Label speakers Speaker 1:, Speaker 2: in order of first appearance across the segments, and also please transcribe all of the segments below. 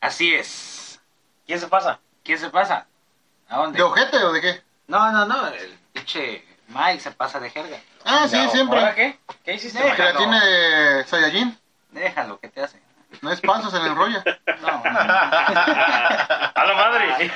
Speaker 1: Así es.
Speaker 2: ¿Quién se pasa?
Speaker 1: ¿Quién se pasa? ¿A dónde?
Speaker 3: ¿De ojete o de qué?
Speaker 1: No, no, no. El pinche Mike se pasa de jerga.
Speaker 3: Ah, sí,
Speaker 2: No, ¿Ahora
Speaker 3: siempre.
Speaker 2: qué? ¿Qué hiciste?
Speaker 1: Deja.
Speaker 3: Creatina de Saiyajin.
Speaker 1: Déjalo, que te hace?
Speaker 3: No es panza, se le enrolla.
Speaker 1: No,
Speaker 2: ¡A la
Speaker 4: Ah,
Speaker 2: madre!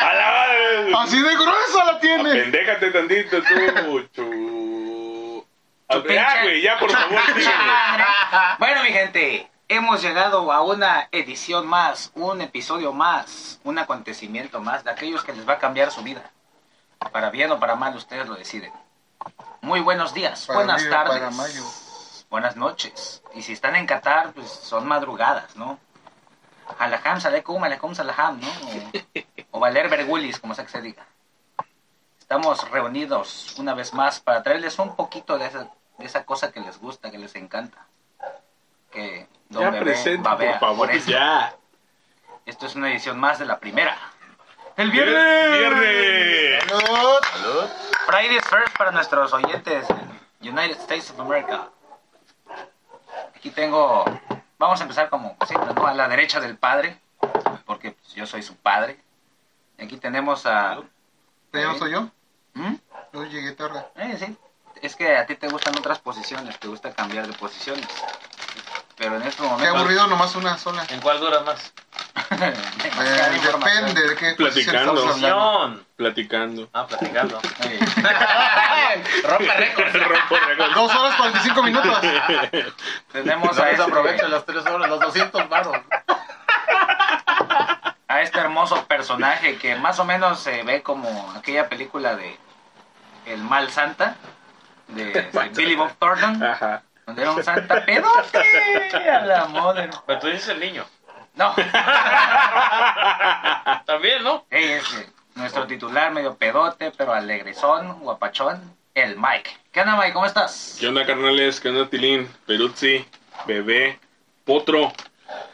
Speaker 2: ¡A la madre!
Speaker 3: Así de gruesa la tiene.
Speaker 4: Apendéjate tantito tú, chu.
Speaker 1: Tu pinche-
Speaker 4: Ya, güey, ya, por favor, sigue, güey.
Speaker 1: Bueno, mi gente, hemos llegado a una edición más, un episodio más, un acontecimiento más de aquellos que les va a cambiar su vida. Para bien o para mal, ustedes lo deciden. Muy buenos días,
Speaker 3: Para
Speaker 1: buenas
Speaker 3: mí,
Speaker 1: tardes,
Speaker 3: para mayo.
Speaker 1: buenas noches. Y si están en Qatar, pues son madrugadas, ¿no? Alaham, Salekum, Alaikum, Salaham, ¿no? O, o Valer Bergulis, como sea que se diga. Estamos reunidos una vez más para traerles un poquito de esa, de esa cosa que les gusta, que les encanta. Que Don
Speaker 4: Ya
Speaker 1: Bebé
Speaker 4: presenta,
Speaker 1: babea
Speaker 4: por favor,
Speaker 1: esto.
Speaker 4: ya.
Speaker 1: Esto es una edición más de la primera. ¡El viernes!
Speaker 4: ¡Viernes!
Speaker 3: Salud.
Speaker 1: Fridays first para nuestros oyentes en United States of America. Aquí tengo... Vamos a empezar como siempre, ¿no? A la derecha del padre, porque pues, yo soy su padre. Y aquí tenemos a...
Speaker 3: ¿Te llamo soy yo?
Speaker 1: ¿Mm?
Speaker 3: Yo llegué tarde.
Speaker 1: Eh, sí. Es que a ti te gustan otras posiciones, te gusta cambiar de posiciones. Pero en este
Speaker 3: Qué
Speaker 1: momento...
Speaker 3: aburrido nomás una sola.
Speaker 2: ¿En cuál duras más?
Speaker 3: Eh,
Speaker 1: Demasiada información.
Speaker 3: depende de qué posición
Speaker 4: Platicando.
Speaker 3: estamos hablando.
Speaker 2: Posición.
Speaker 4: Platicando.
Speaker 2: Ah, platicando.
Speaker 1: Eh,
Speaker 2: Rompe récord.
Speaker 4: Rompo récord.
Speaker 3: Dos horas 45 minutos.
Speaker 1: Tenemos
Speaker 5: No
Speaker 1: a,
Speaker 5: les
Speaker 1: este,
Speaker 5: aprovechen los tres horas, los 200 varos.
Speaker 1: a este hermoso personaje que más o menos se ve como aquella película de El Mal Santa, de, de Billy Bob Thornton,
Speaker 5: Ah.
Speaker 4: Ajá.
Speaker 1: donde era un santa pedote a la madre.
Speaker 2: Pero tú dices el niño.
Speaker 1: No,
Speaker 2: También, ¿no?
Speaker 1: Ey, ese, nuestro titular medio pedote, pero alegrezón, guapachón, el Mike. ¿Qué onda, Mike? ¿Cómo estás?
Speaker 4: ¿Qué onda, carnales? ¿Qué onda, Tilín? Peruzzi, Bebé, Potro.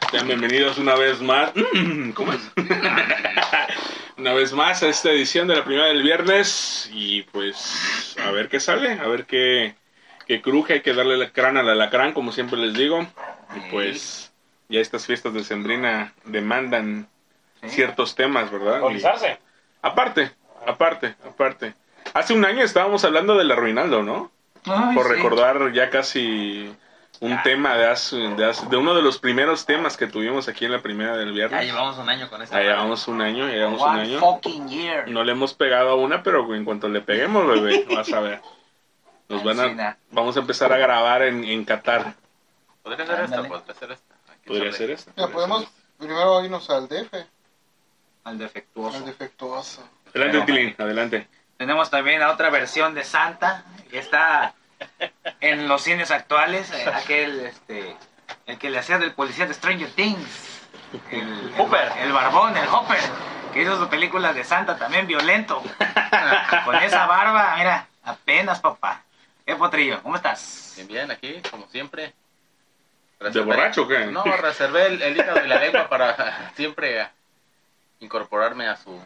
Speaker 4: Sean bienvenidos una vez más. Mm, ¿Cómo es? una vez más a esta edición de la primera del viernes. Y pues, a ver qué sale, a ver qué, qué cruje. Hay que darle la crana al alacrán, como siempre les digo. Y pues, ya estas fiestas de Sembrina demandan
Speaker 1: Sí.
Speaker 4: ciertos temas, ¿verdad? Y-
Speaker 2: Colizarse.
Speaker 4: aparte, aparte, aparte. Hace un año estábamos hablando de la Ruinaldo, ¿no?
Speaker 1: Ay,
Speaker 4: por
Speaker 1: sí.
Speaker 4: recordar ya casi un tema de, hace- de, hace- de uno de los primeros temas que tuvimos aquí en la primera del
Speaker 2: Ya
Speaker 4: viernes.
Speaker 2: llevamos un año con esta.
Speaker 4: Ya llevamos un año, ya llevamos un
Speaker 1: One
Speaker 4: año.
Speaker 1: fucking year.
Speaker 4: No le hemos pegado a una, pero en cuanto le peguemos, bebé, vas a ver. Nos van a,
Speaker 1: Alucina.
Speaker 4: vamos a empezar a grabar en, en Qatar.
Speaker 5: Podría ser
Speaker 1: Ándale.
Speaker 5: esta, podría ser esta. Aquí
Speaker 4: ¿Podría
Speaker 5: sale.
Speaker 4: ser esto?
Speaker 3: Ya podemos primero irnos al DF,
Speaker 1: Al
Speaker 3: al
Speaker 1: defectuoso.
Speaker 3: defectuoso.
Speaker 4: Adelante,
Speaker 1: Pero-
Speaker 4: Tilín, adelante.
Speaker 1: Tenemos también a otra versión de Santa que está en los cines actuales, eh, aquel este el que le hacía del policía de Stranger Things, el, el-
Speaker 2: Hopper.
Speaker 1: el barbón, el Hopper, que hizo su película de Santa también violento. Con esa barba, mira, apenas papá. Eh, Potrillo, ¿cómo estás?
Speaker 5: Bien, bien, aquí, como siempre.
Speaker 4: ¿De borracho o qué?
Speaker 5: No, reservé el, el hígado y la lengua para siempre eh, incorporarme a su...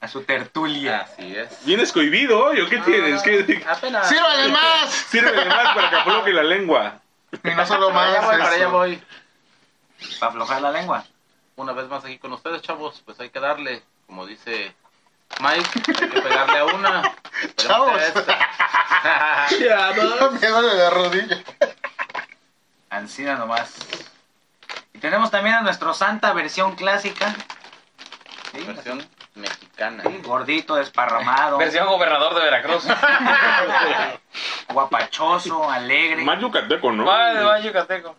Speaker 1: A su tertulia.
Speaker 5: Así es.
Speaker 4: ¿Vienes cohibido hoy o qué tienes? ¿Qué,
Speaker 5: Apenas.
Speaker 3: ¡Sírvale más!
Speaker 4: sirve de más para que afloje la lengua?
Speaker 3: Y no solo
Speaker 5: Para allá
Speaker 3: más.
Speaker 5: voy, para allá
Speaker 3: eso.
Speaker 5: voy.
Speaker 1: Para aflojar la lengua.
Speaker 5: Una vez más aquí con ustedes, chavos. Pues hay que darle, como dice Mike, hay que pegarle a una. Esperemos
Speaker 3: Chavos.
Speaker 5: sea esta.
Speaker 3: Me duele la rodilla.
Speaker 1: Ancina nomás. Y tenemos también a nuestro Santa versión clásica. Sí,
Speaker 5: Versión mexicana.
Speaker 1: así, Gordito, desparramado,
Speaker 2: Versión gobernador de Veracruz.
Speaker 1: guapachoso, alegre.
Speaker 4: Más yucateco, ¿no?
Speaker 2: Vale, va, yucateco.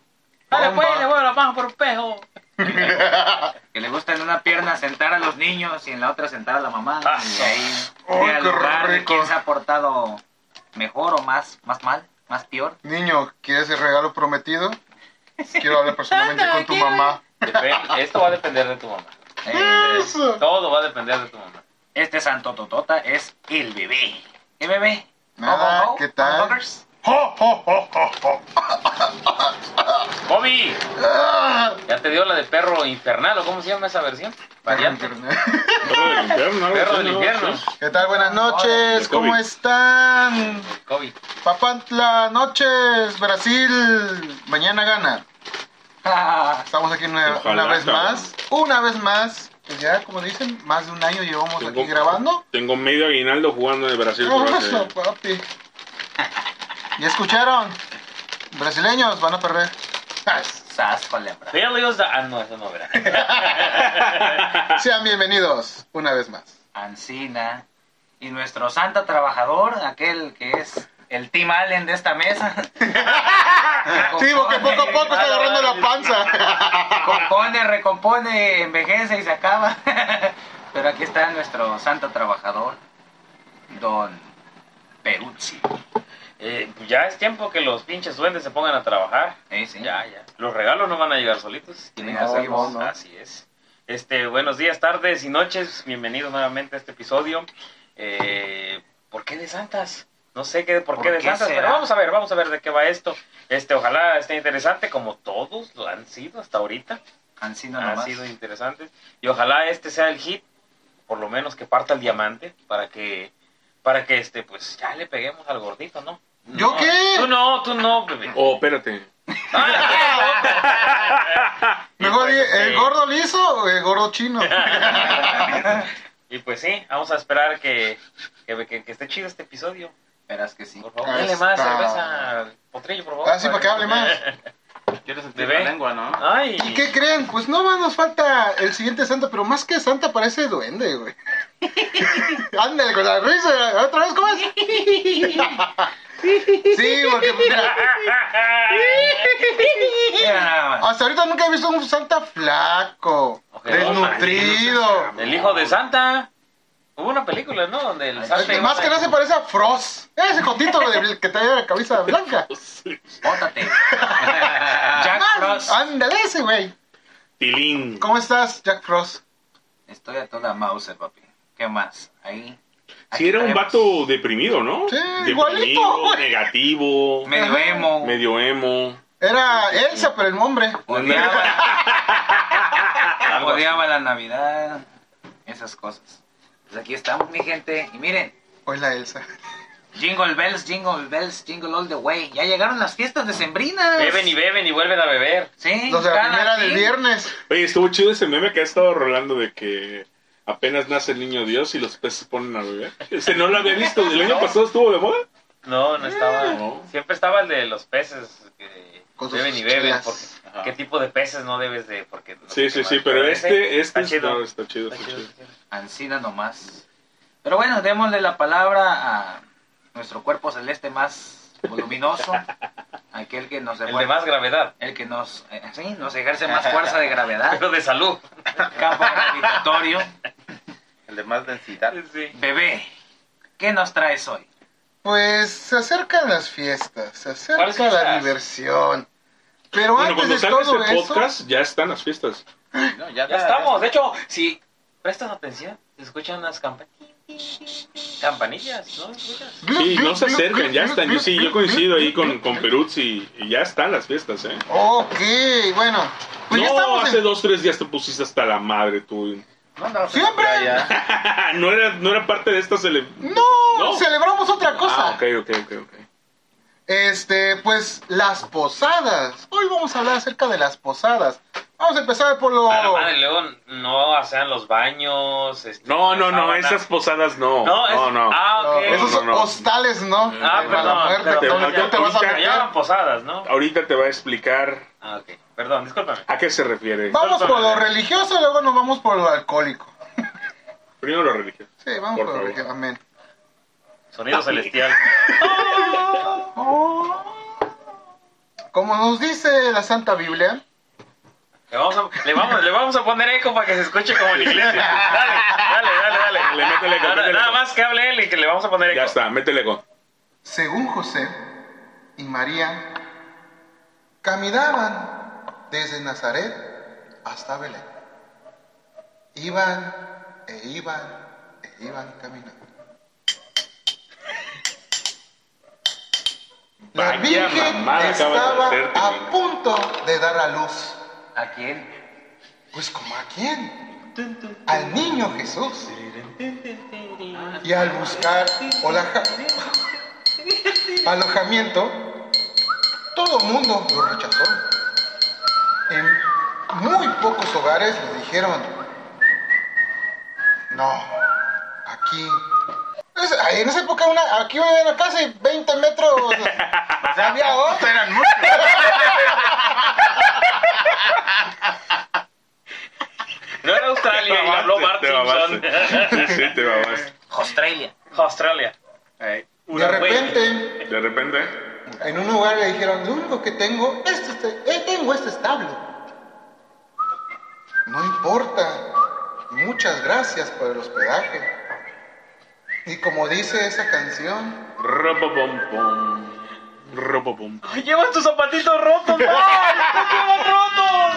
Speaker 2: Dale,
Speaker 3: Bomba.
Speaker 2: pues, le voy a la paja por pejo.
Speaker 1: Que le gusta en una pierna sentar a los niños y en la otra sentar a la mamá.
Speaker 2: Ah,
Speaker 1: y ahí
Speaker 3: oh,
Speaker 1: ve al
Speaker 3: qué
Speaker 1: lugar de
Speaker 3: rico.
Speaker 1: quién se ha portado mejor o más, más mal, más peor.
Speaker 3: Niño, ¿quieres el regalo prometido? Quiero hablar personalmente con tu mamá.
Speaker 2: Depen- Esto va a depender de tu mamá.
Speaker 1: Eh,
Speaker 3: Eso.
Speaker 2: Todo va a depender de tu mamá.
Speaker 1: este santo totota es el bebé. ¿Qué bebé?
Speaker 3: Nada,
Speaker 1: ¿Cómo, cómo?
Speaker 3: Ah, ¿qué tal?
Speaker 1: ¿Motherfuckers?
Speaker 3: ¡Jo, jo, jo, jo, jo!
Speaker 2: ¡Bobby!
Speaker 3: ¡Ah!
Speaker 2: ¿Ya te dio la de perro infernal o cómo se llama esa versión? Variante.
Speaker 4: Perro del infierno. algo
Speaker 2: Perro
Speaker 4: así,
Speaker 2: del
Speaker 4: ¿no?
Speaker 2: infierno.
Speaker 4: Sí.
Speaker 3: ¿Qué tal? Buenas noches,
Speaker 4: Hola,
Speaker 3: ¿cómo
Speaker 4: Jacobi.
Speaker 3: están?
Speaker 2: Kobe.
Speaker 3: Papantla, noches, Brasil, mañana gana. Estamos aquí una,
Speaker 4: Ojalá,
Speaker 3: una vez
Speaker 4: cabrón.
Speaker 3: más. Una vez más. Pues ya, como dicen, más de un año llevamos
Speaker 4: Tengo-
Speaker 3: aquí grabando.
Speaker 4: Tengo medio aguinaldo jugando en el Brasil. por
Speaker 3: Oh,
Speaker 4: hacer-
Speaker 3: papi. ¿Ya escucharon? Brasileños van a perder.
Speaker 1: Sas, culebra.
Speaker 2: Failures da- Ah, no, eso no verá.
Speaker 3: Sean bienvenidos una vez más.
Speaker 1: Ancina. Y nuestro santa trabajador, aquel que es el Tim Allen de esta mesa.
Speaker 3: Sí, porque poco a poco está agarrando la panza.
Speaker 1: Compone, recompone, envejece y se acaba. Pero aquí está nuestro santo trabajador, Don Peruzzi.
Speaker 2: Eh, pues ya es tiempo que los pinches duendes se pongan a trabajar.
Speaker 1: Eh, sí.
Speaker 2: Ya, ya. Los regalos no van a llegar solitos. Tienen que
Speaker 1: No,
Speaker 2: hacerlos.
Speaker 3: no, no.
Speaker 2: Así es. Este, buenos días, tardes y noches. Bienvenidos nuevamente a este episodio. Eh, ¿Por qué de Santas? No sé qué, por,
Speaker 1: ¿Por
Speaker 2: qué de
Speaker 1: qué
Speaker 2: Santas,
Speaker 1: será?
Speaker 2: pero vamos a ver, vamos a ver de qué va esto. Este, ojalá esté interesante, como todos lo han sido hasta ahorita.
Speaker 1: Ancina
Speaker 2: han
Speaker 1: nomás.
Speaker 2: sido interesantes. Y ojalá este sea el hit, por lo menos que parta el diamante, para que, para que este, pues ya le peguemos al gordito, ¿no?
Speaker 3: ¿Yo
Speaker 2: No,
Speaker 3: qué?
Speaker 2: Tú no, tú no, bebé.
Speaker 4: Oh, espérate.
Speaker 3: Mejor
Speaker 2: Y pues,
Speaker 3: di- el
Speaker 2: sí.
Speaker 3: gordo liso o el gordo chino.
Speaker 2: Y pues sí, vamos a esperar que, que, que- que esté chido este episodio.
Speaker 1: Verás que sí.
Speaker 2: Por favor,
Speaker 3: Ahí
Speaker 2: dale más
Speaker 3: está.
Speaker 2: cerveza al potrillo, por favor.
Speaker 3: Ah, sí, para que hable más.
Speaker 5: Quieres sentir
Speaker 2: ¿Bebé?
Speaker 5: la lengua, ¿no?
Speaker 2: Ay,
Speaker 3: ¿Y qué creen? Pues no más nos falta el siguiente santa, pero más que santa parece duende, güey. Ándale con la risa, otra vez, ¿cómo es? sí, porque pues, mira,
Speaker 1: Mira nada más.
Speaker 3: hasta ahorita nunca he visto un santa flaco, desnutrido.
Speaker 2: el hijo de Santa. Hubo una película, ¿no? Donde el Santa. iba
Speaker 3: Más que
Speaker 2: a-
Speaker 3: no se parece a Frost, ese cotito de- que trae la cabeza blanca.
Speaker 1: Bótate. Jack
Speaker 3: Ah,
Speaker 1: Frost.
Speaker 3: Ándale ese, güey.
Speaker 4: Tilín.
Speaker 3: ¿Cómo estás, Jack Frost?
Speaker 1: Estoy a toda Mauser, papi. ¿Qué más? Ahí.
Speaker 4: Sí, era un
Speaker 1: tenemos.
Speaker 4: vato deprimido, ¿no?
Speaker 3: Sí,
Speaker 4: deprimido,
Speaker 3: igualito, güey.
Speaker 4: negativo,
Speaker 1: Medio emo.
Speaker 4: medio emo.
Speaker 3: Era Elsa, pero el hombre.
Speaker 1: Odiaba.
Speaker 2: Algo así.
Speaker 1: odiaba la Navidad. Esas cosas. Pues aquí estamos, mi gente. Y miren.
Speaker 3: Hoy la Elsa.
Speaker 1: Jingle bells, jingle bells, jingle all the way. Ya llegaron las fiestas decembrinas.
Speaker 2: Beben y beben y vuelven a beber.
Speaker 1: Sí,
Speaker 3: Los de la
Speaker 1: cada
Speaker 3: primera del
Speaker 1: fin.
Speaker 3: viernes.
Speaker 4: Oye, estuvo chido ese meme que ha estado rolando de que apenas nace el niño Dios y los peces se ponen a beber. Ese no lo había visto. ¿El año pasado estuvo de moda?
Speaker 2: No,
Speaker 3: Mm.
Speaker 2: no estaba.
Speaker 4: No.
Speaker 2: Siempre estaba el de los peces. Que
Speaker 3: Con sus
Speaker 2: beben y beben.
Speaker 3: chelas.
Speaker 2: porque-
Speaker 5: Ajá.
Speaker 2: ¿Qué tipo de peces no debes de.? Porque no sé
Speaker 4: Sí, sí,
Speaker 2: qué
Speaker 4: sí,
Speaker 2: más,
Speaker 4: pero
Speaker 2: ese
Speaker 4: este, este
Speaker 2: está chido.
Speaker 4: está, está chido.
Speaker 2: Está
Speaker 4: está
Speaker 2: chido,
Speaker 4: chido.
Speaker 2: está chido.
Speaker 1: Ancina nomás. Pero bueno, démosle la palabra a nuestro cuerpo celeste más voluminoso. aquel que nos
Speaker 2: El
Speaker 1: devuelve-
Speaker 2: de más gravedad.
Speaker 1: el que nos, eh, sí, nos ejerce más fuerza de gravedad.
Speaker 2: Pero de salud.
Speaker 1: campo gravitatorio.
Speaker 5: El de más densidad.
Speaker 2: Sí.
Speaker 1: Bebé, ¿qué nos traes hoy?
Speaker 3: Pues se acercan las fiestas, se acerca la
Speaker 2: ¿Cuáles fiestas?
Speaker 3: diversión. Pero
Speaker 4: Bueno,
Speaker 3: antes
Speaker 4: cuando
Speaker 3: de
Speaker 4: salga
Speaker 3: todo
Speaker 4: este
Speaker 3: eso,
Speaker 4: podcast, ya están las fiestas.
Speaker 5: No,
Speaker 2: Ya estamos. De hecho, si prestas atención, se escuchan unas campan- campanillas. ¿No escuchas?
Speaker 4: Sí, no se acercan, ya están. Yo sí, yo coincido ahí con, con Peruzzi y ya están las fiestas, ¿eh?
Speaker 3: Ok, bueno, pues ya
Speaker 4: no,
Speaker 3: estamos
Speaker 4: hace
Speaker 3: en...
Speaker 4: dos, tres días te pusiste hasta la madre tú.
Speaker 5: No, no,
Speaker 3: Siempre.
Speaker 5: Ya.
Speaker 4: no, era, no era parte de esta cele...
Speaker 3: No,
Speaker 4: No.
Speaker 3: celebramos otra cosa.
Speaker 4: Ah, ok, ok, ok. ok.
Speaker 3: Este, pues las posadas. Hoy vamos a hablar acerca de las posadas. Vamos a empezar por lo...
Speaker 2: A la madre, luego no hacían los baños. este,
Speaker 4: No, no, no,
Speaker 2: sábanas.
Speaker 4: esas posadas no.
Speaker 2: No,
Speaker 4: No,
Speaker 2: es-
Speaker 4: no.
Speaker 2: Ah, ok.
Speaker 3: Esos
Speaker 4: No, no, no.
Speaker 3: hostales, ¿no?
Speaker 2: Ah,
Speaker 3: De mala
Speaker 2: perdón.
Speaker 3: muerte,
Speaker 2: perdón,
Speaker 3: entonces
Speaker 2: ya-
Speaker 3: ya te vas a
Speaker 2: ya
Speaker 4: ahorita-
Speaker 3: meter.
Speaker 2: llaman posadas, ¿no?
Speaker 4: Ahorita te va a explicar
Speaker 2: Ah, ok. Perdón, discúlpame.
Speaker 4: a qué se refiere.
Speaker 3: Vamos por lo religioso, luego nos vamos por lo alcohólico.
Speaker 4: Primero lo religioso.
Speaker 3: Sí, vamos por, lo
Speaker 4: Por favor.
Speaker 3: religioso. Amén.
Speaker 2: Sonido celestial.
Speaker 3: Oh. Como nos dice la Santa Biblia,
Speaker 2: Le vamos, a, le, vamos, le vamos a poner eco para que se escuche como en la iglesia. Dale, dale, dale, dale.
Speaker 4: Dale, métele eco,
Speaker 2: Ahora,
Speaker 4: métele
Speaker 2: nada
Speaker 4: eco.
Speaker 2: más que hable él y que le vamos a poner eco.
Speaker 4: Ya está, métele con.
Speaker 3: según José y María, caminaban desde Nazaret hasta Belén. Iban e iban e iban caminando. La
Speaker 4: Vaya
Speaker 3: Virgen
Speaker 4: mamada acabas de
Speaker 3: estaba
Speaker 4: hacerte,
Speaker 3: a
Speaker 4: niño.
Speaker 3: punto de dar a luz.
Speaker 1: ¿A quién?
Speaker 3: Pues como a quién? Al niño Jesús. Y al buscar olaja- alojamiento, todo mundo lo rechazó. En pocos hogares le dijeron, no, aquí. Es- ahí en esa época una, aquí había una casa y 20 metros había otra.
Speaker 1: eran muchos.
Speaker 2: No era Australia, y habló Bart
Speaker 4: Te
Speaker 2: Simpson.
Speaker 4: babaste. Sí, sí, te babaste.
Speaker 1: Australia.
Speaker 2: Australia.
Speaker 3: De repente,
Speaker 4: De repente,
Speaker 3: En un lugar le dijeron, lo único que tengo, este, este- eh, tengo este establo. No importa. Muchas gracias por el hospedaje. Y como dice esa canción,
Speaker 4: ropopom pom. Ropopom.
Speaker 2: Ay, Llevas tus zapatitos rotos, Bart. ¡Los llevas rotos!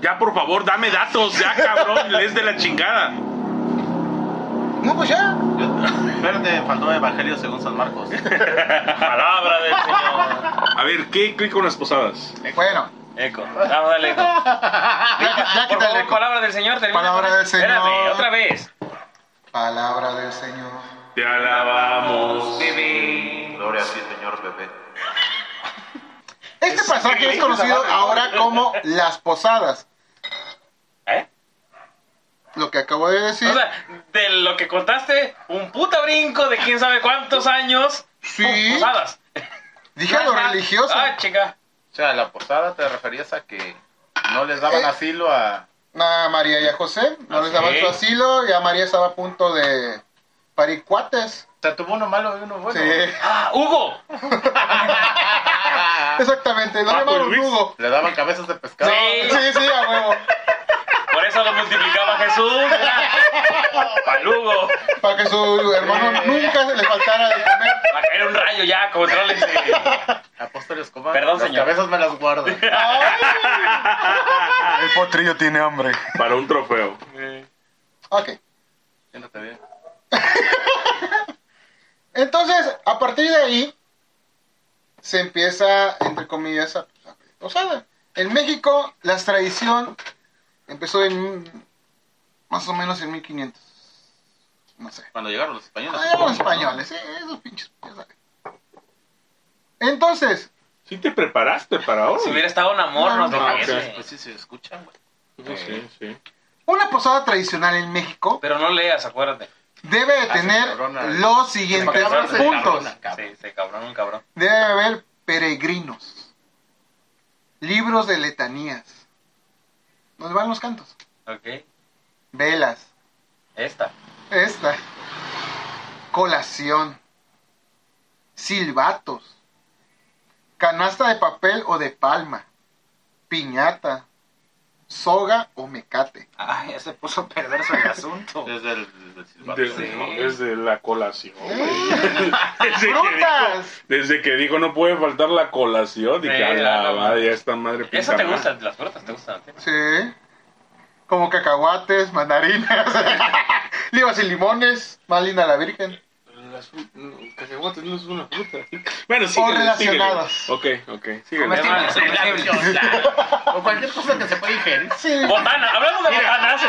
Speaker 4: Ya, por favor, dame datos, ya, cabrón, les de la chingada.
Speaker 3: no pues ya,
Speaker 5: Yo- Espérate, faltó Evangelio según San Marcos.
Speaker 2: Palabra del Señor.
Speaker 4: A ver, ¿qué clic con las posadas?
Speaker 3: bueno,
Speaker 2: Eco. Vamos, dale, eco.
Speaker 3: ya, ya
Speaker 2: Ah, Por
Speaker 3: quítale.
Speaker 2: favor, palabra del Señor. termina
Speaker 3: Palabra
Speaker 2: con-
Speaker 3: del Señor.
Speaker 2: Espérame, otra vez.
Speaker 3: Palabra del Señor.
Speaker 4: Te alabamos.
Speaker 5: Gloria a ti, señor bebé.
Speaker 3: Este pasaje es conocido ahora como las posadas.
Speaker 2: ¿Eh?
Speaker 3: Lo que acabo de decir.
Speaker 2: O sea, de lo que contaste, un puta brinco de quién sabe cuántos años. Oh,
Speaker 3: Sí.
Speaker 2: Posadas.
Speaker 3: Dije lo
Speaker 2: Ajá.
Speaker 3: religioso.
Speaker 2: Ah, chica.
Speaker 5: O sea, la posada te referías a que no les daban
Speaker 3: Eh.
Speaker 5: asilo a...
Speaker 3: A María y a José, no les daban
Speaker 2: Ok.
Speaker 3: su asilo, y a María estaba a punto de paricuates.
Speaker 5: O sea, tuvo uno malo y uno bueno.
Speaker 3: Sí,
Speaker 2: Ah, Hugo.
Speaker 3: exactamente, lo
Speaker 4: Paco
Speaker 3: llamaron
Speaker 4: Luis.
Speaker 3: Hugo.
Speaker 5: Le daban cabezas de pescado.
Speaker 2: Sí.
Speaker 3: Sí, sí, a huevo.
Speaker 2: Por eso lo multiplicaba Jesús. Palugo.
Speaker 3: Para que su hermano nunca se le faltara de comer.
Speaker 2: Va a caer un rayo ya, controlense.
Speaker 5: Apóstol Escobar.
Speaker 2: Perdón,
Speaker 5: las
Speaker 2: señor.
Speaker 5: cabezas me las guardo.
Speaker 3: El potrillo tiene hambre.
Speaker 4: Para un trofeo.
Speaker 3: Ok.
Speaker 5: Siéntate bien.
Speaker 3: Entonces, a partir de ahí, se empieza, entre comillas, a, a- o sea, en México, la tradición empezó en más o menos en 1500. No sé.
Speaker 5: Cuando llegaron los españoles.
Speaker 3: Ah, los españoles, eh, esos pinches. ya saben. Entonces,
Speaker 4: Sí te preparaste para hoy.
Speaker 2: Si hubiera estado un amor,
Speaker 3: No,
Speaker 2: nos
Speaker 3: no,
Speaker 2: lo
Speaker 4: ok.
Speaker 2: dice.
Speaker 5: Pues sí se escuchan, güey.
Speaker 4: Sí, sí.
Speaker 3: una posada tradicional en México
Speaker 2: Pero no leas, acuérdate.
Speaker 3: debe de
Speaker 5: Ah,
Speaker 3: tener
Speaker 5: se cabrona.
Speaker 3: los
Speaker 2: Se
Speaker 3: siguientes
Speaker 2: cabrón, se
Speaker 3: puntos.
Speaker 2: cabrón, cabrón. Sí, se cabrón, un cabrón.
Speaker 3: Debe de haber peregrinos, libros de letanías, nos van los cantos,
Speaker 2: Ok.
Speaker 3: velas,
Speaker 2: Esta.
Speaker 3: esta, colación, silbatos, canasta de papel o de palma, piñata, soga o mecate.
Speaker 1: Ay, ya se puso perverso el asunto.
Speaker 5: Desde el, desde el silbato.
Speaker 4: Desde,
Speaker 2: Sí.
Speaker 4: no, desde la colación. güey. desde, que dijo,
Speaker 3: ¡Frutas!
Speaker 4: desde que dijo no puede faltar la colación. Dije,
Speaker 2: Sí,
Speaker 4: a
Speaker 2: la- la-
Speaker 4: la madre, ya esta madre
Speaker 2: Eso
Speaker 4: pinta
Speaker 2: te
Speaker 4: mal.
Speaker 2: gusta, las frutas te gustan. a ti.
Speaker 3: Sí. Como cacahuates, mandarinas, libas y limones, más linda la virgen.
Speaker 4: Las fru- no, Cacahuates no es una fruta. Bueno, sí.
Speaker 3: relacionados.
Speaker 4: Ok, ok. síguele.
Speaker 1: Comestible,
Speaker 2: Además,
Speaker 1: comestible.
Speaker 5: O cualquier cosa que se pueda ingerir.
Speaker 3: Sí.
Speaker 2: Botana, hablando de botanas.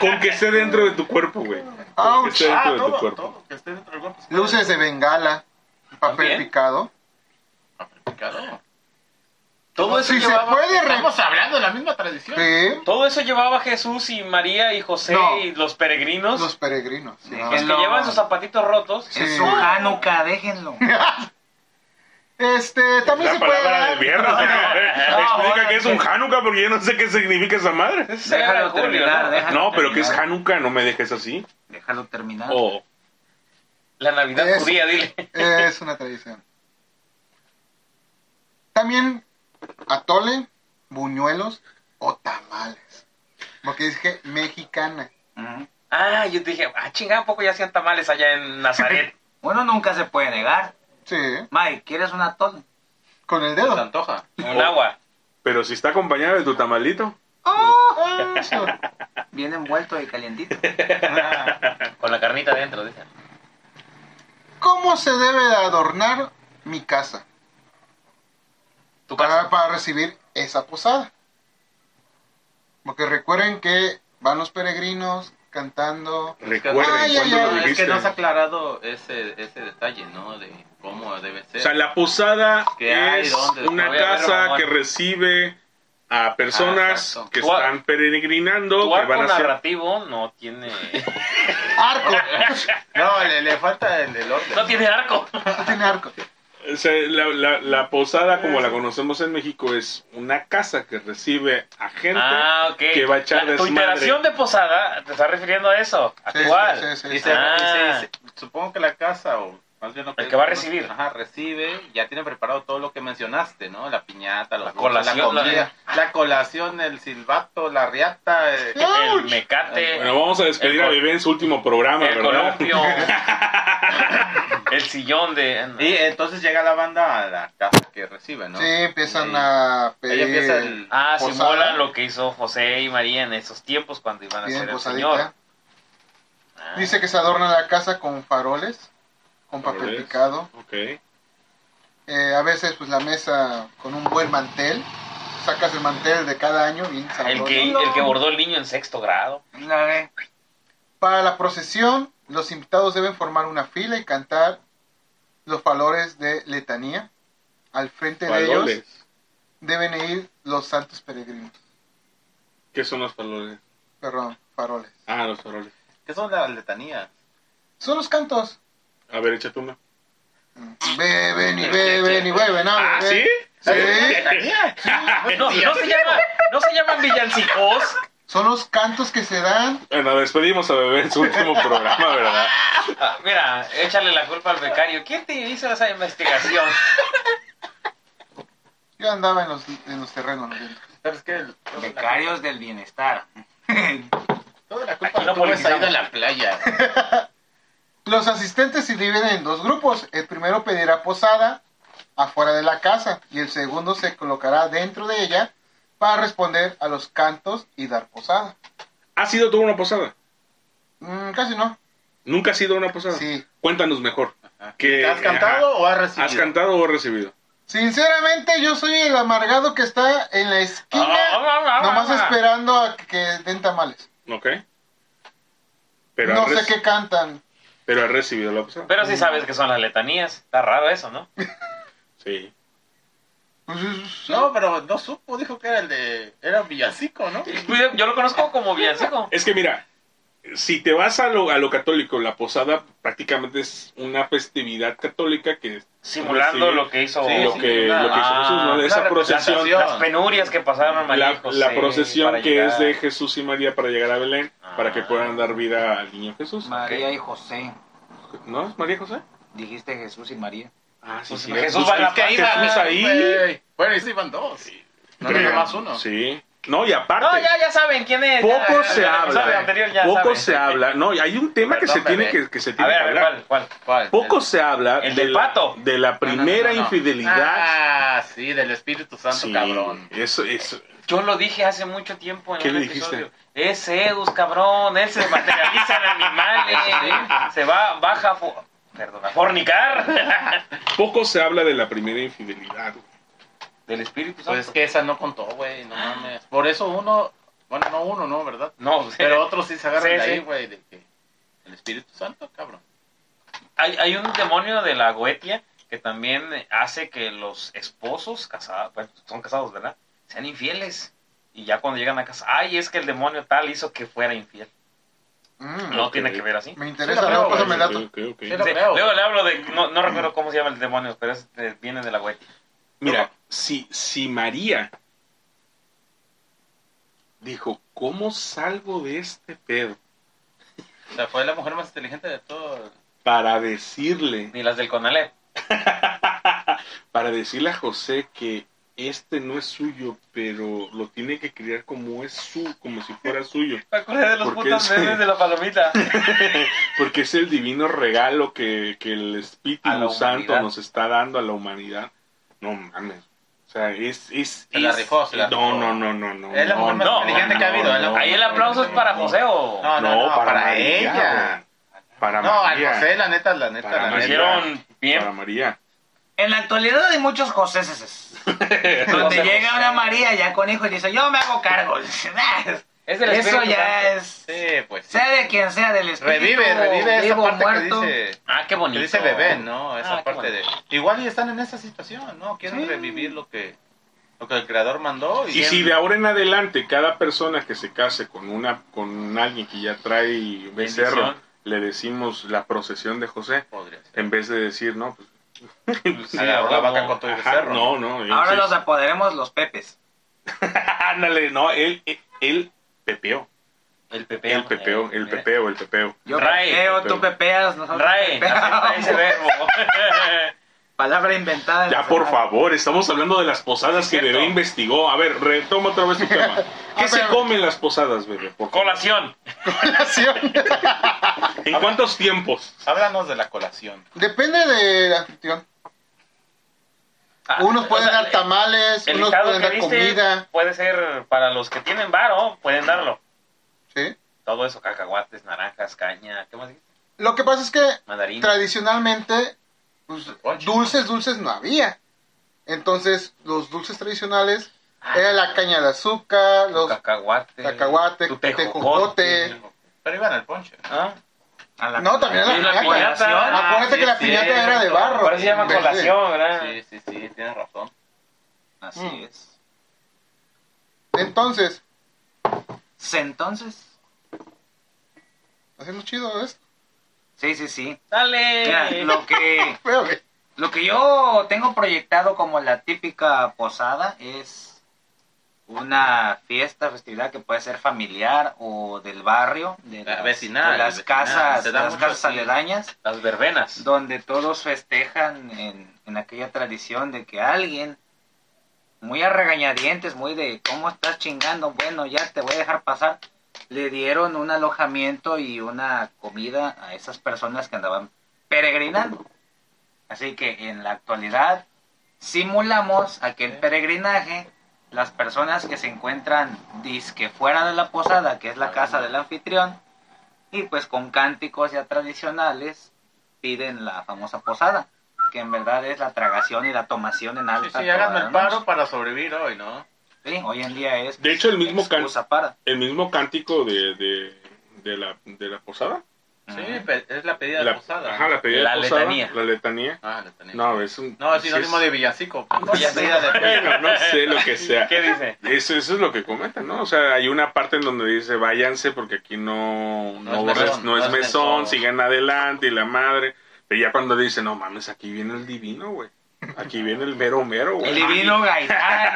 Speaker 4: Con que esté dentro de tu cuerpo, güey. Con que
Speaker 3: Ouch.
Speaker 4: esté dentro de tu
Speaker 5: Ah, todo,
Speaker 4: cuerpo.
Speaker 5: todo, que esté dentro del cuerpo.
Speaker 3: Luces de bengala, papel
Speaker 2: También.
Speaker 3: picado.
Speaker 5: Aplicado. Todo eso
Speaker 3: Si se
Speaker 5: llevaba-
Speaker 3: puede re-
Speaker 5: Estamos hablando de la misma tradición.
Speaker 3: Sí.
Speaker 2: Todo eso llevaba Jesús y María y José
Speaker 3: No.
Speaker 2: y los peregrinos.
Speaker 3: Los peregrinos. sí, nada
Speaker 2: Los
Speaker 3: más.
Speaker 2: que
Speaker 1: No.
Speaker 2: llevan sus zapatitos rotos.
Speaker 3: Sí.
Speaker 1: Es su Hanukkah, déjenlo.
Speaker 3: Este, también
Speaker 4: La
Speaker 3: se puede
Speaker 4: palabra
Speaker 3: dar.
Speaker 4: del viernes. ¿eh? Explica
Speaker 1: ahora
Speaker 4: que es un
Speaker 1: sí.
Speaker 4: Hanukkah porque yo no sé qué significa esa madre.
Speaker 2: Ese era
Speaker 1: Déjalo
Speaker 2: Julio,
Speaker 1: terminar,
Speaker 2: ¿no?
Speaker 1: déjalo.
Speaker 4: No, pero que es
Speaker 1: terminar.
Speaker 4: Hanukkah, no me dejes así.
Speaker 1: Déjalo terminar.
Speaker 4: O
Speaker 2: La Navidad
Speaker 3: Eso.
Speaker 2: judía, dile.
Speaker 3: Es una tradición. También atole, buñuelos o tamales. Porque dije mexicana.
Speaker 1: Ujú.
Speaker 2: Ah, yo dije, ah, chingada, ¿a poco ya hacían tamales allá en Nazaret?
Speaker 1: Uno nunca se puede negar.
Speaker 3: Sí,
Speaker 1: Mike, ¿quieres una atole?
Speaker 3: con el
Speaker 5: Se
Speaker 3: dedo.
Speaker 5: antoja.
Speaker 2: Un agua.
Speaker 4: Pero si está acompañado de tu tamalito.
Speaker 3: Ah, eso.
Speaker 1: Bien envuelto y calientito.
Speaker 2: Con la carnita adentro, dicen.
Speaker 3: ¿Cómo se debe de adornar mi casa
Speaker 2: Tu
Speaker 3: para,
Speaker 2: casa.
Speaker 3: para recibir esa posada? Porque recuerden que van los peregrinos cantando.
Speaker 4: Recuerden
Speaker 3: Ay, ay,
Speaker 4: cuando
Speaker 3: ay,
Speaker 4: lo
Speaker 3: es
Speaker 5: es
Speaker 4: dijiste.
Speaker 5: que no has aclarado ese, ese detalle, ¿no? De cómo debe
Speaker 4: O
Speaker 5: ser.
Speaker 4: sea, la posada
Speaker 5: Que hay
Speaker 4: es
Speaker 5: donde
Speaker 4: una
Speaker 2: todavía, pero,
Speaker 4: casa
Speaker 2: mamón.
Speaker 4: que recibe a personas
Speaker 5: Ah, exacto.
Speaker 4: que
Speaker 2: Tu ar-
Speaker 4: están peregrinando,
Speaker 2: Tu
Speaker 4: Oh, que
Speaker 2: arco
Speaker 4: van a hacer...
Speaker 2: narrativo no tiene...
Speaker 3: Arco.
Speaker 5: No, le, le falta el, el orden.
Speaker 2: No tiene arco.
Speaker 3: No tiene arco.
Speaker 4: o sea, la, la- la posada, como la conocemos en México, es una casa que recibe a gente
Speaker 2: Ah, ok.
Speaker 4: que va a echar
Speaker 2: La- Tu
Speaker 4: desmadre.
Speaker 2: iteración de posada te está refiriendo a eso.
Speaker 3: Sí,
Speaker 2: Actual.
Speaker 3: sí, sí, sí,
Speaker 5: Y
Speaker 3: sí.
Speaker 5: se-
Speaker 2: Ah.
Speaker 5: y se- y se- supongo que la casa, o más bien lo que-
Speaker 2: El que va a recibir.
Speaker 5: Ajá, recibe, ya tiene preparado todo lo que mencionaste, ¿no? La piñata, los
Speaker 2: La
Speaker 5: dulces,
Speaker 2: colación, la-
Speaker 5: la comida, la... colación, el silbato, la riata, eh,
Speaker 2: El
Speaker 3: ¡Auch!
Speaker 2: mecate.
Speaker 4: Ah, Bueno, vamos a despedir
Speaker 2: El
Speaker 4: a
Speaker 2: col-
Speaker 4: Bebé en su último programa,
Speaker 2: el
Speaker 4: ¿verdad?
Speaker 2: columpio. el sillón de...
Speaker 5: Y entonces llega la banda a la casa que recibe, ¿no?
Speaker 3: Sí, eh, empiezan
Speaker 5: Y
Speaker 3: a pedir.
Speaker 5: Ahí empieza el...
Speaker 2: Ah,
Speaker 3: Posada.
Speaker 2: simula lo que hizo José y María en esos tiempos cuando iban a
Speaker 3: piden
Speaker 2: ser el
Speaker 3: posadita.
Speaker 2: señor. Ah.
Speaker 3: Dice que se adorna la casa con faroles, con papel
Speaker 4: Faroles.
Speaker 3: picado.
Speaker 4: Ok.
Speaker 3: Eh, a veces, pues la mesa con un buen mantel. Sacas el mantel de cada año, bien
Speaker 2: Ah, el
Speaker 3: sabroso.
Speaker 2: que, el que bordó el niño en sexto grado.
Speaker 1: La ve.
Speaker 3: Para la procesión, los invitados deben formar una fila y cantar los valores de letanía. Al frente de ellos
Speaker 4: Paloles.
Speaker 3: deben ir los santos peregrinos.
Speaker 4: ¿Qué son los paloles?
Speaker 3: Perdón, faroles.
Speaker 4: Ah, los faroles.
Speaker 5: ¿Qué son las letanías?
Speaker 3: Son los cantos.
Speaker 4: A ver, échate una.
Speaker 3: Beben y beben y beben. no,
Speaker 4: Ah,
Speaker 3: beben.
Speaker 4: ¿sí?
Speaker 3: Sí.
Speaker 2: No, no se llama, no se llaman villancicos.
Speaker 3: Son los cantos que se dan
Speaker 4: Bueno, despedimos a Bebé en su último programa, ¿verdad?
Speaker 2: Ah, Mira, échale la culpa al becario. ¿Quién te hizo esa investigación?
Speaker 3: Yo andaba en los, en los terrenos. lo siento.
Speaker 5: ¿Sabes qué?
Speaker 1: Becarios del bienestar.
Speaker 5: Toda la
Speaker 2: Aquí
Speaker 5: culpa
Speaker 2: no
Speaker 5: no puedes salir
Speaker 2: politizamos.
Speaker 5: de la playa.
Speaker 3: Los asistentes se dividen en dos grupos. El primero pedirá posada afuera de la casa y el segundo se colocará dentro de ella para responder a los cantos y dar posada.
Speaker 4: ¿Has ido tú a una posada?
Speaker 3: Mm, casi no.
Speaker 4: ¿Nunca has ido a una posada?
Speaker 3: Sí.
Speaker 4: Cuéntanos mejor.
Speaker 5: ¿Te
Speaker 4: ¿Qué-
Speaker 5: ¿Has cantado
Speaker 4: Eh, ajá,
Speaker 5: o has recibido?
Speaker 4: ¿Has cantado o recibido?
Speaker 3: Sinceramente, yo soy el amargado que está en la
Speaker 2: Ah,
Speaker 3: esquina, nomás esperando a que, que den tamales.
Speaker 4: ¿Ok? Pero,
Speaker 3: no
Speaker 4: has,
Speaker 3: sé
Speaker 4: reci-
Speaker 3: qué cantan.
Speaker 4: pero has recibido la posada.
Speaker 2: Pero sí sabes que son las letanías. Está raro eso, ¿no?
Speaker 4: Sí.
Speaker 3: Pues, es-
Speaker 5: No, pero no supo, dijo que era el de... Era un villancico, ¿no?
Speaker 2: Yo, yo lo conozco como villancico.
Speaker 4: Es que mira, si te vas a lo, a lo católico, la posada prácticamente es una festividad católica que
Speaker 2: Simulando
Speaker 4: recibe
Speaker 2: lo que hizo.
Speaker 5: Sí,
Speaker 4: lo
Speaker 5: sí,
Speaker 4: que,
Speaker 5: una-
Speaker 4: lo que hizo
Speaker 2: ah,
Speaker 4: Jesús, ¿no? De
Speaker 5: una
Speaker 4: esa procesión,
Speaker 5: representación.
Speaker 2: Las penurias que pasaron a María y
Speaker 4: la,
Speaker 2: José
Speaker 4: la procesión
Speaker 2: para
Speaker 4: que
Speaker 2: llegar.
Speaker 4: es de Jesús y María para llegar a Belén, para que
Speaker 2: Ah.
Speaker 4: puedan dar vida al niño Jesús.
Speaker 1: María y José.
Speaker 4: ¿No es María José?
Speaker 1: Dijiste Jesús y María.
Speaker 4: Ah,
Speaker 2: Pues
Speaker 4: sí.
Speaker 2: Jesús va a la
Speaker 4: Jesús
Speaker 2: paja,
Speaker 4: ahí.
Speaker 5: Güey. Bueno, y sí van dos. No, no,
Speaker 4: Creo.
Speaker 5: nomás uno.
Speaker 4: Sí. No, y aparte,
Speaker 2: No, ya, ya saben quién es.
Speaker 4: poco se habla. poco se
Speaker 2: se
Speaker 4: habla. No, y hay un tema que se
Speaker 5: Perdón,
Speaker 4: tiene
Speaker 5: bebé.
Speaker 4: que, que se
Speaker 2: A
Speaker 4: tiene
Speaker 2: ver,
Speaker 4: que
Speaker 2: a ver,
Speaker 4: hablar.
Speaker 2: ¿cuál? cuál?
Speaker 5: ¿Cuál?
Speaker 4: Poco
Speaker 5: El-
Speaker 4: se habla
Speaker 2: el
Speaker 4: de
Speaker 2: del
Speaker 4: la,
Speaker 2: pato.
Speaker 4: de la
Speaker 5: No, no, no,
Speaker 4: primera
Speaker 5: no, no.
Speaker 4: infidelidad.
Speaker 5: Ah, sí, del Espíritu Santo,
Speaker 4: Sí,
Speaker 5: cabrón.
Speaker 4: Eso, eso.
Speaker 2: Yo lo dije hace mucho tiempo en
Speaker 4: ¿Qué
Speaker 2: un
Speaker 4: le
Speaker 2: episodio.
Speaker 4: dijiste?
Speaker 2: Es Zeus, cabrón. Él se materializa en animales. se va, baja a, fo- perdón, a fornicar.
Speaker 4: Poco se habla de la primera infidelidad. güey.
Speaker 2: Del Espíritu Santo.
Speaker 5: Pues es que esa no contó, güey, no
Speaker 4: Ah.
Speaker 5: mames. Por eso uno, bueno, no uno, ¿no? ¿Verdad?
Speaker 2: no,
Speaker 5: Pero otros sí se agarran
Speaker 2: Sí,
Speaker 5: de ahí,
Speaker 2: sí.
Speaker 5: güey, de que el Espíritu Santo, cabrón.
Speaker 2: Hay, hay un demonio de la Goetia que también hace que los esposos casados, bueno, son casados, ¿verdad? Sean infieles. Y ya cuando llegan a casa, ay, es que el demonio tal hizo que fuera infiel.
Speaker 3: Mm,
Speaker 2: No
Speaker 4: ok.
Speaker 2: tiene que ver así.
Speaker 3: Me interesa,
Speaker 5: Sí, la
Speaker 3: luego
Speaker 5: creo,
Speaker 3: pásame el dato.
Speaker 4: Ok, ok, ok.
Speaker 5: Sí, lo
Speaker 2: Sí,
Speaker 5: creo.
Speaker 2: luego le hablo de, no, no recuerdo cómo se llama el demonio, pero es de- viene de la Goetia.
Speaker 4: Mira, si, si María dijo, ¿cómo salgo de este pedo?
Speaker 5: O sea, fue la mujer más inteligente de todo.
Speaker 4: Para decirle,
Speaker 2: Ni las del Conalep.
Speaker 4: para decirle a José que este no es suyo, pero lo tiene que criar como es su, como si fuera suyo,
Speaker 2: Me acordé de los
Speaker 4: ¿Por qué
Speaker 2: putos
Speaker 4: ese?
Speaker 2: memes de la palomita.
Speaker 4: porque es el divino regalo que, que el
Speaker 2: A la
Speaker 4: Espíritu Santo
Speaker 2: humanidad.
Speaker 4: nos está dando a la humanidad. No mames. O sea, es, es,
Speaker 5: Se la
Speaker 4: es-
Speaker 5: rifó, se la
Speaker 4: no,
Speaker 5: rifó.
Speaker 4: no, no, no, no.
Speaker 5: Es la
Speaker 4: no,
Speaker 5: mujer más
Speaker 4: no,
Speaker 5: inteligente que ha habido, ¿eh?
Speaker 2: Ahí el aplauso es para José o...
Speaker 5: No,
Speaker 4: No, para, María,
Speaker 5: ella.
Speaker 4: güey. Para
Speaker 5: No, al
Speaker 4: María.
Speaker 5: José, la neta, la neta,
Speaker 4: Para
Speaker 5: la
Speaker 2: Lo
Speaker 4: María.
Speaker 5: neta.
Speaker 2: hicieron
Speaker 4: Para
Speaker 2: bien.
Speaker 4: María.
Speaker 1: En la actualidad hay muchos Joséses. Donde
Speaker 2: José
Speaker 1: llega
Speaker 2: José.
Speaker 1: una María ya con hijos y dice, yo me hago cargo.
Speaker 2: Es del
Speaker 1: Eso
Speaker 2: Espíritu Santo.
Speaker 1: ya es...
Speaker 5: Sí, pues. sí.
Speaker 1: Sea de quien sea del espíritu.
Speaker 5: Revive, revive esa
Speaker 1: vivo,
Speaker 5: parte
Speaker 1: muerto.
Speaker 5: que dice.
Speaker 2: Ah, qué
Speaker 5: Que
Speaker 2: bonito.
Speaker 5: dice bebé, ¿no? Esa
Speaker 2: Ah, qué
Speaker 5: parte de... Igual y están en esa situación, ¿no? Quieren
Speaker 1: Sí.
Speaker 5: revivir lo que... lo que el creador mandó.
Speaker 4: Y si de ahora en adelante cada persona que se case con una con alguien que ya trae becerro,
Speaker 2: Bendición.
Speaker 4: le decimos la procesión de José,
Speaker 5: Podría ser.
Speaker 4: en vez de decir, no, pues,
Speaker 2: Sí,
Speaker 5: Ah, la
Speaker 2: ahora
Speaker 5: vaca
Speaker 2: no.
Speaker 5: con todo el
Speaker 4: ajá,
Speaker 5: becerro.
Speaker 4: no, no. él
Speaker 1: Ahora
Speaker 4: sí-
Speaker 1: los apoderemos los pepes.
Speaker 4: Ándale, no, él, él, él pepeó,
Speaker 2: El Eh, pepeo.
Speaker 4: el pepeo, el
Speaker 2: Mira.
Speaker 4: pepeo, el pepeo.
Speaker 1: Yo
Speaker 2: Rae.
Speaker 1: pepeo, tú
Speaker 4: Pero-
Speaker 1: pepeas, nosotros
Speaker 2: Rae, acepta
Speaker 1: pepeamos.
Speaker 2: ese verbo.
Speaker 1: Palabra inventada.
Speaker 4: Ya, por favor, estamos hablando de las posadas
Speaker 2: Sí,
Speaker 4: que
Speaker 2: cierto.
Speaker 4: Bebé investigó. A ver, retoma otra vez tu tema. ¿Qué
Speaker 3: A
Speaker 4: se
Speaker 3: ver.
Speaker 4: comen las posadas, Bebé? Por favor?
Speaker 2: Colación.
Speaker 3: Colación.
Speaker 4: ¿En cuántos tiempos?
Speaker 5: Háblanos de la colación.
Speaker 3: Depende del anfitrión.
Speaker 2: Ah,
Speaker 3: Unos
Speaker 2: o
Speaker 3: pueden
Speaker 2: sea,
Speaker 3: dar tamales,
Speaker 2: El
Speaker 3: unos
Speaker 2: listado
Speaker 3: pueden
Speaker 2: que
Speaker 3: dar
Speaker 2: viste
Speaker 3: comida.
Speaker 2: puede ser para los que tienen varo, pueden darlo.
Speaker 3: ¿sí?
Speaker 2: Todo eso, cacahuates, naranjas, caña, ¿qué más? dijiste?
Speaker 3: Lo que pasa es que
Speaker 2: Mandarina.
Speaker 3: tradicionalmente, pues,
Speaker 5: Ocho.
Speaker 3: dulces, dulces no había. Entonces, los dulces tradicionales
Speaker 2: Ah,
Speaker 3: era la caña de azúcar,
Speaker 2: tu
Speaker 3: los
Speaker 2: cacahuate.
Speaker 3: cacahuate,
Speaker 2: tu
Speaker 3: tejocote.
Speaker 5: Pero iban al ponche.
Speaker 2: Ah,
Speaker 1: A la-
Speaker 3: No, también a la
Speaker 1: Sí,
Speaker 3: piñata.
Speaker 1: colación.
Speaker 2: Ah,
Speaker 3: Acuérdate
Speaker 5: sí,
Speaker 3: que la
Speaker 5: sí,
Speaker 3: piñata era de
Speaker 5: cierto.
Speaker 3: barro.
Speaker 2: Por eso se llama
Speaker 3: en vez de-
Speaker 2: colación,
Speaker 1: Ah.
Speaker 2: ¿verdad?
Speaker 5: Sí, sí, sí, tienes razón.
Speaker 1: Así
Speaker 3: Mm.
Speaker 1: es.
Speaker 3: Entonces,
Speaker 1: Se- Entonces,
Speaker 3: hacemos chido esto.
Speaker 1: sí, sí, sí.
Speaker 2: Dale.
Speaker 1: Mira, lo que,
Speaker 3: Veo que-
Speaker 1: lo que yo tengo proyectado como la típica posada es una fiesta, festividad que puede ser familiar o del barrio, de
Speaker 5: La
Speaker 1: las,
Speaker 5: vecinal,
Speaker 1: de las
Speaker 5: vecinal,
Speaker 1: casas,
Speaker 5: se
Speaker 1: de
Speaker 5: da
Speaker 1: las
Speaker 5: mucho
Speaker 1: casas
Speaker 5: así.
Speaker 1: aledañas.
Speaker 2: Las verbenas.
Speaker 1: donde todos festejan en, en aquella tradición de que alguien, muy a regañadientes, muy de cómo estás chingando, bueno, ya te voy a dejar pasar, le dieron un alojamiento y una comida a esas personas que andaban peregrinando. Así que en la actualidad simulamos aquel peregrinaje, las personas que se encuentran disque fuera de la posada, que es la casa del anfitrión, y pues con cánticos ya tradicionales piden la famosa posada, que en verdad es la tragación y la tomación en
Speaker 5: Sí,
Speaker 1: alta.
Speaker 5: sí,
Speaker 1: toda
Speaker 5: háganme
Speaker 1: la
Speaker 5: el paro para sobrevivir hoy, ¿no?
Speaker 1: noche. Sí, hoy en día es
Speaker 4: De hecho, el mismo, can-
Speaker 1: excusa para.
Speaker 4: el mismo cántico de, de, de la, de la posada.
Speaker 5: Sí, pe- es la pedida de
Speaker 4: La,
Speaker 5: posada.
Speaker 4: ajá, la pedida
Speaker 2: La
Speaker 4: de posada,
Speaker 2: letanía.
Speaker 4: La letanía.
Speaker 5: Ah, la tenía. No,
Speaker 4: No, es un...
Speaker 5: es sinónimo
Speaker 4: sí
Speaker 5: de villancico. pues.
Speaker 1: No sé.
Speaker 5: Pedida de
Speaker 4: Bueno, no sé lo que sea.
Speaker 2: ¿Qué dice?
Speaker 4: Eso, eso es lo que comentan, ¿no? O sea, hay una parte en donde dice váyanse porque aquí no, no,
Speaker 5: No es
Speaker 4: borres- no es,
Speaker 5: mesón, no es
Speaker 4: mesón,
Speaker 5: mesón.
Speaker 4: sigan adelante y la madre. Pero ya cuando dice, no mames, aquí viene el divino, güey. Aquí viene el mero mero, güey.
Speaker 1: El divino Gaitán.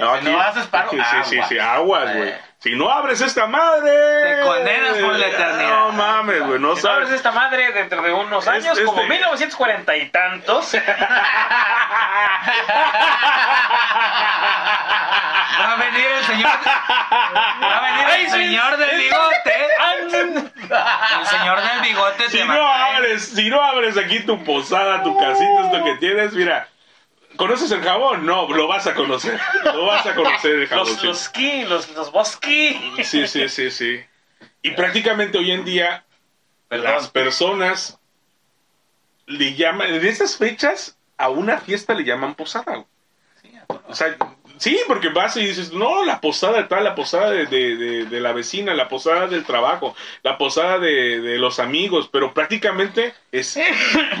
Speaker 4: No,
Speaker 5: Si no haces paro,
Speaker 4: Sí, sí, sí,
Speaker 5: aguas.
Speaker 4: sí, aguas, güey.
Speaker 5: Eh.
Speaker 4: Si no abres esta madre.
Speaker 1: Te condenas por la eternidad.
Speaker 4: No mames, güey, no
Speaker 2: Si no abres
Speaker 4: sabes.
Speaker 2: esta madre dentro de unos
Speaker 4: Es-
Speaker 2: años,
Speaker 4: es
Speaker 2: como
Speaker 4: de-
Speaker 2: 1940 y tantos.
Speaker 1: Va a venir el señor. Va a venir el
Speaker 2: Ay, sí.
Speaker 1: señor del bigote. El señor del bigote
Speaker 4: Si
Speaker 1: te
Speaker 4: no
Speaker 1: va a caer.
Speaker 4: abres, si no abres aquí tu posada, tu casita, esto que tienes, mira. ¿Conoces el jabón? No, lo vas a conocer. Lo vas a conocer el jabón.
Speaker 2: Los,
Speaker 4: sí.
Speaker 2: los ki, los, los bosqui.
Speaker 4: Sí, sí, sí, sí. Y prácticamente hoy en día las personas le llaman, en esas fechas, a una fiesta le llaman posada. güey. O sea, sí, porque vas y dices, no, la posada de tal, la posada de, de- de- de la vecina, la posada del trabajo, la posada de, de los amigos, pero prácticamente es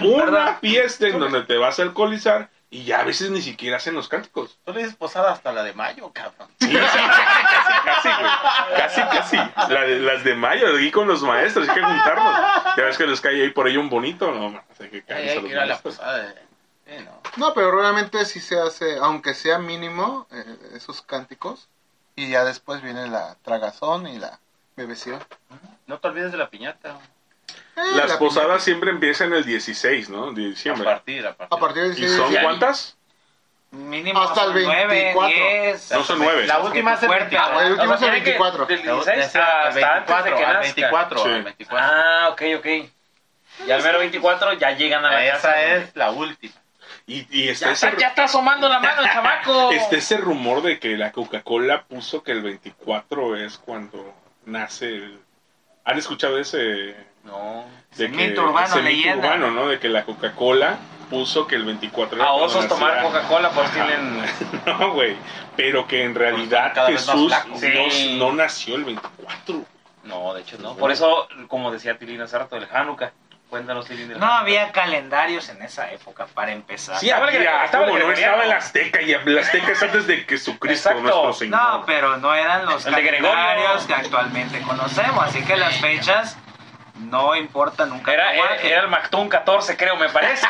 Speaker 4: una
Speaker 1: ¿Verdad?
Speaker 4: fiesta en donde te vas a alcoholizar y ya a veces ni siquiera hacen los cánticos.
Speaker 5: Tú le dices posada hasta la de mayo, cabrón.
Speaker 4: Sí, sí, casi, casi, güey. Casi, casi. La de- las de mayo, aquí con los maestros, hay que juntarnos. Ya ves que les cae ahí por ahí un bonito, no, mames, hay que
Speaker 5: Ay,
Speaker 4: caerles a
Speaker 5: hay
Speaker 4: los
Speaker 5: que ir a la
Speaker 4: maestros.
Speaker 5: posada. de- Sí, no.
Speaker 3: No, pero realmente sí se hace, aunque sea mínimo, eh, esos cánticos. Y ya después viene la tragazón y la bebecida.
Speaker 5: No te olvides de la piñata.
Speaker 3: Eh,
Speaker 4: Las
Speaker 3: la
Speaker 4: posadas siempre empiezan el 16, ¿no? De
Speaker 5: A
Speaker 4: diciembre.
Speaker 5: partir, a partir.
Speaker 3: piñata. A partir del
Speaker 4: ¿Y
Speaker 3: 16
Speaker 4: son
Speaker 5: sí.
Speaker 4: cuántas?
Speaker 1: Mínimo
Speaker 3: Hasta el
Speaker 1: son nueve,
Speaker 3: 24.
Speaker 1: diez.
Speaker 4: No son nueve.
Speaker 5: La última es el
Speaker 1: Fuerte,
Speaker 5: 24.
Speaker 1: güey.
Speaker 3: El último
Speaker 2: O sea,
Speaker 3: es el
Speaker 2: tiene que-
Speaker 3: 24.
Speaker 2: Del
Speaker 5: La última
Speaker 2: 16
Speaker 5: es al
Speaker 2: hasta antes de
Speaker 5: 24,
Speaker 2: que
Speaker 5: al
Speaker 2: nazca.
Speaker 5: 24,
Speaker 4: Sí.
Speaker 5: al 24.
Speaker 2: Ah, ok, ok. Y al mero 24 ya llegan a la
Speaker 5: Esa
Speaker 2: casa.
Speaker 5: es la última.
Speaker 4: Y, y está,
Speaker 2: Ya
Speaker 4: ese,
Speaker 2: está, ya está asomando la mano el chamaco.
Speaker 5: Este
Speaker 4: está Este, ese rumor de que la Coca-Cola puso que el 24 es cuando nace el... ¿Han escuchado ese...?
Speaker 2: No.
Speaker 4: De
Speaker 1: Ese mito urbano,
Speaker 4: ese mito
Speaker 1: leyenda.
Speaker 4: urbano, ¿no? De que la Coca-Cola puso que el 24 era
Speaker 2: A
Speaker 4: cuando
Speaker 2: osos tomar
Speaker 4: nacía-
Speaker 2: Coca-Cola pues
Speaker 4: Ajá.
Speaker 2: tienen...
Speaker 4: No, güey. Pero que en realidad
Speaker 5: Cada vez más
Speaker 4: Jesús no,
Speaker 5: flacos.
Speaker 2: Sí.
Speaker 4: no nació el 24.
Speaker 2: No, de hecho no. Por eso, como decía Tilina hace rato, el Hanukkah. Cuéntanos, Tilín. del-
Speaker 1: No había calendarios en esa época para empezar.
Speaker 4: Sí,
Speaker 2: Estaba el
Speaker 4: había,
Speaker 2: gre- estaba el
Speaker 4: ¿cómo no?
Speaker 2: gregoriano.
Speaker 4: Estaba el Azteca y el Azteca es antes de Jesucristo
Speaker 2: Exacto.
Speaker 4: nuestro Señor.
Speaker 1: No, pero no eran los
Speaker 2: El de Gregorio.
Speaker 1: calendarios que actualmente conocemos, así que las fechas no importan nunca.
Speaker 2: Era, era, era el Mactún 14, creo, me parece.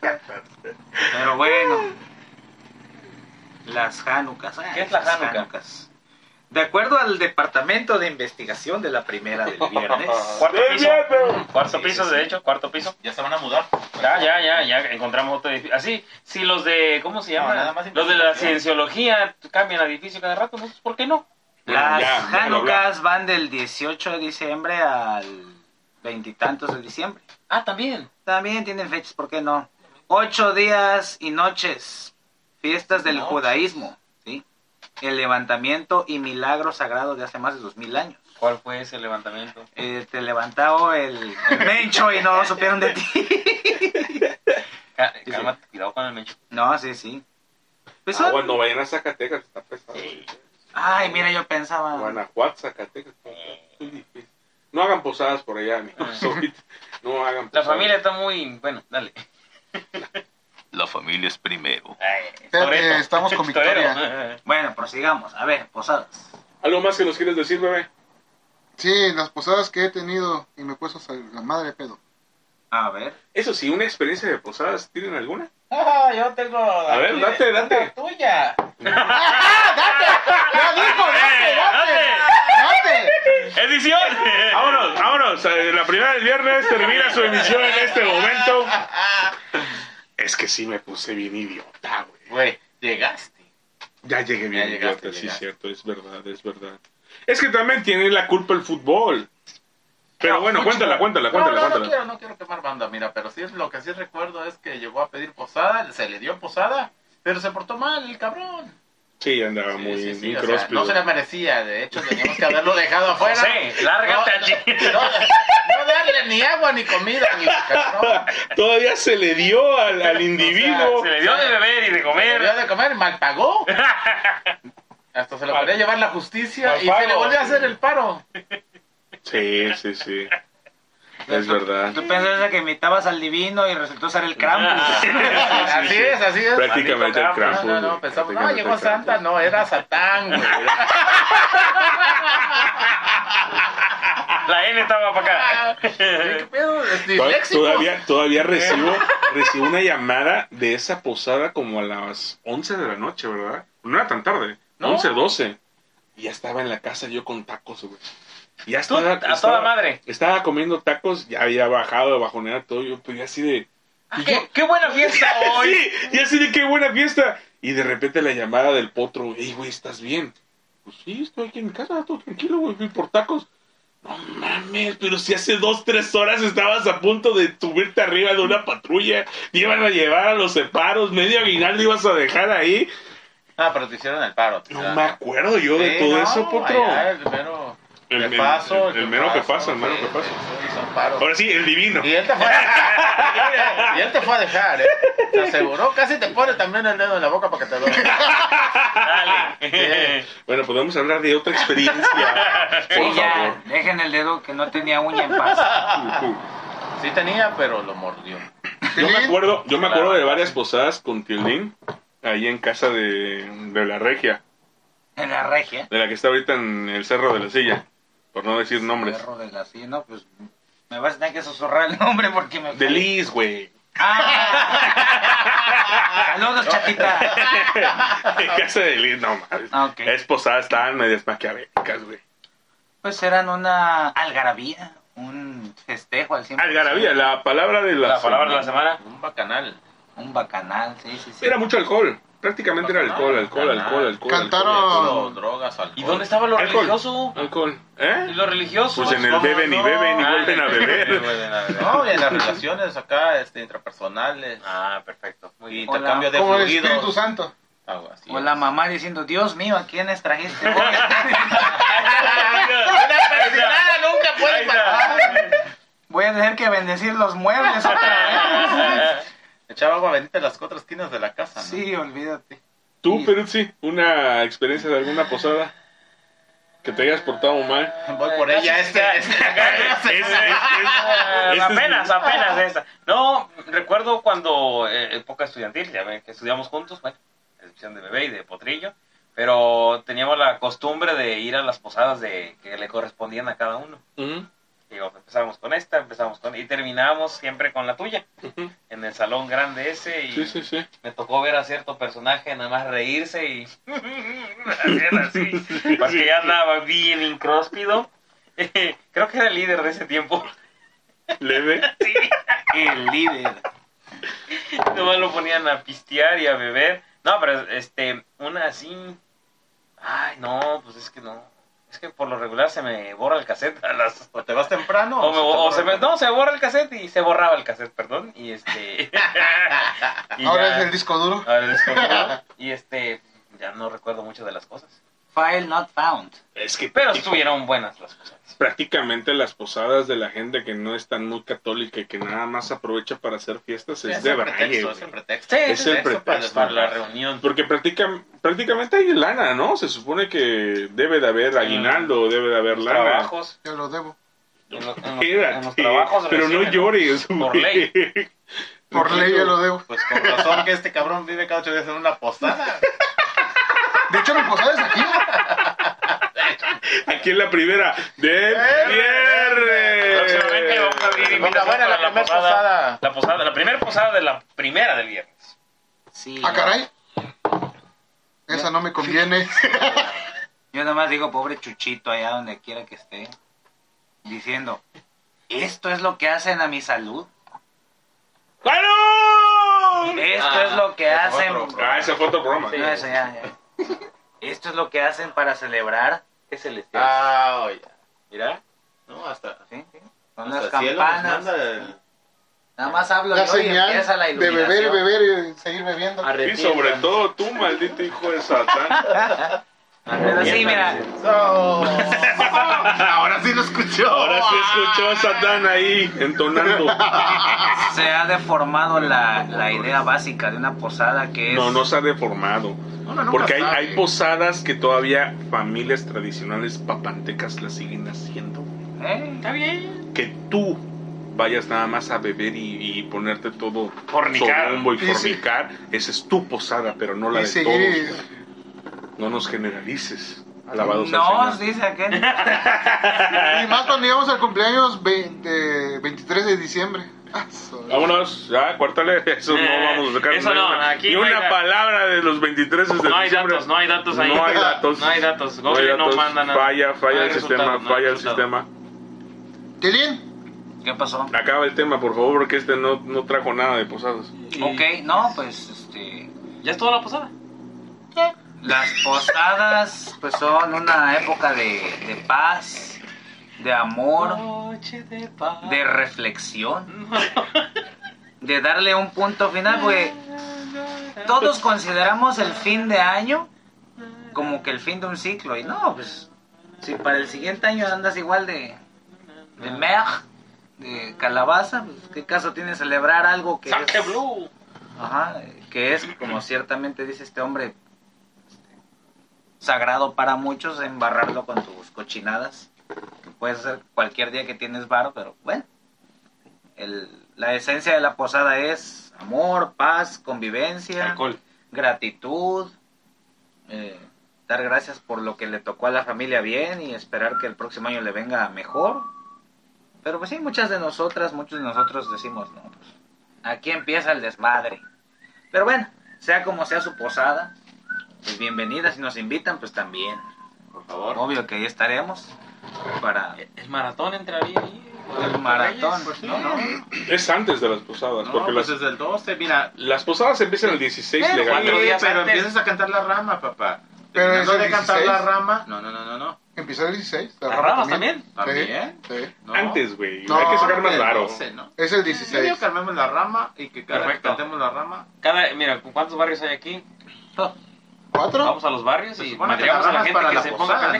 Speaker 1: Pero bueno, las Hanukas.
Speaker 2: ¿Qué es la
Speaker 1: las
Speaker 2: Hanukkah?
Speaker 1: Hanukkahs. De acuerdo al Departamento de Investigación de la primera del viernes,
Speaker 2: Cuarto
Speaker 4: ¡Del
Speaker 2: piso.
Speaker 4: diablo!
Speaker 2: Cuarto
Speaker 1: Sí,
Speaker 2: piso,
Speaker 1: sí,
Speaker 2: de
Speaker 1: sí.
Speaker 2: hecho, cuarto piso.
Speaker 5: Ya se van a mudar.
Speaker 2: Ya, ya, ya, ya encontramos otro edificio. Así, si los de, ¿cómo se llama?
Speaker 5: No, nada más
Speaker 2: los de la
Speaker 5: investigación.
Speaker 2: cienciología cambian edificio cada rato, ¿no? Pues, ¿por qué no?
Speaker 1: las
Speaker 4: Ya, ya lo
Speaker 1: Hanukkahs van del 18 de diciembre al veintitantos de diciembre.
Speaker 2: Ah, también.
Speaker 1: También tienen fechas, ¿por qué no? Ocho días y noches, fiestas del
Speaker 2: No.
Speaker 1: judaísmo, ¿sí? El levantamiento y milagro sagrado de hace más de dos mil años.
Speaker 2: ¿Cuál fue ese levantamiento?
Speaker 1: Eh, te levantado el, el mencho y no supieron de ti.
Speaker 2: Ca-
Speaker 1: sí.
Speaker 2: Cálmate, cuidado con el mencho.
Speaker 1: No, sí, sí. Pues
Speaker 4: Ah,
Speaker 1: son-
Speaker 4: bueno, vayan a Zacatecas, está pesado.
Speaker 1: Ay, mira, yo pensaba.
Speaker 4: Guanajuato, Zacatecas. está muy difícil. No hagan posadas por allá, amigos. ahorita. No hagan
Speaker 2: La
Speaker 4: posadas.
Speaker 2: familia está muy, bueno, dale.
Speaker 5: La familia es primero.
Speaker 2: Toreto.
Speaker 3: Espérate, estamos con
Speaker 2: Torero.
Speaker 3: Victoria.
Speaker 1: Bueno, prosigamos. A ver, posadas.
Speaker 4: ¿Algo más que nos quieres decir, bebé?
Speaker 3: Sí, las posadas que he tenido y me cuesta salir, la madre de pedo.
Speaker 1: A ver.
Speaker 4: Eso sí, una experiencia de posadas, ¿tienen alguna?
Speaker 5: Ah, yo tengo. A
Speaker 4: ver, date, date.
Speaker 5: tuya.
Speaker 3: ¡Ya dijo! ¡Date, date!
Speaker 2: ¡Edición!
Speaker 4: Vámonos, vámonos. Eh, La primera del viernes termina su emisión en este momento. Es que sí me puse bien idiota, güey.
Speaker 5: Güey, llegaste.
Speaker 4: Ya llegué bien
Speaker 5: Ya llegaste,
Speaker 4: idiota, sí,
Speaker 5: llegaste.
Speaker 4: cierto, es verdad, es verdad. Es que también tiene la culpa el fútbol. Pero bueno, cuéntala, cuéntala,
Speaker 5: No,
Speaker 4: cuéntala,
Speaker 5: no, no
Speaker 4: cuéntala.
Speaker 5: quiero, no quiero quemar banda, mira, pero sí es lo que sí recuerdo es que llegó a pedir posada, se le dio posada, pero se portó mal el cabrón.
Speaker 4: Sí, andaba
Speaker 5: Sí,
Speaker 4: muy,
Speaker 5: sí, sí,
Speaker 4: muy
Speaker 5: o sea,
Speaker 4: cróspido.
Speaker 5: no se la merecía, de hecho teníamos que haberlo dejado afuera.
Speaker 2: José, lárgate allí.
Speaker 5: No, no darle ni agua ni comida, ni cabrón.
Speaker 4: Todavía se le dio al, al individuo.
Speaker 2: Se le dio de beber y de
Speaker 5: Le dio
Speaker 2: comer.
Speaker 5: de comer, mal pagó. Hasta se lo
Speaker 4: Mal-
Speaker 5: quería llevar la justicia
Speaker 4: mal
Speaker 5: y se le
Speaker 4: pago.
Speaker 5: volvió a hacer el paro.
Speaker 4: Sí, sí, sí. Es verdad.
Speaker 1: Tú pensabas que imitabas al divino y resultó ser el
Speaker 4: Ah.
Speaker 1: Krampus.
Speaker 5: Así es, así es.
Speaker 4: Prácticamente el
Speaker 2: Maldito
Speaker 5: No,
Speaker 4: Krampus.
Speaker 5: no, no,
Speaker 4: güey,
Speaker 5: pensamos, no,
Speaker 4: prácticamente
Speaker 5: llegó
Speaker 4: el Krampus.
Speaker 5: Santa, no, era Satán, güey.
Speaker 2: La N estaba para
Speaker 5: Ah,
Speaker 2: acá.
Speaker 5: ¿Qué pedo? Es
Speaker 4: Todavía-
Speaker 5: disléxico.
Speaker 4: Todavía, todavía recibo, recibo una llamada de esa posada como a las 11 de la noche, ¿verdad? No era tan tarde,
Speaker 5: No.
Speaker 4: 11, 12. Y ya estaba en la casa yo con tacos, güey. Y Ya
Speaker 2: Tú,
Speaker 4: estaba,
Speaker 2: a toda
Speaker 4: estaba-
Speaker 2: madre.
Speaker 4: Estaba comiendo tacos, ya había bajado de bajonera todo, yo pedí así de... y yo-
Speaker 2: ¿Qué, qué buena fiesta hoy.
Speaker 4: Sí, y así de qué buena fiesta. Y de repente la llamada del potro, hey, güey, ¿estás bien? Pues sí, estoy aquí en mi casa, todo tranquilo, güey, fui por tacos. No mames, pero si hace dos, tres horas estabas a punto de subirte arriba de una patrulla, te iban a llevar a los separos, medio aguinaldo ibas a dejar ahí.
Speaker 5: Ah, pero te hicieron el paro. te
Speaker 4: No
Speaker 5: hicieron-
Speaker 4: me acuerdo yo de
Speaker 5: Ah. Sí,
Speaker 4: todo
Speaker 5: no, eh.
Speaker 4: eso, potro.
Speaker 5: allá el mero
Speaker 4: El- el-
Speaker 5: jefazo,
Speaker 4: el- el mero
Speaker 5: jefazo,
Speaker 4: jefazo, el mero
Speaker 5: sí,
Speaker 4: jefazo.
Speaker 5: sí, hizo un paro.
Speaker 4: Ahora sí, el divino.
Speaker 5: Y él te fue a dejar. y él te fue a dejar, ¿eh? Te aseguró, casi te pone también el dedo en la boca para que te lo
Speaker 2: Dale.
Speaker 4: Bueno, podemos hablar de otra experiencia.
Speaker 1: Sí,
Speaker 4: Por
Speaker 1: ya,
Speaker 4: favor.
Speaker 1: dejen el dedo que no tenía uña en paz.
Speaker 5: Sí tenía, pero lo mordió.
Speaker 4: Yo me
Speaker 3: Tilín,
Speaker 4: acuerdo, yo me acuerdo de varias posadas con Tilín, ahí en casa de, de la regia,
Speaker 1: En la regia.
Speaker 4: de la que está ahorita en el Cerro de la Silla, por no decir nombres.
Speaker 1: Perro de la sí, no, pues me vas a tener que susurrar el nombre porque me.
Speaker 4: De Liz, güey.
Speaker 1: Ah. Saludos, chatita.
Speaker 4: En casa de Liz, no mames.
Speaker 1: Ah, ok.
Speaker 4: Es posadas estaban medias maquiavélicas, güey.
Speaker 1: Pues eran una algarabía, un festejo al 100%.
Speaker 4: Algarabía, la palabra de la,
Speaker 2: La palabra de la
Speaker 4: semana.
Speaker 2: semana.
Speaker 5: Un bacanal.
Speaker 1: Un bacanal, sí, sí, sí.
Speaker 4: Era mucho alcohol, prácticamente era alcohol, alcohol, alcohol, alcohol.
Speaker 3: Cantaron.
Speaker 5: Puro drogas, alcohol.
Speaker 2: ¿Y dónde estaba lo
Speaker 4: Alcohol.
Speaker 2: religioso?
Speaker 4: Alcohol,
Speaker 2: ¿Y
Speaker 4: ¿eh?
Speaker 2: lo religioso?
Speaker 4: Pues en el beben y beben y
Speaker 2: Ah,
Speaker 4: vuelven a
Speaker 2: y
Speaker 4: beber.
Speaker 2: vuelven a beber.
Speaker 5: No, y en las relaciones acá, este, intrapersonales.
Speaker 2: Ah, perfecto. Muy
Speaker 5: y
Speaker 2: bien.
Speaker 1: Hola.
Speaker 5: intercambio de
Speaker 3: como el
Speaker 5: fluidos.
Speaker 3: Espíritu Santo.
Speaker 5: Algo así.
Speaker 1: O la mamá diciendo, Dios mío, ¿a quiénes trajiste hoy?"
Speaker 5: Nada, nunca puede parar.
Speaker 1: Voy a tener que bendecir los muebles otra vez.
Speaker 5: Echaba agua bendita en las cuatro esquinas de la casa, ¿no?
Speaker 1: Sí, olvídate.
Speaker 4: Tú, Peruzzi, una experiencia de alguna posada. que te hayas portado mal.
Speaker 5: Voy por ella, este.
Speaker 2: Ese- ese-
Speaker 4: es
Speaker 2: apenas,
Speaker 4: mi-
Speaker 2: apenas esa. No, recuerdo cuando, eh, época estudiantil, ya ven que estudiamos juntos, bueno, a excepción de bebé y de potrillo, pero teníamos la costumbre de ir a las posadas de que le correspondían a cada uno.
Speaker 4: Ujú,
Speaker 2: Digo, empezamos con esta, empezamos con... y terminábamos siempre con la tuya,
Speaker 4: ujú.
Speaker 2: en el salón grande ese, y
Speaker 4: Sí, sí, sí.
Speaker 2: me tocó ver a cierto personaje nada más reírse y... hacer así, porque ya andaba bien incróspido. Creo que era el líder de ese tiempo.
Speaker 4: Leve.
Speaker 2: Sí.
Speaker 1: El líder.
Speaker 2: Nomás lo ponían a pistear y a beber. No, pero este, una así. Ay, no, pues es que no. Es que por lo regular se me borra el cassette a las.
Speaker 5: ¿O te vas temprano?
Speaker 2: O, me,
Speaker 5: te
Speaker 2: bo- o
Speaker 5: borra
Speaker 2: se me-
Speaker 5: el-
Speaker 2: no, se borra el cassette y se borraba el cassette, perdón. Y este. y
Speaker 3: Ahora
Speaker 2: ya- Ah.
Speaker 3: es el disco duro.
Speaker 2: ahora el disco duro. Y este, ya no recuerdo mucho de las cosas.
Speaker 1: File not found.
Speaker 4: Es que
Speaker 2: Pero
Speaker 4: prácti-
Speaker 2: estuvieron buenas las cosas.
Speaker 4: prácticamente las posadas de la gente que no es tan muy católica y que nada más aprovecha para hacer fiestas
Speaker 5: Sí,
Speaker 4: es
Speaker 5: Es
Speaker 4: de
Speaker 5: el
Speaker 4: Braille.
Speaker 5: pretexto,
Speaker 4: güey.
Speaker 5: es el pretexto.
Speaker 2: Sí,
Speaker 4: Es el
Speaker 5: Pretexto para
Speaker 4: pretexto.
Speaker 2: Para la
Speaker 5: desmadrar.
Speaker 2: reunión.
Speaker 4: Porque practica- prácticamente hay lana, ¿no? Se supone que debe de haber aguinaldo, debe de haber
Speaker 2: Ah. Los
Speaker 4: lana.
Speaker 2: trabajos.
Speaker 3: Yo lo debo.
Speaker 2: En los, en los- en los
Speaker 4: Quédate,
Speaker 2: trabajos
Speaker 4: pero no
Speaker 2: reciben.
Speaker 4: llores.
Speaker 2: Por
Speaker 4: güey.
Speaker 2: ley.
Speaker 3: Por ley yo lo debo.
Speaker 5: Pues con razón que este cabrón vive cada ocho días en una posada.
Speaker 3: De hecho, mi posada es aquí.
Speaker 4: Aquí en la primera del viernes.
Speaker 2: Próximamente vamos a abrir
Speaker 5: Venga,
Speaker 2: invitación
Speaker 5: buena
Speaker 2: para
Speaker 5: la
Speaker 2: la,
Speaker 5: primer
Speaker 2: posada,
Speaker 5: posada.
Speaker 2: La posada, la primera posada de la primera del viernes.
Speaker 1: Sí.
Speaker 3: Ah, caray. Esa no me conviene.
Speaker 1: Yo nada más digo, pobre Chuchito, allá donde quiera que esté, diciendo, ¿esto es lo que hacen a mi salud?
Speaker 4: ¡Bueno!
Speaker 1: ¿Esto
Speaker 5: Ah,
Speaker 1: es lo que
Speaker 5: ese
Speaker 1: hacen?
Speaker 5: otro.
Speaker 4: Ah, esa fue otro programa.
Speaker 1: No, eso ya, ya. ¿Esto es lo que hacen para celebrar?
Speaker 2: Es celestial.
Speaker 5: Ah, oye. Mira. No, hasta.
Speaker 1: ¿Sí? sí. Son
Speaker 5: Hasta
Speaker 1: las
Speaker 5: el cielo nos
Speaker 1: campanas.
Speaker 5: manda el-
Speaker 1: Nada más hablo
Speaker 3: La
Speaker 1: yo y
Speaker 3: señal
Speaker 1: empieza la
Speaker 3: de
Speaker 1: iluminación.
Speaker 3: beber y beber y seguir bebiendo.
Speaker 2: Ah,
Speaker 4: Y
Speaker 5: Arrepientan.
Speaker 4: sobre todo tú, maldito hijo de Satán.
Speaker 1: Pero sí, mira,
Speaker 5: No.
Speaker 3: Ahora sí lo escuchó.
Speaker 4: Ahora se escuchó a Satán ahí entonando.
Speaker 1: se ha deformado la, la idea básica de una posada que es...
Speaker 4: No, no se ha deformado. Porque hay, hay posadas que todavía familias tradicionales papantecas las siguen haciendo.
Speaker 1: ¿Eh?
Speaker 2: Está bien.
Speaker 4: Que tú vayas nada más a beber y, y ponerte todo
Speaker 2: Fornicar.
Speaker 4: sodombo y
Speaker 3: Sí, sí.
Speaker 4: fornicar. Esa es tu posada, pero no la
Speaker 3: Y
Speaker 4: de
Speaker 3: seguir. Ah,
Speaker 4: todos. No nos generalices. Alabados
Speaker 1: No,
Speaker 4: al Señor.
Speaker 1: dice aquel.
Speaker 3: Y más cuando íbamos al cumpleaños 20, 23 de diciembre. Ah, so-
Speaker 4: Vámonos, ya, cuártale. Eso no
Speaker 2: Eh,
Speaker 4: vamos a sacar
Speaker 2: eso
Speaker 4: ni
Speaker 2: no,
Speaker 4: una-
Speaker 2: aquí
Speaker 4: ni
Speaker 2: no hay
Speaker 4: una
Speaker 2: da-
Speaker 4: palabra de los 23 de
Speaker 2: No hay
Speaker 4: diciembre.
Speaker 2: datos, no hay datos ahí.
Speaker 4: No hay datos.
Speaker 2: No hay datos.
Speaker 4: No hay
Speaker 2: Google no,
Speaker 4: datos.
Speaker 2: manda nada.
Speaker 4: Falla, falla
Speaker 2: No hay
Speaker 4: el
Speaker 2: resultado,
Speaker 4: sistema,
Speaker 2: no hay
Speaker 4: falla el
Speaker 2: resultado.
Speaker 4: sistema.
Speaker 3: Tilín,
Speaker 1: ¿Qué pasó?
Speaker 4: Acaba el tema, por favor, porque este no, no trajo nada de posadas.
Speaker 1: Ok, no, pues este,
Speaker 2: ¿Ya es toda la posada?
Speaker 1: las posadas pues son una época de, de paz, de amor,
Speaker 2: Noche de paz.
Speaker 1: de reflexión, de darle un punto final, porque todos consideramos el fin de año como que el fin de un ciclo, y no, pues si para el siguiente año andas igual de, de mer, de calabaza, pues qué caso tiene celebrar algo que
Speaker 2: Saque
Speaker 1: es-
Speaker 2: Blue.
Speaker 1: Ajá, que es, como ciertamente dice este hombre, sagrado para muchos, embarrarlo con tus cochinadas, que puede ser cualquier día que tienes varo, pero bueno. El- la esencia de la posada es amor, paz, convivencia,
Speaker 2: Alcohol.
Speaker 1: gratitud, eh, dar gracias por lo que le tocó a la familia bien y esperar que el próximo año le venga mejor. Pero pues sí, muchas de nosotras, muchos de nosotros decimos, no, pues aquí empieza el desmadre. Pero bueno, sea como sea su posada, pues bienvenida, si nos invitan, pues también.
Speaker 2: Por favor.
Speaker 1: Obvio que ahí estaremos para
Speaker 2: El maratón entraría ahí.
Speaker 1: el maratón.
Speaker 5: Pues sí.
Speaker 1: No, no.
Speaker 4: Es antes de las posadas,
Speaker 5: No,
Speaker 4: porque
Speaker 5: pues
Speaker 4: las,
Speaker 5: desde el 12, mira.
Speaker 4: las posadas empiezan el 16
Speaker 1: Pero
Speaker 4: legalmente.
Speaker 2: cuatro
Speaker 5: Sí,
Speaker 2: días
Speaker 5: pero
Speaker 2: antes.
Speaker 5: empiezas a cantar la rama, papá.
Speaker 3: Pero
Speaker 5: Terminando
Speaker 3: es el
Speaker 5: de cantar
Speaker 3: 16.
Speaker 5: la rama. No, no, no, no, no.
Speaker 3: empezó el 16. la
Speaker 2: ¿Las
Speaker 3: rama
Speaker 2: ramas también?
Speaker 5: ¿También?
Speaker 3: Sí, sí.
Speaker 5: No.
Speaker 4: Antes, güey.
Speaker 3: No,
Speaker 4: Hay que sacar más
Speaker 5: del
Speaker 4: varo.
Speaker 5: 12, ¿no?
Speaker 3: Es el
Speaker 5: Yo digo
Speaker 3: 16.
Speaker 5: que armemos la rama y que cada vez
Speaker 2: Perfecto.
Speaker 5: cantemos la rama.
Speaker 2: Cada, mira, ¿cuántos barrios hay aquí?
Speaker 3: ¿Cuatro?
Speaker 2: Vamos a los barrios
Speaker 5: Se
Speaker 2: y
Speaker 5: supone que la
Speaker 2: madreamos a la
Speaker 5: rama es
Speaker 2: gente
Speaker 5: para
Speaker 2: que
Speaker 5: la
Speaker 2: se ponga
Speaker 5: posada,
Speaker 2: café.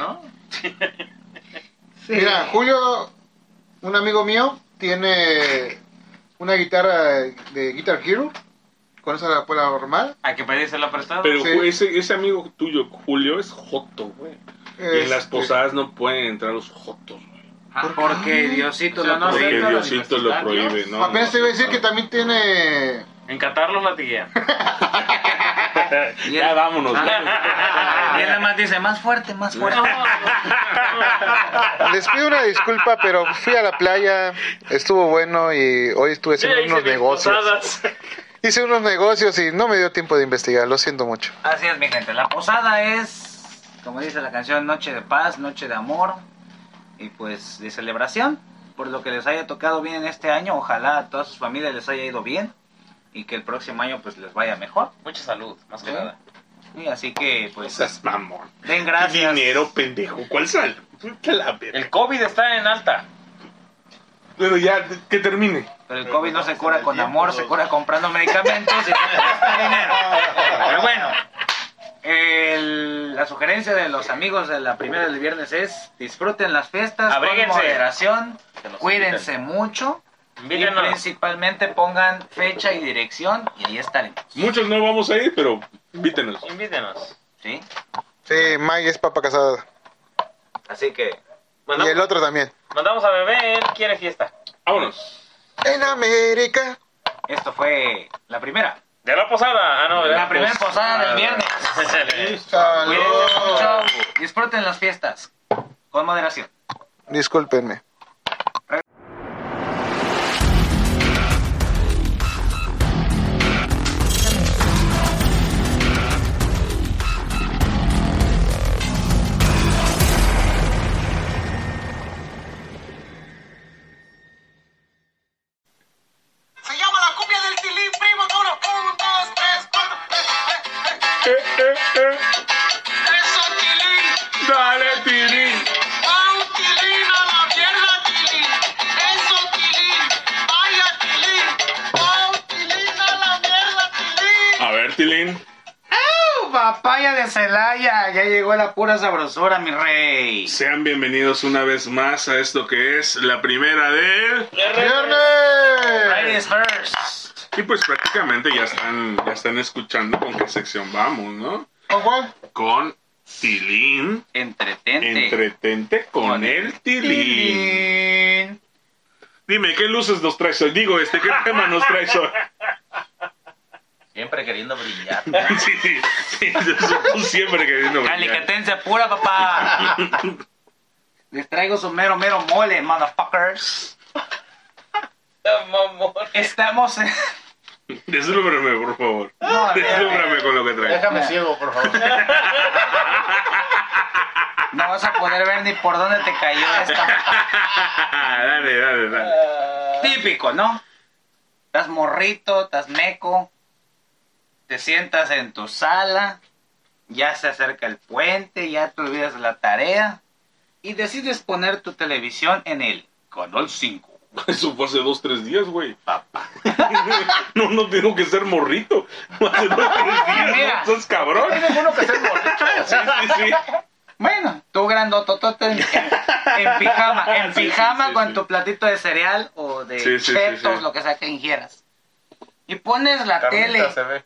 Speaker 5: ¿no?
Speaker 3: Mira, Julio, un amigo mío, tiene una guitarra de Guitar Hero. Con esa la puede armar.
Speaker 2: Hay que pedírsela prestada.
Speaker 4: Pero
Speaker 3: Sí.
Speaker 4: güey, ese, ese amigo tuyo, Julio, es Joto, güey. Y en las
Speaker 3: Este,
Speaker 4: posadas no pueden entrar los jotos, güey.
Speaker 1: Porque Diosito
Speaker 5: O sea,
Speaker 1: lo
Speaker 5: no
Speaker 4: Porque
Speaker 1: prohíbe.
Speaker 5: aceptan
Speaker 4: Diosito lo
Speaker 5: universitarios.
Speaker 4: prohíbe, ¿no?
Speaker 3: Apenas te
Speaker 4: no,
Speaker 3: iba a decir
Speaker 4: no.
Speaker 3: que también tiene.
Speaker 2: En Qatar los latiguean.
Speaker 4: Ya vámonos,
Speaker 1: Y él nada más dice, más fuerte, más fuerte.
Speaker 3: Les pido una disculpa, pero fui a la playa, estuvo bueno y hoy estuve haciendo Pues unos negocios. Hice unos negocios y no me dio tiempo de investigar, lo siento mucho.
Speaker 1: Así es, mi gente. La posada es, como dice la canción, noche de paz, noche de amor y pues de celebración. Por lo que les haya tocado bien en este año, ojalá a todas sus familias les haya ido bien y que el próximo año pues les vaya mejor.
Speaker 2: Mucha salud, más que
Speaker 1: Sí.
Speaker 2: nada.
Speaker 1: Y así que
Speaker 4: No
Speaker 1: pues
Speaker 4: seas mamón.
Speaker 1: den gracias.
Speaker 4: Dinero, pendejo. ¿Cuál sal? Puta la verga.
Speaker 2: El COVID está en alta.
Speaker 4: Bueno, ya, que termine.
Speaker 1: Pero el COVID no se cura con amor, se cura comprando medicamentos y te cuesta este dinero. Pero bueno, el- la sugerencia de los amigos de la primera del viernes es disfruten las fiestas
Speaker 2: Abríguense.
Speaker 1: con moderación,
Speaker 5: Que nos
Speaker 1: cuídense mucho y
Speaker 2: Invítenos.
Speaker 1: principalmente pongan fecha y dirección y ahí estaremos,
Speaker 4: Muchos no vamos a ir, pero invítenos.
Speaker 2: Invítenos.
Speaker 1: ¿sí?
Speaker 3: Sí, Mike es papa casada.
Speaker 1: Así que
Speaker 3: Y el
Speaker 2: Mandamos,
Speaker 3: otro también.
Speaker 2: mandamos a bebé, él quiere fiesta.
Speaker 4: Vámonos.
Speaker 3: En América.
Speaker 1: esto fue la primera,
Speaker 2: De la posada. Ah, no, de
Speaker 1: la primera posada del viernes. Cuídense
Speaker 3: Salud.
Speaker 1: mucho, disfruten las fiestas con moderación.
Speaker 3: Discúlpenme.
Speaker 6: Se llama la cumbia del tilín, primo, uno, un, dos, tres, cuatro. eh, eh, eh.
Speaker 4: Eh, eh, eh.
Speaker 6: Eso, tilín,
Speaker 4: Dale, Tiri.
Speaker 6: va un tilín a la mierda, tilín. Eso, tilín, vaya tilín, va un tilín a la mierda, tilín.
Speaker 4: A ver, Tilín.
Speaker 1: Papaya de Celaya, ya llegó la pura sabrosura, mi rey.
Speaker 4: Sean bienvenidos una vez más a esto que es la primera del...
Speaker 3: ¡Viernes!
Speaker 1: Ladies first.
Speaker 4: Y pues prácticamente ya están, ya están escuchando con qué sección vamos, ¿no?
Speaker 3: ¿Con cuál?
Speaker 4: Con Tilín.
Speaker 1: Entretente.
Speaker 4: Entretente con
Speaker 1: Con
Speaker 4: el Tilín. Dime, ¿qué luces nos traes hoy? Digo, este, ¿qué tema nos traes hoy?
Speaker 5: Siempre queriendo brillar.
Speaker 4: Sí, sí, sí, tú siempre queriendo brillar.
Speaker 1: Calicatense pura, papá. Les traigo su mero, mero mole, motherfuckers.
Speaker 2: Mamón.
Speaker 1: Estamos en...
Speaker 4: Deslúmbrame, por favor.
Speaker 1: No,
Speaker 4: Deslúmbrame con lo que traes.
Speaker 5: Déjame ciego, por favor.
Speaker 1: no vas a poder ver ni por dónde te cayó esta.
Speaker 4: Ah, dale, dale, dale.
Speaker 1: Típico, ¿no? Estás morrito, estás meco. Te sientas en tu sala. Ya se acerca el puente, ya te olvidas de la tarea. Y decides poner tu televisión en el Canal 5.
Speaker 4: Eso fue hace dos, tres días, güey. No, no tengo que ser morrito. Hace dos, tres días,
Speaker 1: Mira.
Speaker 4: ¿no? Sos cabrón.
Speaker 1: uno que ser morrito.
Speaker 4: Sí, sí, sí.
Speaker 1: Bueno, tú grandototote en, en- en pijama, en
Speaker 4: Sí, sí,
Speaker 1: pijama
Speaker 4: sí,
Speaker 1: con
Speaker 4: sí.
Speaker 1: tu platito de cereal o de
Speaker 4: Sí, sí, sí,
Speaker 1: chetos,
Speaker 4: sí.
Speaker 1: lo que sea que ingieras. Y pones la tele.
Speaker 5: se ve.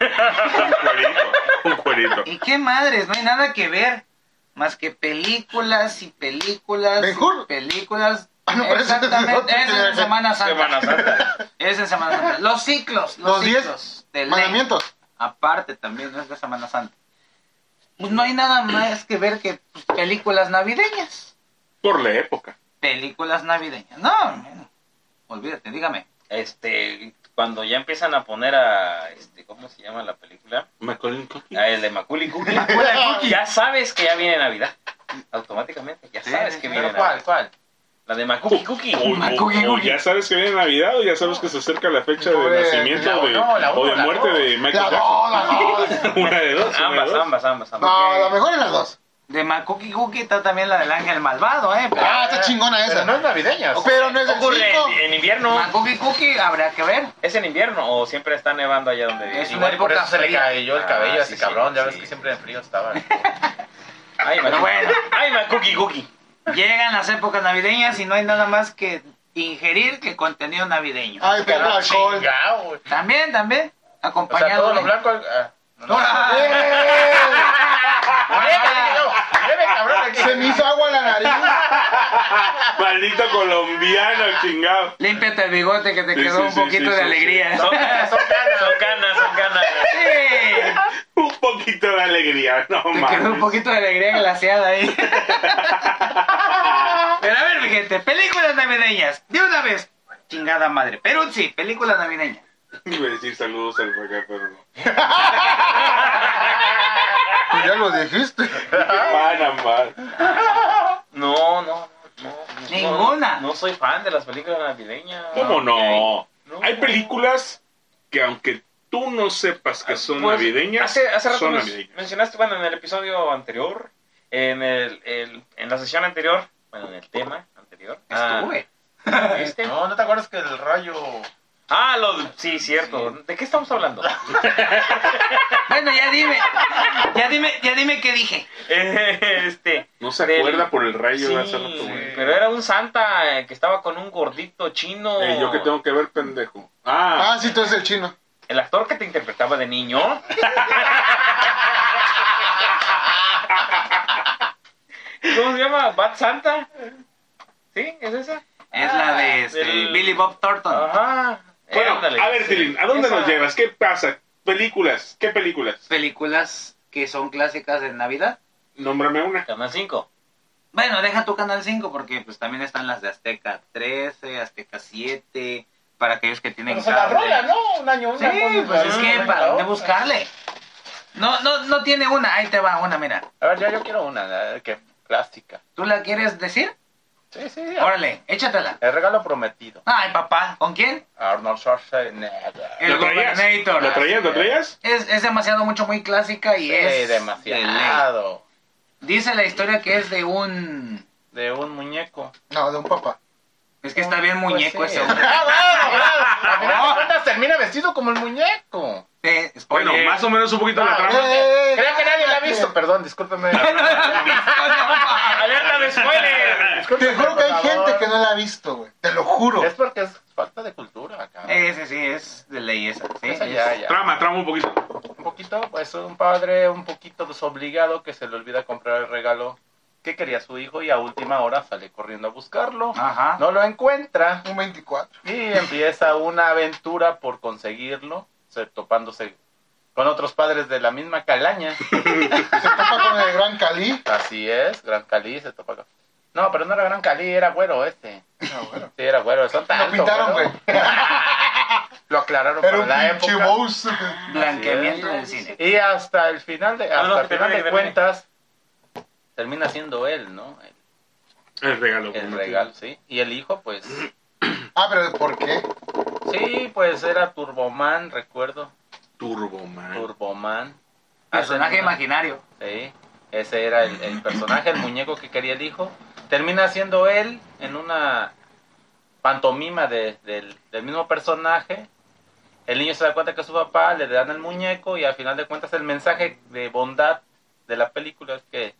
Speaker 4: Un cuerito, un cuerito.
Speaker 1: Y qué madres, no hay nada que ver más que películas y películas
Speaker 3: Ben Hur.
Speaker 1: y películas.
Speaker 3: Ah, no, pero ese es de
Speaker 1: Exactamente,
Speaker 3: otro.
Speaker 1: es en Semana Santa.
Speaker 2: Semana Santa.
Speaker 1: Es en Semana Santa. Los ciclos, los,
Speaker 3: Los diez
Speaker 1: ciclos de ley.
Speaker 3: Mandamientos.
Speaker 1: aparte también no es de Semana Santa. Pues no hay nada más que ver que pues, películas navideñas.
Speaker 4: Por la época.
Speaker 1: Películas navideñas. No, no, olvídate, dígame.
Speaker 2: Este, cuando ya empiezan a poner a. Este, ¿Cómo se llama la película?
Speaker 4: Macaulay Culkin.
Speaker 2: A el de Macaulay Culkin. Ya sabes que ya viene Navidad. Automáticamente, ya
Speaker 1: Sí,
Speaker 2: sabes
Speaker 1: sí,
Speaker 2: que
Speaker 1: sí.
Speaker 2: viene
Speaker 5: ¿Pero
Speaker 2: Navidad.
Speaker 5: cuál, cuál?
Speaker 2: La de Macaulay Culkin.
Speaker 4: O- o- o ya sabes que viene Navidad o ya sabes que se acerca la fecha de
Speaker 3: Pobre,
Speaker 4: nacimiento
Speaker 5: la
Speaker 4: de-
Speaker 5: uno, la
Speaker 4: o de
Speaker 5: uno, la
Speaker 4: muerte
Speaker 5: dos.
Speaker 4: de
Speaker 3: La
Speaker 4: Michael
Speaker 3: dos, la dos.
Speaker 4: Jackson. Una de dos. una de
Speaker 2: Ambas,
Speaker 4: dos.
Speaker 2: ambas, ambas, ambas.
Speaker 3: No, la mejor en las dos.
Speaker 1: De Makuki Kuki está también la del ángel malvado, ¿eh? Pero
Speaker 3: Ah, está chingona
Speaker 5: Pero
Speaker 3: esa.
Speaker 5: no es navideña. o sea.
Speaker 3: Pero no es del
Speaker 2: Ocurre
Speaker 3: cinco.
Speaker 2: en, en invierno.
Speaker 1: Makuki Kuki habrá que ver.
Speaker 2: ¿Es en invierno o siempre está nevando allá donde vive?
Speaker 1: Es
Speaker 5: Igual y por
Speaker 1: época
Speaker 5: eso se le
Speaker 1: fría.
Speaker 5: cayó el cabello
Speaker 2: Ah,
Speaker 5: a ese
Speaker 2: sí,
Speaker 5: cabrón.
Speaker 2: sí,
Speaker 5: ya
Speaker 2: sí.
Speaker 5: ves que siempre en frío estaba.
Speaker 2: Ay,
Speaker 1: Pero
Speaker 2: Macuki.
Speaker 1: bueno.
Speaker 2: Ay, Macuki Cookie.
Speaker 1: Llegan las épocas navideñas y no hay nada más que ingerir que contenido navideño.
Speaker 3: Ay, pero
Speaker 5: Ah,
Speaker 3: alcohol.
Speaker 5: chingao, güey.
Speaker 1: También, también,
Speaker 5: O sea,
Speaker 1: acompañado
Speaker 5: todo lo
Speaker 1: de-
Speaker 5: blanco. ah, no, no.
Speaker 1: ¡Ah!
Speaker 3: ¡Eh!
Speaker 5: ¡Leve, cabrón!
Speaker 4: Maldito colombiano, chingado.
Speaker 1: Límpiate el bigote que te
Speaker 4: Sí,
Speaker 1: quedó
Speaker 4: sí,
Speaker 1: un
Speaker 4: sí,
Speaker 1: poquito
Speaker 4: sí,
Speaker 1: de
Speaker 4: sí,
Speaker 1: alegría.
Speaker 2: Son canas, son canas, son canas, son canas.
Speaker 1: Sí.
Speaker 4: Un poquito de alegría,
Speaker 1: Te
Speaker 4: no
Speaker 1: quedó un
Speaker 4: mames.
Speaker 1: poquito de alegría glaseada ahí. Pero a ver, mi gente, películas navideñas. De una vez. Chingada madre. Pero sí, películas navideñas.
Speaker 4: Iba a decir saludos al acá, pero no.
Speaker 3: Pues ya lo dijiste.
Speaker 4: Panamá.
Speaker 2: No, no, no. no, no.
Speaker 1: Ninguna.
Speaker 2: No, soy fan de las películas navideñas.
Speaker 4: ¿Cómo no?
Speaker 2: No.
Speaker 4: Hay películas que aunque tú no sepas que son
Speaker 2: Pues,
Speaker 4: navideñas,
Speaker 2: Hace, hace rato
Speaker 4: son
Speaker 2: men-
Speaker 4: navideñas.
Speaker 2: mencionaste, bueno, en el episodio anterior, en, el, el- en la sesión anterior, bueno, en el tema anterior. ah,
Speaker 1: Estuve.
Speaker 2: ¿viste?
Speaker 5: No, ¿no te acuerdas que el rayo...
Speaker 2: Ah, lo, sí, cierto. ¿De qué estamos hablando?
Speaker 1: Bueno, ya dime. Ya dime, ya dime qué dije.
Speaker 2: este,
Speaker 4: No se
Speaker 2: del-
Speaker 4: acuerda por el rayo
Speaker 2: sí,
Speaker 4: de hace rato, güey.
Speaker 2: pero era un santa eh, que estaba con un gordito chino.
Speaker 4: Eh, yo que tengo que ver, pendejo. Ah,
Speaker 3: Ah, sí, tú eres el chino.
Speaker 2: El actor que te interpretaba de niño. ¿Cómo se llama? ¿Bad Santa? ¿Sí? ¿Es esa?
Speaker 1: Es la
Speaker 6: Ah,
Speaker 1: de este,
Speaker 2: del-
Speaker 1: Billy Bob Thornton.
Speaker 2: Ajá. Eh,
Speaker 4: bueno,
Speaker 2: ándale.
Speaker 4: a ver,
Speaker 2: Sí.
Speaker 4: Tilín, ¿a dónde
Speaker 2: Esa-
Speaker 4: nos llevas? ¿Qué pasa? Películas, ¿qué películas?
Speaker 1: Películas que son clásicas de Navidad.
Speaker 4: Nómbrame una.
Speaker 2: Canal 5.
Speaker 1: Bueno, deja tu canal 5 porque pues también están las de Azteca 13, Azteca 7, para aquellos que tienen
Speaker 5: Pues
Speaker 6: Pero se la
Speaker 1: cable.
Speaker 6: rola, ¿no? Un año, una
Speaker 1: Sí,
Speaker 6: cosa,
Speaker 1: pues es
Speaker 6: una
Speaker 1: que
Speaker 6: cosa,
Speaker 1: para dónde
Speaker 6: otra.
Speaker 1: buscarle. No, no, no tiene una. Ahí te va una, mira.
Speaker 5: A ver, ya yo quiero una, eh, que plástica.
Speaker 1: ¿Tú la quieres decir?
Speaker 5: Sí, sí, sí.
Speaker 1: Órale, échatela.
Speaker 5: El regalo prometido.
Speaker 1: Ay, papá, ¿con quién?
Speaker 5: Arnold Schwarzenegger.
Speaker 1: El
Speaker 4: ¿La traías?
Speaker 1: Gobernator.
Speaker 4: ¿La traías? ¿La traías?
Speaker 1: Es, es demasiado mucho, muy clásica y
Speaker 5: Sí,
Speaker 1: es... de ley.
Speaker 5: demasiado.
Speaker 1: Dice la historia que es de un...
Speaker 5: De un muñeco.
Speaker 3: No, de un papá.
Speaker 1: Es que está bien
Speaker 5: Pues
Speaker 1: muñeco
Speaker 5: sí.
Speaker 1: ese hombre.
Speaker 5: Ah, bueno, claro. Al final de cuentas, termina vestido como el muñeco.
Speaker 1: Eh,
Speaker 4: Bueno,
Speaker 1: spoiler.
Speaker 4: más o menos un poquito
Speaker 2: Ah,
Speaker 4: la trama.
Speaker 3: Eh,
Speaker 5: Creo que nadie la ha visto. Perdón, discúlpeme.
Speaker 2: ¡Alerta de spoiler!
Speaker 3: Te juro que hay gente que no la ha visto, güey. Te lo juro.
Speaker 5: Es porque es falta de cultura acá.
Speaker 1: Eh, sí, sí, es de ley esa. Sí,
Speaker 5: Esa
Speaker 3: eh,
Speaker 5: ya, ya.
Speaker 4: Trama, trama un poquito.
Speaker 5: Un poquito, pues un padre un poquito desobligado que se le olvida comprar el regalo que quería su hijo y a última hora sale corriendo a buscarlo.
Speaker 3: Ah.
Speaker 1: Ajá.
Speaker 5: No lo encuentra
Speaker 3: Un 24.
Speaker 5: y empieza una aventura por conseguirlo, se- topándose con otros padres de la misma calaña.
Speaker 3: Se topa con el gran Cali.
Speaker 5: Así es, Gran Cali se topa con... No, pero no era Gran Cali, era güero este.
Speaker 3: No, bueno.
Speaker 5: Sí, era güero, son
Speaker 3: Lo
Speaker 5: tantos,
Speaker 3: pintaron, güey.
Speaker 5: güero. Lo aclararon
Speaker 3: Era
Speaker 5: para la
Speaker 3: un pinche
Speaker 5: época.
Speaker 3: mouse.
Speaker 1: Blanqueamiento del cine.
Speaker 5: Y hasta el final de, hasta
Speaker 2: no,
Speaker 5: el
Speaker 2: que termine,
Speaker 5: final de
Speaker 2: que termine.
Speaker 5: cuentas termina siendo él, ¿no?
Speaker 4: El regalo.
Speaker 5: El, el regalo, sí. Y el hijo, pues,
Speaker 3: Ah, pero ¿por qué?
Speaker 5: sí, pues era Turboman, recuerdo,
Speaker 4: Turbo, man.
Speaker 5: Turboman.
Speaker 1: Personaje
Speaker 5: Hacen una-
Speaker 1: imaginario.
Speaker 5: Sí, ese era el, el personaje, el muñeco que quería el hijo. Termina siendo él en una pantomima de- del, del mismo personaje. El niño se da cuenta que es su papá, le dan el muñeco y al final de cuentas el mensaje de bondad de la película es que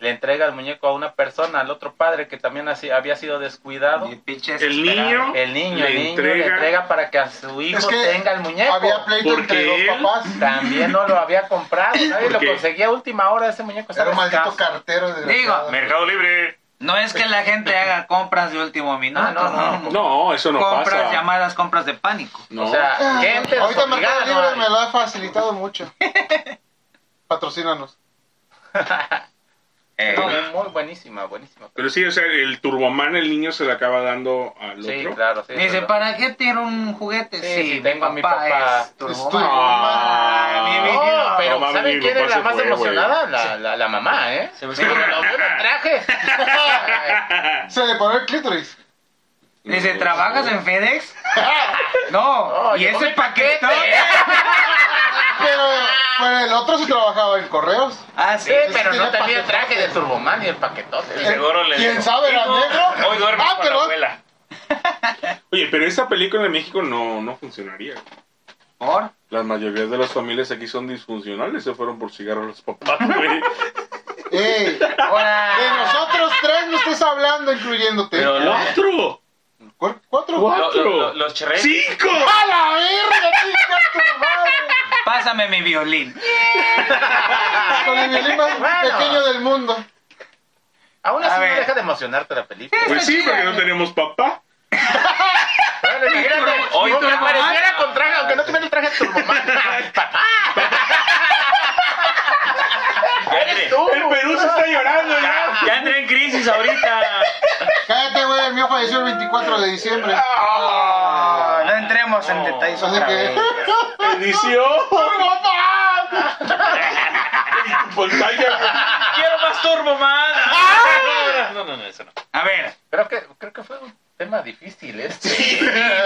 Speaker 5: le entrega el muñeco a una persona, al otro padre que también así, había sido descuidado.
Speaker 1: Y pinche
Speaker 4: El
Speaker 1: desesperado.
Speaker 4: niño,
Speaker 5: El niño,
Speaker 4: le
Speaker 5: el niño le
Speaker 4: entrega-
Speaker 5: entrega para que a su hijo
Speaker 3: Es que
Speaker 5: tenga el muñeco.
Speaker 3: Había pleito
Speaker 4: Porque
Speaker 3: entre dos
Speaker 4: él-
Speaker 3: papás.
Speaker 5: También no lo había comprado, nadie
Speaker 4: ¿Por
Speaker 5: lo
Speaker 4: qué?
Speaker 5: conseguía a última hora ese
Speaker 3: Era
Speaker 5: muñeco. estaba
Speaker 3: un maldito
Speaker 5: escaso.
Speaker 3: cartero. De
Speaker 1: Digo,
Speaker 2: Mercado Libre.
Speaker 1: No es que la gente haga compras de último minuto.
Speaker 5: Ah, no, no.
Speaker 4: No, eso no
Speaker 1: compras
Speaker 4: pasa.
Speaker 1: llamadas compras de pánico.
Speaker 4: No.
Speaker 5: O sea,
Speaker 2: Ah,
Speaker 5: gente
Speaker 3: Ah. Ahorita Mercado
Speaker 5: desobligada,
Speaker 3: Libre
Speaker 5: ¿no?
Speaker 3: me lo ha facilitado mucho. Patrocínanos.
Speaker 5: No, Eh, muy buenísima, buenísima.
Speaker 4: pero sí, o sea, el Turboman, el niño se le acaba dando al
Speaker 5: Sí,
Speaker 4: otro.
Speaker 5: claro, sí.
Speaker 1: Me dice,
Speaker 5: pero-
Speaker 1: ¿para qué tiene un juguete?
Speaker 5: Sí, sí, tengo a mi papá. Pues
Speaker 1: es turbo.
Speaker 3: Es
Speaker 4: Ah,
Speaker 1: mi vida.
Speaker 5: No, pero
Speaker 4: No mames,
Speaker 5: ¿saben
Speaker 4: mi
Speaker 5: quién
Speaker 4: papá
Speaker 5: es la
Speaker 4: se
Speaker 5: más
Speaker 4: fue,
Speaker 5: emocionada? La, la, la mamá, ¿eh?
Speaker 2: Se me
Speaker 5: Pero lo vio en el traje.
Speaker 3: Se le paró el clítoris.
Speaker 1: Me dice, ¿trabajas en FedEx? No,
Speaker 5: Oh,
Speaker 1: y
Speaker 5: llegó
Speaker 1: ese
Speaker 5: mi paquete.
Speaker 1: paquetón.
Speaker 3: Pero, pero el otro sí trabajaba en correos.
Speaker 1: Ah,
Speaker 5: Sí,
Speaker 1: sí.
Speaker 5: pero no
Speaker 3: tiene
Speaker 5: tenía el
Speaker 3: paquetote.
Speaker 5: traje de Turboman y el paquetote.
Speaker 2: Seguro le
Speaker 3: ¿Quién
Speaker 2: digo,
Speaker 3: sabe, era
Speaker 2: "Hijo,
Speaker 3: negro?"
Speaker 2: Hoy duerme
Speaker 3: Ah,
Speaker 2: con
Speaker 3: pero-
Speaker 2: la abuela.
Speaker 4: Oye, pero esa película en México no, no funcionaría.
Speaker 1: ¿Por?
Speaker 4: Las mayorías de las familias aquí son disfuncionales. Se fueron por cigarros los papás, güey.
Speaker 3: Ey, de
Speaker 1: Hola.
Speaker 3: nosotros tres no estás hablando, incluyéndote.
Speaker 2: Pero lo-
Speaker 4: ¡Cuatro!
Speaker 3: ¿Cu- ¿Cuatro?
Speaker 2: lo-
Speaker 4: ¡Cuatro!
Speaker 2: lo- lo- los cherres.
Speaker 4: ¡Cinco!
Speaker 3: ¡A la verga, chica, tu madre!
Speaker 1: Pásame mi violín.
Speaker 3: Con el violín más
Speaker 5: Bueno.
Speaker 3: pequeño del mundo.
Speaker 5: Aún
Speaker 1: A
Speaker 5: así no
Speaker 1: ver.
Speaker 5: deja de emocionarte la película.
Speaker 4: Pues sí, porque no tenemos papá.
Speaker 5: Bueno, imagínate,
Speaker 2: Hoy
Speaker 5: hoy
Speaker 2: tu
Speaker 5: que
Speaker 2: mamá.
Speaker 5: apareciera con traje, aunque no tuviera el traje de tu mamá. ¡Papá! ¡Eres tú!
Speaker 4: El Perú se está llorando ya.
Speaker 2: Ya entré en crisis ahorita.
Speaker 3: Cállate, güey, el mío falleció el 24 de diciembre.
Speaker 1: No, no entremos en
Speaker 2: No.
Speaker 1: detalles
Speaker 3: Así
Speaker 1: otra
Speaker 3: que-
Speaker 1: vez.
Speaker 4: Edición. Voltaña.
Speaker 2: Quiero más Turbo Man.
Speaker 5: Ah.
Speaker 2: No, no, no, eso no.
Speaker 1: A ver,
Speaker 5: Creo que, creo que fue un tema difícil este.
Speaker 1: sí,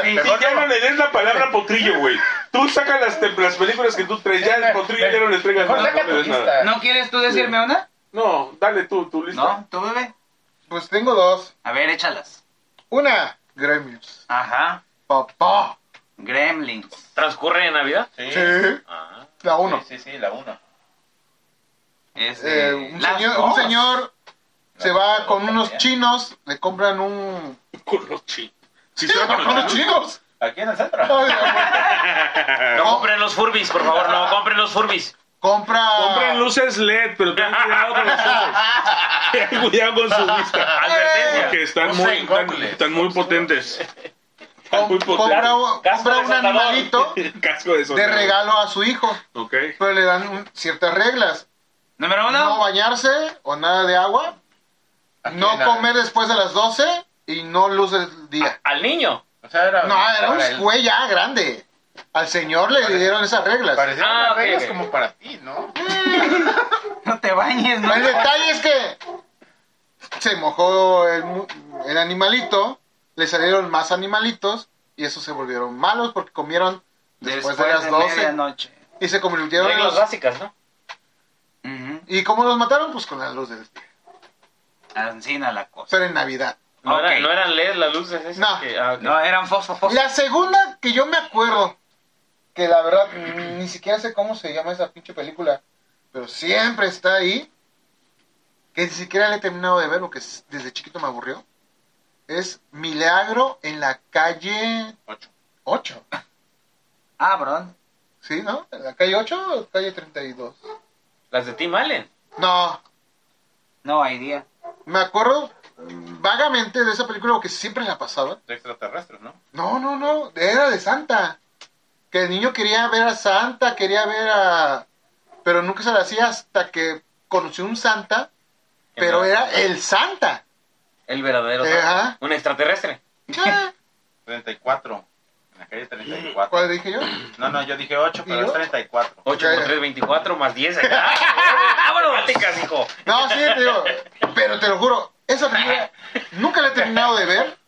Speaker 5: Mejor
Speaker 4: Ya
Speaker 5: no-
Speaker 4: no le des la palabra a potrillo, güey. Tú sacas las, te- las películas que tú traes. Ya el potrillo ya no le entregas
Speaker 5: Mejor
Speaker 4: nada.
Speaker 5: saca
Speaker 4: No, le
Speaker 5: tu
Speaker 4: des nada.
Speaker 5: lista.
Speaker 1: ¿no quieres tú decirme una?
Speaker 4: no, dale tú, tú lista.
Speaker 1: ¿No? ¿Tú, bebé?
Speaker 3: Pues tengo dos.
Speaker 1: A ver, échalas.
Speaker 3: Una, gremios.
Speaker 1: Ajá.
Speaker 3: Papá.
Speaker 1: Gremlins.
Speaker 2: ¿Transcurre en Navidad?
Speaker 3: Sí, la uno.
Speaker 5: Eh, Sí, sí, sí, la uno.
Speaker 1: Este,
Speaker 3: Eh, un,
Speaker 1: las
Speaker 3: señor, un
Speaker 1: dos.
Speaker 3: señor se va con unos
Speaker 5: también.
Speaker 3: chinos, le compran un...
Speaker 4: Con los chinos. Si
Speaker 3: Sí,
Speaker 4: se va
Speaker 3: con unos chinos.
Speaker 5: Aquí en el centro.
Speaker 3: Ay, güey.
Speaker 5: Eh.
Speaker 2: No compren los Furbis, por favor, no compren los Furbis.
Speaker 3: Compra...
Speaker 4: Compren luces LED, pero tengan cuidado con las luces. Tengan cuidado con su
Speaker 5: Eh.
Speaker 4: vista.
Speaker 2: Advertencia.
Speaker 4: Porque están
Speaker 5: Usen
Speaker 4: muy, están,
Speaker 5: gogles.
Speaker 4: están muy potentes. Están
Speaker 3: com-
Speaker 4: muy potentes.
Speaker 3: compra, un-
Speaker 2: Casco
Speaker 3: compra
Speaker 2: de
Speaker 3: un
Speaker 2: soldador.
Speaker 3: animalito
Speaker 4: Casco de
Speaker 3: de
Speaker 4: soldador.
Speaker 3: regalo a su hijo,
Speaker 4: Ok.
Speaker 3: pero le dan un- ciertas reglas.
Speaker 1: Número uno.
Speaker 3: No bañarse o nada de agua, no comer después de las 12 y no luz del día.
Speaker 2: Ah, Al niño.
Speaker 5: O sea, era,
Speaker 3: No, era
Speaker 5: el-
Speaker 3: un güey ya grande. Al señor le dieron esas reglas.
Speaker 5: Parecían
Speaker 2: Ah,
Speaker 5: unas
Speaker 2: ok,
Speaker 5: reglas
Speaker 2: ok.
Speaker 5: como para ti, ¿no?
Speaker 1: No te bañes, ¿no?
Speaker 3: El detalle es que se mojó el, mu- el animalito, le salieron más animalitos y esos se volvieron malos porque comieron después, de las 12
Speaker 1: medianoche.
Speaker 3: y se convirtieron en
Speaker 2: Reglas
Speaker 3: los...
Speaker 2: básicas, ¿no?
Speaker 1: Ujú.
Speaker 3: ¿Y cómo los mataron? Pues con la luz del día.
Speaker 1: Ancina la cosa.
Speaker 3: Pero en Navidad.
Speaker 2: No, era-
Speaker 1: Ok.
Speaker 2: no eran LED las luces esas.
Speaker 3: No.
Speaker 2: que- ah, ok.
Speaker 1: No, eran fosfo, fosfo.
Speaker 3: La segunda que yo me acuerdo, que la verdad mm, ni siquiera sé cómo se llama esa pinche película, pero siempre está ahí, que ni siquiera la he terminado de ver porque s- desde chiquito me aburrió, es Milagro en la calle
Speaker 5: Ocho.
Speaker 3: 8.
Speaker 1: Ah, bron.
Speaker 3: ¿Sí, no? ¿En la calle 8 o calle 32?
Speaker 2: Las de Tim Allen.
Speaker 3: No,
Speaker 1: No, hay día.
Speaker 3: me acuerdo mm, vagamente de esa película porque siempre la pasaba.
Speaker 5: De extraterrestres, ¿no?
Speaker 3: No, no, no, era de Santa. Que el niño quería ver a Santa, quería ver a... Pero nunca se lo hacía hasta que conoció un Santa, pero era el Santa.
Speaker 2: El verdadero.
Speaker 3: Ajá.
Speaker 2: santo. Un extraterrestre.
Speaker 3: Ah,
Speaker 5: 34. En la calle 34.
Speaker 3: ¿Cuál dije yo?
Speaker 5: No, no, yo dije 8,
Speaker 3: ¿Y
Speaker 5: pero
Speaker 3: yo?
Speaker 5: es 34.
Speaker 2: 8
Speaker 3: Ok.
Speaker 2: por 3, 24 más Ah, 10. ¡Vámonos! Pláticas, hijo.
Speaker 3: No, sí, te digo, pero te lo juro, esa película nunca la he terminado de ver,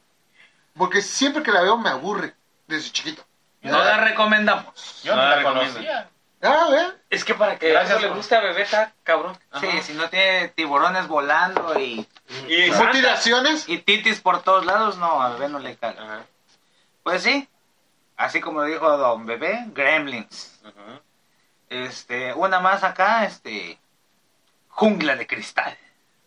Speaker 3: porque siempre que la veo me aburre, desde chiquito.
Speaker 1: No la recomendamos.
Speaker 5: Yo no,
Speaker 2: No la
Speaker 5: la
Speaker 2: recomiendo.
Speaker 5: conocía.
Speaker 3: Ah, ¿ve?
Speaker 2: Es que para que
Speaker 5: Gracias,
Speaker 2: eso le
Speaker 5: por-
Speaker 2: guste a bebé está cabrón.
Speaker 1: Sí,
Speaker 2: Ajá.
Speaker 1: si no tiene tiburones volando y,
Speaker 2: Y
Speaker 3: Mutilaciones.
Speaker 1: y titis por todos lados, no, a bebé no le caga.
Speaker 2: Ajá.
Speaker 1: Pues sí, así como dijo don bebé, Gremlins.
Speaker 2: Ujú.
Speaker 1: Este, una más acá, este, Jungla de Cristal.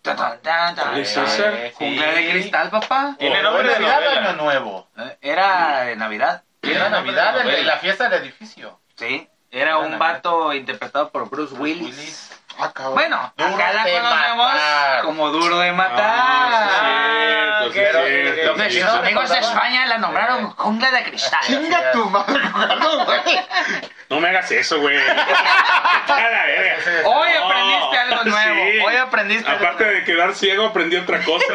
Speaker 1: Tan, tan, tan, tan.
Speaker 4: ¿Cuál es esa?
Speaker 5: Eh, sí.
Speaker 1: Jungla de Cristal, papá.
Speaker 2: Tiene
Speaker 5: Tiene
Speaker 2: nombre
Speaker 5: nombre
Speaker 2: de
Speaker 5: de
Speaker 2: novela.
Speaker 5: Navidad, Año Nuevo.
Speaker 1: Eh, Era de Navidad,
Speaker 5: Era Navidad, el de la fiesta del edificio.
Speaker 1: sí. Era un vato interpretado por Bruce Willis.
Speaker 5: Willis.
Speaker 3: Ah, cabrón.
Speaker 1: Bueno,
Speaker 5: Duro
Speaker 1: acá la
Speaker 5: de
Speaker 1: conocemos
Speaker 5: matar.
Speaker 1: como duro de
Speaker 4: Ah,
Speaker 1: matar.
Speaker 4: sí, cierto,
Speaker 5: Ah,
Speaker 4: sí,
Speaker 5: ok,
Speaker 4: cierto,
Speaker 5: ok, ok.
Speaker 4: sí. Eh.
Speaker 1: Nuestros amigos de
Speaker 5: recordaba.
Speaker 1: España la nombraron jungla de cristal.
Speaker 3: Chinga tu madre, cabrón, güey.
Speaker 4: No me hagas eso, güey. A la verga.
Speaker 1: Hoy
Speaker 4: No,
Speaker 1: aprendiste algo nuevo.
Speaker 4: sí.
Speaker 1: Hoy aprendiste algo
Speaker 4: Aparte
Speaker 1: nuevo.
Speaker 4: de quedar ciego, aprendí otra cosa.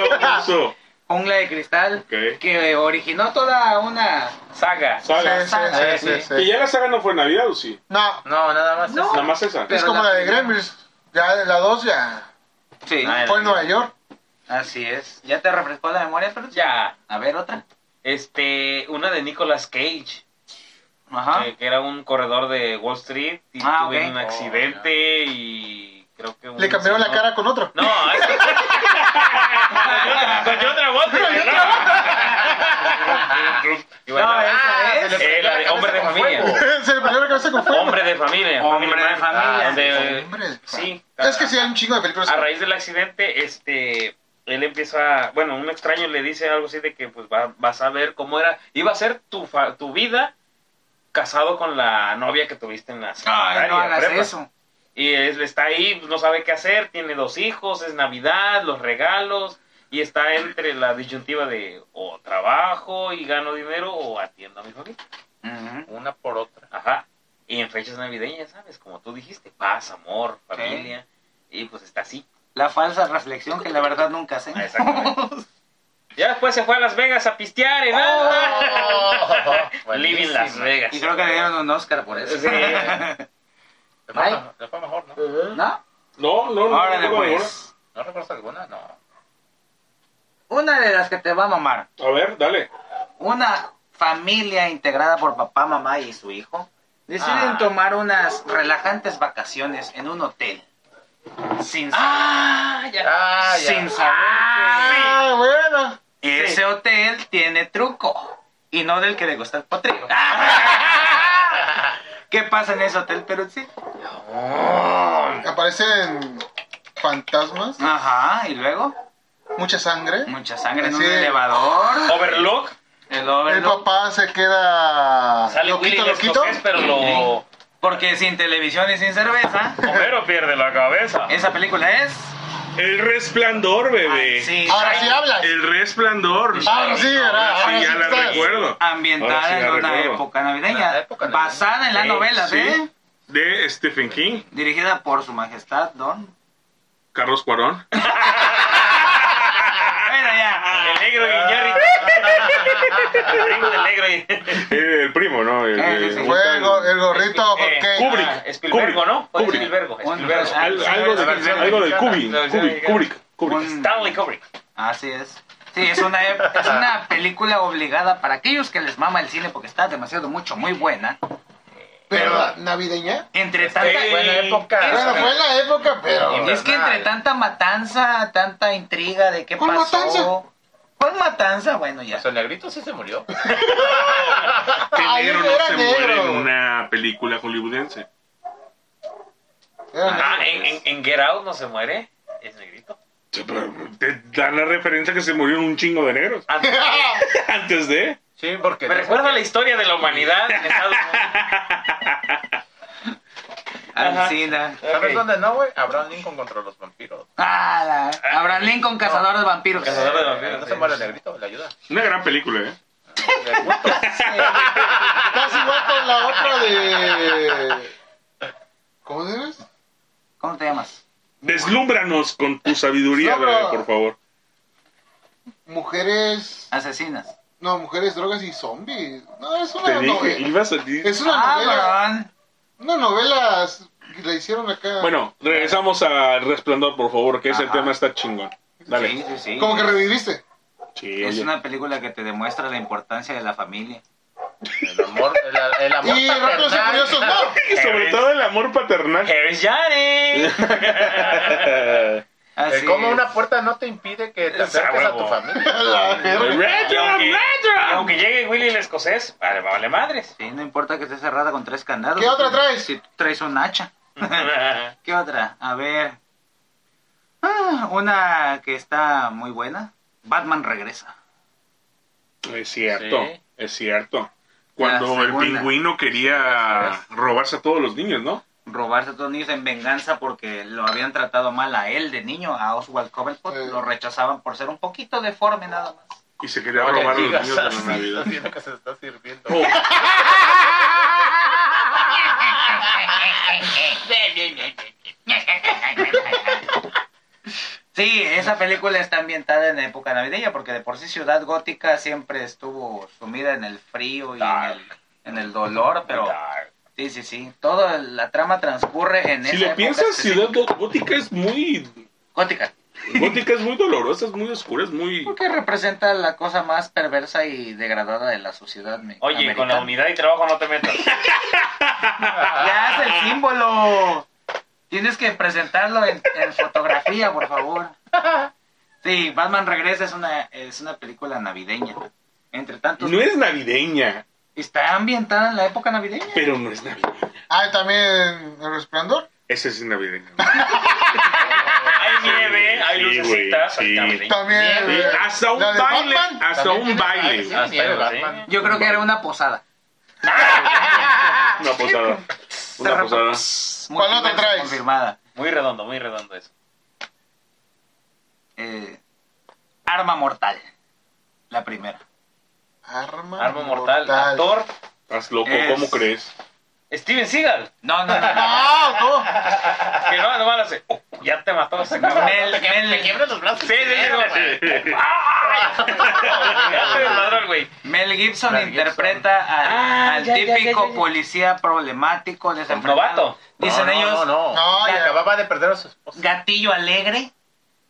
Speaker 4: Uso.
Speaker 1: jungla de cristal
Speaker 4: Ok.
Speaker 1: que originó toda una
Speaker 2: Saga.
Speaker 4: ¿Sabes?
Speaker 3: Sí, sí, sí, sí,
Speaker 4: ¿Y
Speaker 3: sí.
Speaker 4: ya la saga no fue en Navidad o sí?
Speaker 3: No,
Speaker 5: No, nada más.
Speaker 1: No.
Speaker 5: eso.
Speaker 4: Nada más esa.
Speaker 1: Pero
Speaker 3: es como
Speaker 1: la
Speaker 3: la de
Speaker 1: primera-
Speaker 3: Gremlins. Ya de la 2 ya
Speaker 1: sí.
Speaker 2: Ah,
Speaker 3: fue en Nueva York.
Speaker 1: Así es. ¿Ya te refrescó la memoria, pero
Speaker 2: Ya.
Speaker 1: A ver otra.
Speaker 2: Este, una de Nicolas Cage,
Speaker 3: Ah.
Speaker 1: Ajá.
Speaker 2: que, que era un corredor de Wall Street y
Speaker 1: Ah,
Speaker 2: tuvo
Speaker 1: ok.
Speaker 2: un accidente
Speaker 5: Oh,
Speaker 2: y creo que un
Speaker 3: Le cambiaron la
Speaker 2: señor-
Speaker 3: cara con otro.
Speaker 2: No, es que... Con John Travolta, ¿no? Y bueno,
Speaker 1: No, esa
Speaker 2: ah,
Speaker 1: es.
Speaker 2: se le- eh, la de hombre de
Speaker 5: Con
Speaker 2: familia.
Speaker 5: fuego.
Speaker 3: Se le perdió la cabeza con fuego.
Speaker 2: Hombre de familia. Ah,
Speaker 1: Hombre de familia.
Speaker 2: donde-
Speaker 3: Hombre de-
Speaker 2: sí.
Speaker 3: Es que sí hay un chingo de películas.
Speaker 2: a raíz del accidente, este, él empieza, bueno, un extraño le dice algo así de que pues va- vas a ver cómo era, iba a ser tu, fa- tu vida casado con la novia que tuviste en la
Speaker 1: Ay,
Speaker 2: secundaria,
Speaker 1: no hagas
Speaker 2: prepa.
Speaker 1: eso.
Speaker 2: Y él está ahí, pues, no sabe qué hacer, tiene dos hijos, es Navidad, los regalos, y está entre la disyuntiva de o trabajo y gano dinero o atiendo a mi familia.
Speaker 1: Ujú.
Speaker 5: Una por otra.
Speaker 2: Ajá. Y en fechas navideñas, ¿sabes? Como tú dijiste, paz, amor, familia. Y pues está así.
Speaker 1: La falsa reflexión que la verdad nunca hacemos.
Speaker 2: Exactamente. Ya después se fue a Las Vegas a pistear, ¿eh? Ah.
Speaker 5: Oh,
Speaker 2: Living Las
Speaker 5: buenísimo.
Speaker 2: Vegas.
Speaker 1: Y creo que le dieron un Oscar por eso.
Speaker 2: Sí.
Speaker 5: Le fue,
Speaker 1: Ay.
Speaker 5: mejor- le fue mejor,
Speaker 1: ¿No?
Speaker 5: ¿no?
Speaker 1: pues.
Speaker 4: No, no, no.
Speaker 1: Ahora
Speaker 4: no, no,
Speaker 1: después.
Speaker 5: ¿No recuerdas alguna? No.
Speaker 1: Una de las que te va a mamar.
Speaker 4: no. A ver, dale.
Speaker 1: Una familia integrada por papá, mamá y su hijo deciden
Speaker 5: Ah.
Speaker 1: tomar unas relajantes vacaciones en un hotel. Sin
Speaker 2: Ah, ya.
Speaker 5: Ah, ya.
Speaker 1: sin saber
Speaker 2: Ah,
Speaker 3: Ah, bueno.
Speaker 1: que ese hotel tiene truco y no del que le gusta el potrillo. ¿Qué pasa en ese hotel, Peruzzi?
Speaker 3: Aparecen fantasmas,
Speaker 1: Ajá, y luego
Speaker 3: mucha sangre.
Speaker 1: mucha sangre en
Speaker 3: Sí.
Speaker 1: un elevador.
Speaker 2: Overlook.
Speaker 1: El
Speaker 3: El
Speaker 1: overlock.
Speaker 3: papá se queda
Speaker 2: Sale Willy
Speaker 3: loquito,
Speaker 2: el
Speaker 3: loquito.
Speaker 2: escocés, pero lo...
Speaker 1: Porque sin televisión y sin cerveza,
Speaker 2: Homero pierde la cabeza.
Speaker 1: esa película es.
Speaker 4: El resplandor, bebé.
Speaker 1: ansi-
Speaker 3: Ahora sí hablas.
Speaker 4: El resplandor.
Speaker 3: Ahora sí, ¿verdad?
Speaker 4: Ahora
Speaker 3: Ahora
Speaker 4: sí,
Speaker 3: sí
Speaker 4: ya la
Speaker 3: sabes.
Speaker 4: recuerdo. Ahora sí
Speaker 1: Ambientada
Speaker 4: la
Speaker 1: en una
Speaker 4: recuerdo.
Speaker 1: época navideña,
Speaker 5: La época navideña.
Speaker 1: basada en las
Speaker 2: Sí,
Speaker 1: novelas
Speaker 4: sí.
Speaker 1: de-
Speaker 4: De Stephen King,
Speaker 1: dirigida por su majestad Don.
Speaker 4: Carlos Cuarón.
Speaker 1: Bueno ya,
Speaker 2: El negro
Speaker 1: Ah.
Speaker 2: Guiñarri. El primo del negro.
Speaker 4: Eh, el primo, ¿no? El,
Speaker 1: Eh, sí, sí.
Speaker 3: Fue el, go- el gorrito
Speaker 2: Eh,
Speaker 3: Jorge.
Speaker 4: Kubrick.
Speaker 2: Ah, Spielbergo, ¿no? Fue
Speaker 4: Kubrick.
Speaker 2: Spielbergo.
Speaker 1: Un-
Speaker 2: Spielbergo.
Speaker 4: Al- algo,
Speaker 5: La
Speaker 4: de,
Speaker 5: versión
Speaker 4: algo del
Speaker 5: mexicana,
Speaker 4: Kubrick,
Speaker 5: la versión
Speaker 4: Kubrick, Kubrick, Kubrick.
Speaker 1: Un-
Speaker 2: Stanley Kubrick.
Speaker 1: Así es. Sí, es una, ep- es una película obligada para aquellos que les mama el cine porque está demasiado mucho, muy buena.
Speaker 3: Pero la navideña.
Speaker 1: Entre
Speaker 5: Fue
Speaker 1: tanta,
Speaker 5: buena época.
Speaker 3: Bueno, fue en la época, pero.
Speaker 1: es que entre tanta matanza, tanta intriga de qué
Speaker 3: ¿Cuál
Speaker 1: pasó.
Speaker 3: matanza?
Speaker 1: ¿Cuál matanza? Bueno, ya.
Speaker 5: O sea, el negrito sí se murió.
Speaker 4: Que
Speaker 3: Ay,
Speaker 4: negro no
Speaker 3: era
Speaker 4: se muere en
Speaker 3: negro.
Speaker 4: una película hollywoodense.
Speaker 3: Era negro,
Speaker 2: Ah, en, en- en Get Out no se muere. Es negrito.
Speaker 4: Sí, pero Te dan la referencia que se murieron un chingo de negros.
Speaker 2: Ah,
Speaker 4: Antes de.
Speaker 5: Sí, porque.
Speaker 2: Me recuerda la historia de la humanidad en Estados Unidos.
Speaker 1: Alcina.
Speaker 5: ¿Sabes
Speaker 2: Ok.
Speaker 5: dónde no, güey? Abraham Lincoln contra los vampiros.
Speaker 1: Ah, la- Abraham Lincoln, cazador de vampiros.
Speaker 2: Cazador de
Speaker 5: Eh,
Speaker 2: vampiros.
Speaker 5: No se muere el negrito, le ayuda.
Speaker 4: Una gran película, ¿eh?
Speaker 5: Le gusta.
Speaker 3: Casi igual con la otra de. ¿Cómo se llama?
Speaker 1: ¿Cómo te llamas?
Speaker 4: Deslúmbranos con tu sabiduría,
Speaker 3: No, pero-
Speaker 4: bebé, por favor.
Speaker 3: Mujeres.
Speaker 1: Asesinas.
Speaker 3: No, mujeres, drogas y zombies. No, es una
Speaker 4: Te dije,
Speaker 3: novela.
Speaker 4: ibas a decir-
Speaker 3: Es una
Speaker 1: Ah,
Speaker 3: novela.
Speaker 1: perdón.
Speaker 3: Una novela que la hicieron acá.
Speaker 4: Bueno, regresamos a Resplandor, por favor, que ese
Speaker 1: Ajá.
Speaker 4: tema está chingón. Dale.
Speaker 1: Sí, sí, sí.
Speaker 3: Como que reviviste.
Speaker 4: Sí,
Speaker 1: Es
Speaker 4: oye.
Speaker 1: una película que te demuestra la importancia de la familia.
Speaker 5: El amor, el, el amor.
Speaker 3: Y Rápidos y
Speaker 5: paternal.
Speaker 3: Furiosos, no.
Speaker 4: Y sobre todo el amor paternal.
Speaker 2: Here's Johnny.
Speaker 5: Eh,
Speaker 1: Así
Speaker 5: como
Speaker 1: es.
Speaker 5: una puerta no te impide que te
Speaker 2: Es a
Speaker 5: acerques a
Speaker 2: huevo.
Speaker 5: tu familia.
Speaker 3: La verga.
Speaker 2: Y aunque,
Speaker 4: ¡Retro!
Speaker 2: y aunque llegue Willy el escocés, vale, vale madres.
Speaker 1: Sí, no importa que esté cerrada con tres candados.
Speaker 3: ¿Qué otra traes?
Speaker 1: Si tú traes un hacha. ¿Qué otra? A ver. Ah, una que está muy buena. Batman regresa.
Speaker 4: Es cierto,
Speaker 5: Sí.
Speaker 4: es cierto. Cuando
Speaker 1: La
Speaker 4: el
Speaker 1: segunda.
Speaker 4: pingüino quería robarse a todos los niños, ¿no?
Speaker 1: Robarse a todos los niños en venganza porque lo habían tratado mal a él de niño, a Oswald Cobblepot.
Speaker 3: Sí.
Speaker 1: Lo rechazaban por ser un poquito deforme nada más.
Speaker 4: Y se quería
Speaker 5: No le
Speaker 4: robar a los
Speaker 5: digas
Speaker 4: niños de la
Speaker 5: así,
Speaker 4: Navidad.
Speaker 5: Siento que se está sirviendo.
Speaker 4: Oh,
Speaker 1: Sí, esa película está ambientada en época navideña porque de por sí Ciudad Gótica siempre estuvo sumida en el frío y en el, en el dolor, pero sí, sí, sí, toda la trama transcurre en
Speaker 4: si
Speaker 1: esa
Speaker 4: le
Speaker 1: época
Speaker 4: piensas, Ciudad
Speaker 1: específica.
Speaker 4: Gótica es muy...
Speaker 1: Gótica,
Speaker 4: Gótica es muy dolorosa, es muy oscura, es muy...
Speaker 1: porque representa la cosa más perversa y degradada de la sociedad me-
Speaker 2: Oye, con la
Speaker 1: americana.
Speaker 2: unidad y trabajo no te metas.
Speaker 1: Ya es el símbolo. Tienes que presentarlo en, en fotografía, por favor. Sí, Batman Regresa es una, es una película navideña. Entre tantos,
Speaker 4: No es navideña,
Speaker 1: está ambientada en la época navideña.
Speaker 4: pero no es navideña.
Speaker 3: Ah, también El Resplandor.
Speaker 4: Ese sí es navideña.
Speaker 2: Hay nieve, hay
Speaker 4: Sí, güey,
Speaker 2: lucecitas, hay
Speaker 4: sí.
Speaker 2: navideña.
Speaker 3: También.
Speaker 4: Sí, hasta un
Speaker 3: la de
Speaker 4: baile,
Speaker 3: Batman. Ah,
Speaker 4: hasta
Speaker 5: También
Speaker 4: un
Speaker 5: tiene-
Speaker 4: baile.
Speaker 5: Sí,
Speaker 2: Hasta
Speaker 5: nieve,
Speaker 2: el
Speaker 5: Batman.
Speaker 2: baile.
Speaker 1: Yo creo que era una posada.
Speaker 4: Ah, Una posada. Una posada.
Speaker 1: es
Speaker 3: ¿Cuál otra
Speaker 1: multiverso
Speaker 3: traes?
Speaker 1: confirmada.
Speaker 2: Muy redondo, muy redondo eso.
Speaker 1: Eh, Arma Mortal. La primera.
Speaker 3: Arma,
Speaker 2: Arma mortal, actor
Speaker 4: Estás loco,
Speaker 1: Es-
Speaker 4: ¿cómo crees?
Speaker 2: Steven Seagal.
Speaker 1: No, no, no. no.
Speaker 3: No, no.
Speaker 2: Que no, no van a hacer. "Oh, ya te mató ese cabrón.
Speaker 1: Mel- Mel-
Speaker 5: los brazos.
Speaker 2: Sí, sí, sí, no, sí. Ya se desmadró el güey.
Speaker 1: Mel Gibson
Speaker 2: Mel Gibson.
Speaker 1: interpreta al,
Speaker 2: Ah,
Speaker 1: al
Speaker 2: ya, ya, ya,
Speaker 1: típico
Speaker 2: ya.
Speaker 1: policía problemático, desenfrenado.
Speaker 2: Novato.
Speaker 1: Dicen
Speaker 5: no,
Speaker 1: ellos,
Speaker 5: No, no,
Speaker 3: No,
Speaker 5: Que
Speaker 3: ya.
Speaker 5: Acababa de perder a su esposa.
Speaker 1: gatillo alegre,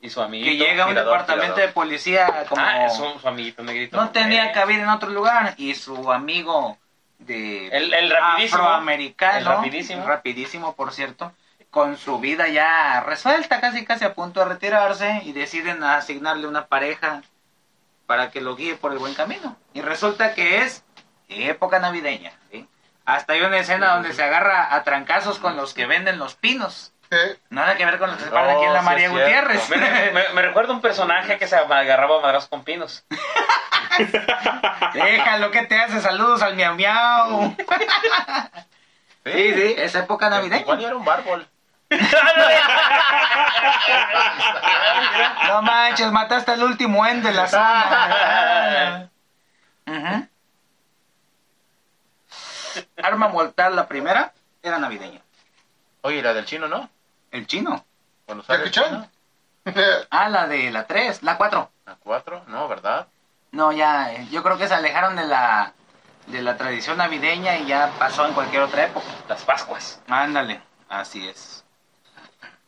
Speaker 2: Y su amiguito.
Speaker 1: que llega a un
Speaker 2: tirador,
Speaker 1: departamento
Speaker 2: tirador.
Speaker 1: de policía como...
Speaker 2: Ah, es un, su amiguito negrito.
Speaker 1: no tenía
Speaker 2: Eh,
Speaker 1: cabida en otro lugar. Y su amigo de
Speaker 2: El- el rapidísimo.
Speaker 1: afroamericano,
Speaker 2: El rapidísimo.
Speaker 1: rapidísimo, por cierto, con su vida ya resuelta, casi casi a punto de retirarse, y deciden asignarle una pareja para que lo guíe por el buen camino. Y resulta que es época navideña. ¿sí? Hasta hay una escena donde se agarra a trancazos con los que venden los pinos.
Speaker 3: Eh,
Speaker 1: Nada que ver con los que se paran
Speaker 5: Oh,
Speaker 1: aquí en la
Speaker 5: sí
Speaker 1: María
Speaker 5: es cierto.
Speaker 1: Gutiérrez.
Speaker 2: Me, me- me recuerda un personaje que se agarraba a madrazos con pinos.
Speaker 1: Déjalo que te hace saludos al miau miau. Sí, sí, es época
Speaker 5: Igual
Speaker 1: navideña.
Speaker 5: yo era un bárbol.
Speaker 1: No manches, mataste al último end de la saga. Ujú. Arma mortal, la primera, era navideña.
Speaker 5: Oye, ¿y la del chino, ¿no?
Speaker 1: El chino.
Speaker 5: Cuando sale
Speaker 3: Jackie
Speaker 5: el
Speaker 3: Chan.
Speaker 5: chino,
Speaker 3: eh,
Speaker 1: Ah, la de la 3, la 4.
Speaker 5: La cuatro, no, ¿verdad?
Speaker 1: No, ya, eh, yo creo que se alejaron de la, de la tradición navideña y ya pasó en cualquier otra época.
Speaker 2: Las Pascuas.
Speaker 1: Ándale, así es.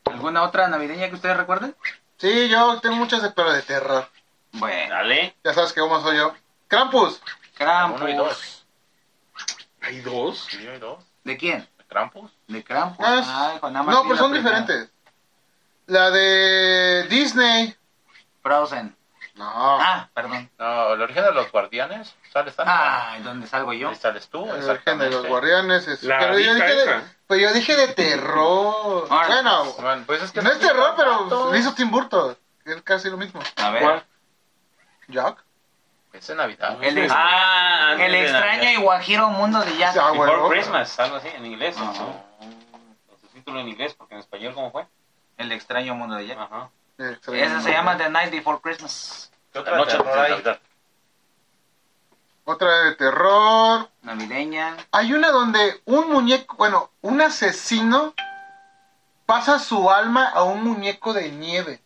Speaker 1: ¿Alguna otra navideña que ustedes recuerden?
Speaker 3: Sí, yo tengo muchas de pero de terror.
Speaker 1: Bueno,
Speaker 2: Dale.
Speaker 3: Ya sabes que cómo soy yo. Krampus.
Speaker 5: Uno y
Speaker 1: Krampus.
Speaker 5: dos.
Speaker 4: ¿Hay dos?
Speaker 5: Sí, uno y dos.
Speaker 1: ¿De quién?
Speaker 5: Krampus.
Speaker 1: De Krampus.
Speaker 3: Ah, es-
Speaker 1: Ay, Juana
Speaker 3: no,
Speaker 1: Martín,
Speaker 3: pero
Speaker 1: la
Speaker 3: son
Speaker 1: primera.
Speaker 3: diferentes. La de Disney.
Speaker 1: Frozen.
Speaker 3: No.
Speaker 1: Ah, perdón.
Speaker 5: No, el origen de los guardianes. Sale Santa.
Speaker 1: Ay, ¿dónde salgo yo?
Speaker 5: Ahí sales tú,
Speaker 3: Ah. El origen de
Speaker 5: exactamente.
Speaker 3: los guardianes. es-
Speaker 4: La
Speaker 3: pero, yo
Speaker 4: adicta
Speaker 3: dije de,
Speaker 4: esa.
Speaker 3: pero yo dije de terror.
Speaker 1: Ahora,
Speaker 3: bueno,
Speaker 5: Bueno, pues es que
Speaker 3: no es terror, pero lo
Speaker 5: Tanto.
Speaker 3: hizo Tim Burton. que Es casi lo mismo.
Speaker 1: A ver.
Speaker 4: ¿Cuál?
Speaker 3: Jack.
Speaker 5: Es en Navidad.
Speaker 1: El, ex-
Speaker 2: Ah,
Speaker 1: el extraño y guajiro mundo de Jack.
Speaker 3: Ah,
Speaker 2: Before
Speaker 3: bueno.
Speaker 2: Christmas, algo así, en inglés.
Speaker 1: Ajá.
Speaker 2: En su título en inglés, porque en español, ¿cómo fue?
Speaker 1: El extraño mundo de Jack.
Speaker 2: Ajá.
Speaker 3: Eh,
Speaker 1: Esa se llama The Night Before Christmas.
Speaker 5: ¿Qué otra
Speaker 2: Noche
Speaker 5: terror
Speaker 2: de
Speaker 5: hay?
Speaker 2: Navidad.
Speaker 3: Otra de terror.
Speaker 1: Navideña.
Speaker 3: Hay una donde un muñeco, bueno, un asesino pasa su alma a un muñeco de nieve.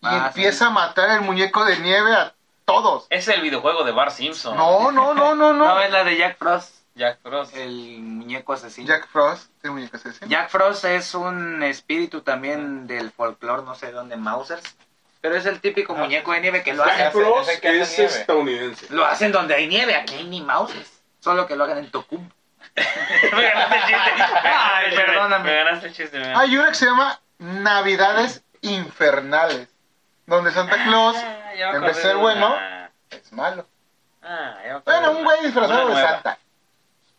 Speaker 3: Y
Speaker 1: Ah,
Speaker 3: empieza a matar el muñeco de nieve a todos.
Speaker 2: Es el videojuego de Bar Simpson.
Speaker 3: No, no, no, no,
Speaker 1: No.
Speaker 3: no.
Speaker 1: es la de Jack Frost,
Speaker 2: Jack Frost.
Speaker 1: el muñeco asesino. Jack,
Speaker 3: Jack Frost, el muñeco asesino.
Speaker 1: Frost es un espíritu también del folclore, no sé dónde, Mausers. Pero es el típico muñeco de nieve que lo hacen.
Speaker 4: Jack Frost
Speaker 5: ese que hace
Speaker 4: es
Speaker 5: nieve.
Speaker 4: estadounidense.
Speaker 1: Lo hacen donde hay nieve, aquí hay ni Mausers. Solo que lo hagan en Tocumbo.
Speaker 2: me ganaste el chiste. Me ganaste
Speaker 1: Ay,
Speaker 2: el chiste,
Speaker 1: perdóname.
Speaker 2: Me ganaste el chiste. me ganaste.
Speaker 3: Hay una que se llama Navidades Infernales, donde Santa Claus
Speaker 2: Ah, ya me
Speaker 3: en
Speaker 2: acordé
Speaker 3: vez de ser
Speaker 2: una.
Speaker 3: bueno, es malo.
Speaker 2: Ah, ya me acordé
Speaker 3: Bueno,
Speaker 2: de
Speaker 3: un
Speaker 2: una.
Speaker 3: güey disfrazado de
Speaker 2: Una nueva.
Speaker 3: Santa.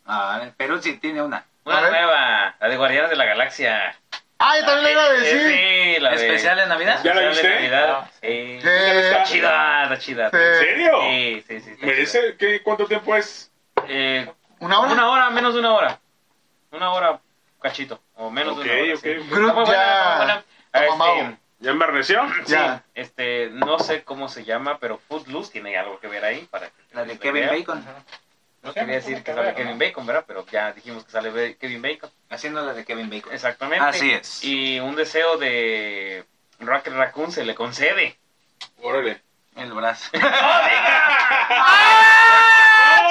Speaker 1: Ah, en Perú sí tiene una.
Speaker 3: A
Speaker 2: Una
Speaker 3: ver.
Speaker 2: nueva. La de Guardianes de la Galaxia.
Speaker 3: Ah, yo también le iba a decir.
Speaker 2: Sí, la de-
Speaker 1: ¿Especial en Navidad?
Speaker 4: ¿Ya la
Speaker 2: especial
Speaker 4: viste?
Speaker 2: de Navidad.
Speaker 5: Ah.
Speaker 2: Sí.
Speaker 3: Eh,
Speaker 2: Está chida, está chida.
Speaker 3: Sí. ¿En
Speaker 4: serio?
Speaker 2: Sí, sí, sí. está chida.
Speaker 4: ¿Merece? ¿Qué, ¿Cuánto tiempo es?
Speaker 2: Eh,
Speaker 3: Una hora.
Speaker 2: Una hora, menos de una hora. Una hora, cachito. O menos
Speaker 4: Ok,
Speaker 2: de una hora.
Speaker 4: ok.
Speaker 2: sí.
Speaker 3: Groot
Speaker 2: Está muy buena,
Speaker 3: ya-
Speaker 2: está muy buena.
Speaker 3: está
Speaker 2: Este,
Speaker 3: mamado.
Speaker 4: ¿Ya embarneció?
Speaker 3: Ya.
Speaker 2: Este, no sé cómo se llama, pero Footloose tiene algo que ver ahí. Para que
Speaker 1: La de
Speaker 2: ustedes
Speaker 1: Kevin
Speaker 2: vean.
Speaker 1: Bacon.
Speaker 2: No quería decir que sale Kevin Bacon, ¿verdad? Pero ya dijimos que sale Be- Kevin Bacon.
Speaker 1: Haciendo la de Kevin Bacon.
Speaker 2: Exactamente.
Speaker 1: Así es.
Speaker 2: Y un deseo de Rocket Raccoon se le concede.
Speaker 4: Órale.
Speaker 1: El brazo.
Speaker 2: ¡Ah!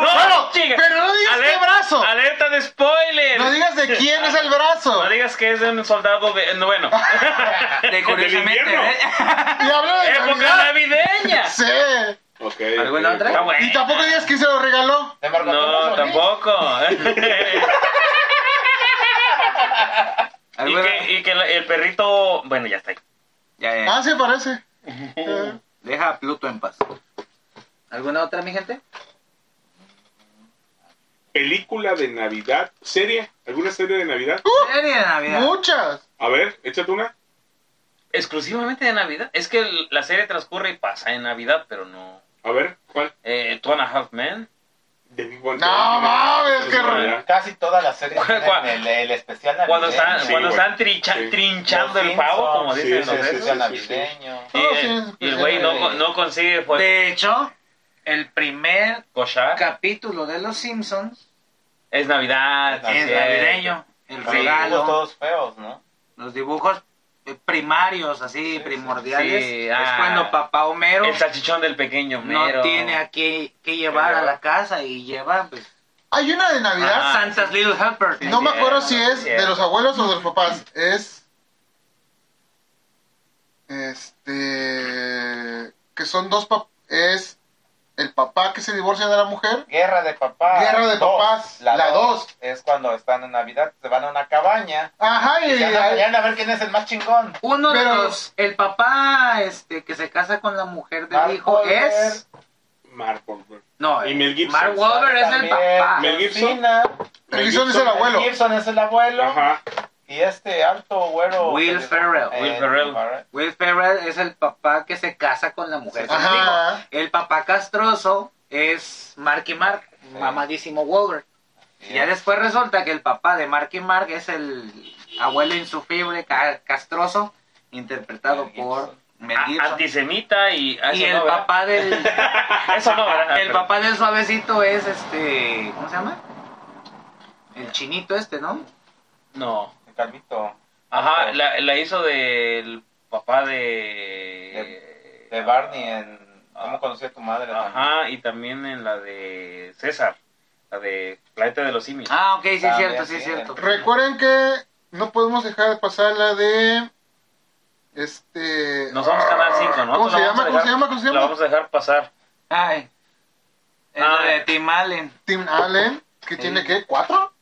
Speaker 2: ¡No,
Speaker 3: Bueno,
Speaker 2: chinga!
Speaker 3: pero no digas qué
Speaker 2: Alerta-
Speaker 3: brazo.
Speaker 2: ¡Alerta de spoiler!
Speaker 3: No digas de quién es el brazo.
Speaker 2: No digas que es de un soldado. be- no, Bueno,
Speaker 1: De curiosamente.
Speaker 4: invierno.
Speaker 1: ¿eh?
Speaker 3: Y habla de
Speaker 2: época
Speaker 3: Navidad.
Speaker 2: navideña.
Speaker 3: Sí.
Speaker 4: Ok.
Speaker 1: ¿Alguna
Speaker 4: ok,
Speaker 1: otra?
Speaker 2: Está
Speaker 4: ok.
Speaker 2: bueno.
Speaker 3: Y tampoco digas quién se lo regaló.
Speaker 5: De Marco
Speaker 2: No,
Speaker 5: Antonio Solís.
Speaker 2: tampoco. y
Speaker 1: ¿Alguna?
Speaker 2: que, y que la- el perrito. Bueno, ya está ahí.
Speaker 1: Ya, ya, ya.
Speaker 3: Ah, se parece.
Speaker 2: Ah.
Speaker 3: Eh,
Speaker 1: Deja a Pluto en paz. ¿Alguna otra, mi gente?
Speaker 4: ¿Película de Navidad? ¿Serie? ¿Alguna serie de Navidad?
Speaker 2: Uh.
Speaker 1: Serie de Navidad.
Speaker 3: Muchas.
Speaker 4: A ver, échate una.
Speaker 2: Exclusivamente de Navidad. Es que el- la serie transcurre y pasa en Navidad, pero no.
Speaker 4: A ver, ¿cuál?
Speaker 2: Eh, Two and a Half Men.
Speaker 4: de Big Bang
Speaker 3: No
Speaker 4: Theory.
Speaker 3: mames, qué
Speaker 4: Desmadre.
Speaker 7: Casi todas las series
Speaker 2: Cu-
Speaker 7: tienen
Speaker 2: cu-
Speaker 7: el, el especial navideño.
Speaker 2: Cuando están,
Speaker 4: Sí,
Speaker 2: cuando
Speaker 4: güey.
Speaker 2: están trincha-
Speaker 4: Sí.
Speaker 2: trinchando
Speaker 7: Los
Speaker 2: el pavo, como
Speaker 7: Simpsons,
Speaker 2: dicen
Speaker 4: sí,
Speaker 2: los
Speaker 7: el
Speaker 4: sí,
Speaker 2: esos.
Speaker 7: especial
Speaker 4: sí, sí, sí.
Speaker 7: navideño.
Speaker 2: Y,
Speaker 3: Oh, sí,
Speaker 2: el-
Speaker 3: es
Speaker 2: y el güey no, no consigue pues,
Speaker 1: De hecho, el primer
Speaker 2: cochar.
Speaker 1: capítulo de Los Simpsons
Speaker 2: Es Navidad.
Speaker 7: Ah,
Speaker 1: es
Speaker 7: cierto.
Speaker 1: navideño. El
Speaker 7: Pero
Speaker 1: regalo,
Speaker 7: dibujos todos feos, ¿no?
Speaker 1: los dibujos eh, primarios, así,
Speaker 7: Sí,
Speaker 1: primordiales.
Speaker 2: sí, sí.
Speaker 1: es
Speaker 2: Ah.
Speaker 1: cuando papá Homero
Speaker 2: El salchichón del pequeño mero.
Speaker 1: no tiene a qué, qué llevar a la casa y lleva pues,
Speaker 3: Hay una de Navidad.
Speaker 2: Ah,
Speaker 1: Santa's Little Helper.
Speaker 3: no me
Speaker 2: sí,
Speaker 3: acuerdo
Speaker 2: sí,
Speaker 3: si es
Speaker 2: sí.
Speaker 3: de los abuelos o de los papás. Es. Este. Que son dos papás. Es el papá que se divorcia de la mujer.
Speaker 7: Guerra de papás.
Speaker 3: Guerra de
Speaker 7: Dos.
Speaker 3: papás,
Speaker 7: La,
Speaker 3: la
Speaker 7: dos.
Speaker 3: dos.
Speaker 7: Es cuando están en Navidad, se van a una cabaña.
Speaker 3: Ajá,
Speaker 7: Y
Speaker 3: y.
Speaker 7: se andan peleando a ver quién es el más chingón.
Speaker 1: Uno
Speaker 3: Pero-
Speaker 1: de los, el papá este que se casa con la mujer del
Speaker 7: Mark
Speaker 1: hijo
Speaker 7: Wahlberg,
Speaker 1: es
Speaker 4: Marco, güey.
Speaker 1: no,
Speaker 4: Y
Speaker 1: el-
Speaker 4: Mel Gibson.
Speaker 1: Mark Wahlberg es el
Speaker 7: también
Speaker 1: papá.
Speaker 4: Mel Gibson.
Speaker 7: Cena,
Speaker 3: el Gibson es el abuelo.
Speaker 7: Gibson es el abuelo.
Speaker 4: Ajá.
Speaker 7: Y este alto güero.
Speaker 1: Will
Speaker 7: que-
Speaker 1: Ferrell.
Speaker 7: Eh,
Speaker 2: Will Ferrell.
Speaker 1: Will Ferrell es el papá que se casa con la mujer del hijo.
Speaker 3: Ajá.
Speaker 1: El papá castroso es Marky Mark, mamadísimo Wahlberg. Y ya después resulta que el papá de Marky Mark es el abuelo insufrible, ca- castroso, interpretado
Speaker 7: Mel
Speaker 1: por
Speaker 7: Gibson.
Speaker 1: Mel
Speaker 2: A-
Speaker 1: Gibson.
Speaker 2: antisemita y. ah,
Speaker 1: Y
Speaker 2: eso
Speaker 1: el
Speaker 2: no, ¿verdad? Ah,
Speaker 1: papá del
Speaker 2: Eso no, ¿verdad?
Speaker 1: el papá del suavecito es este, ¿cómo se llama? El chinito este, ¿no?
Speaker 2: No.
Speaker 7: El Calvito.
Speaker 2: Ajá, la, la hizo del papá de.
Speaker 7: De Barney en. ¿Cómo
Speaker 2: Ah.
Speaker 7: conocí a tu madre? también.
Speaker 2: Ajá, y también en la de César. La de Planeta de los Simios.
Speaker 1: Ah, ok, sí es
Speaker 7: También,
Speaker 1: cierto, sí es
Speaker 7: sí,
Speaker 1: cierto.
Speaker 3: Recuerden que no podemos dejar de pasar la de. Este.
Speaker 2: Nos vamos a Canal 5, ¿no?
Speaker 3: ¿Cómo se
Speaker 2: La
Speaker 3: llama? ¿Cómo
Speaker 2: vamos a
Speaker 3: se
Speaker 2: dejar-
Speaker 3: llama? ¿Cómo se
Speaker 2: La
Speaker 3: llama?
Speaker 2: vamos a dejar pasar.
Speaker 1: Ay. Es la
Speaker 2: Ah.
Speaker 1: de Tim Allen.
Speaker 3: Tim Allen, que tiene que cuatro.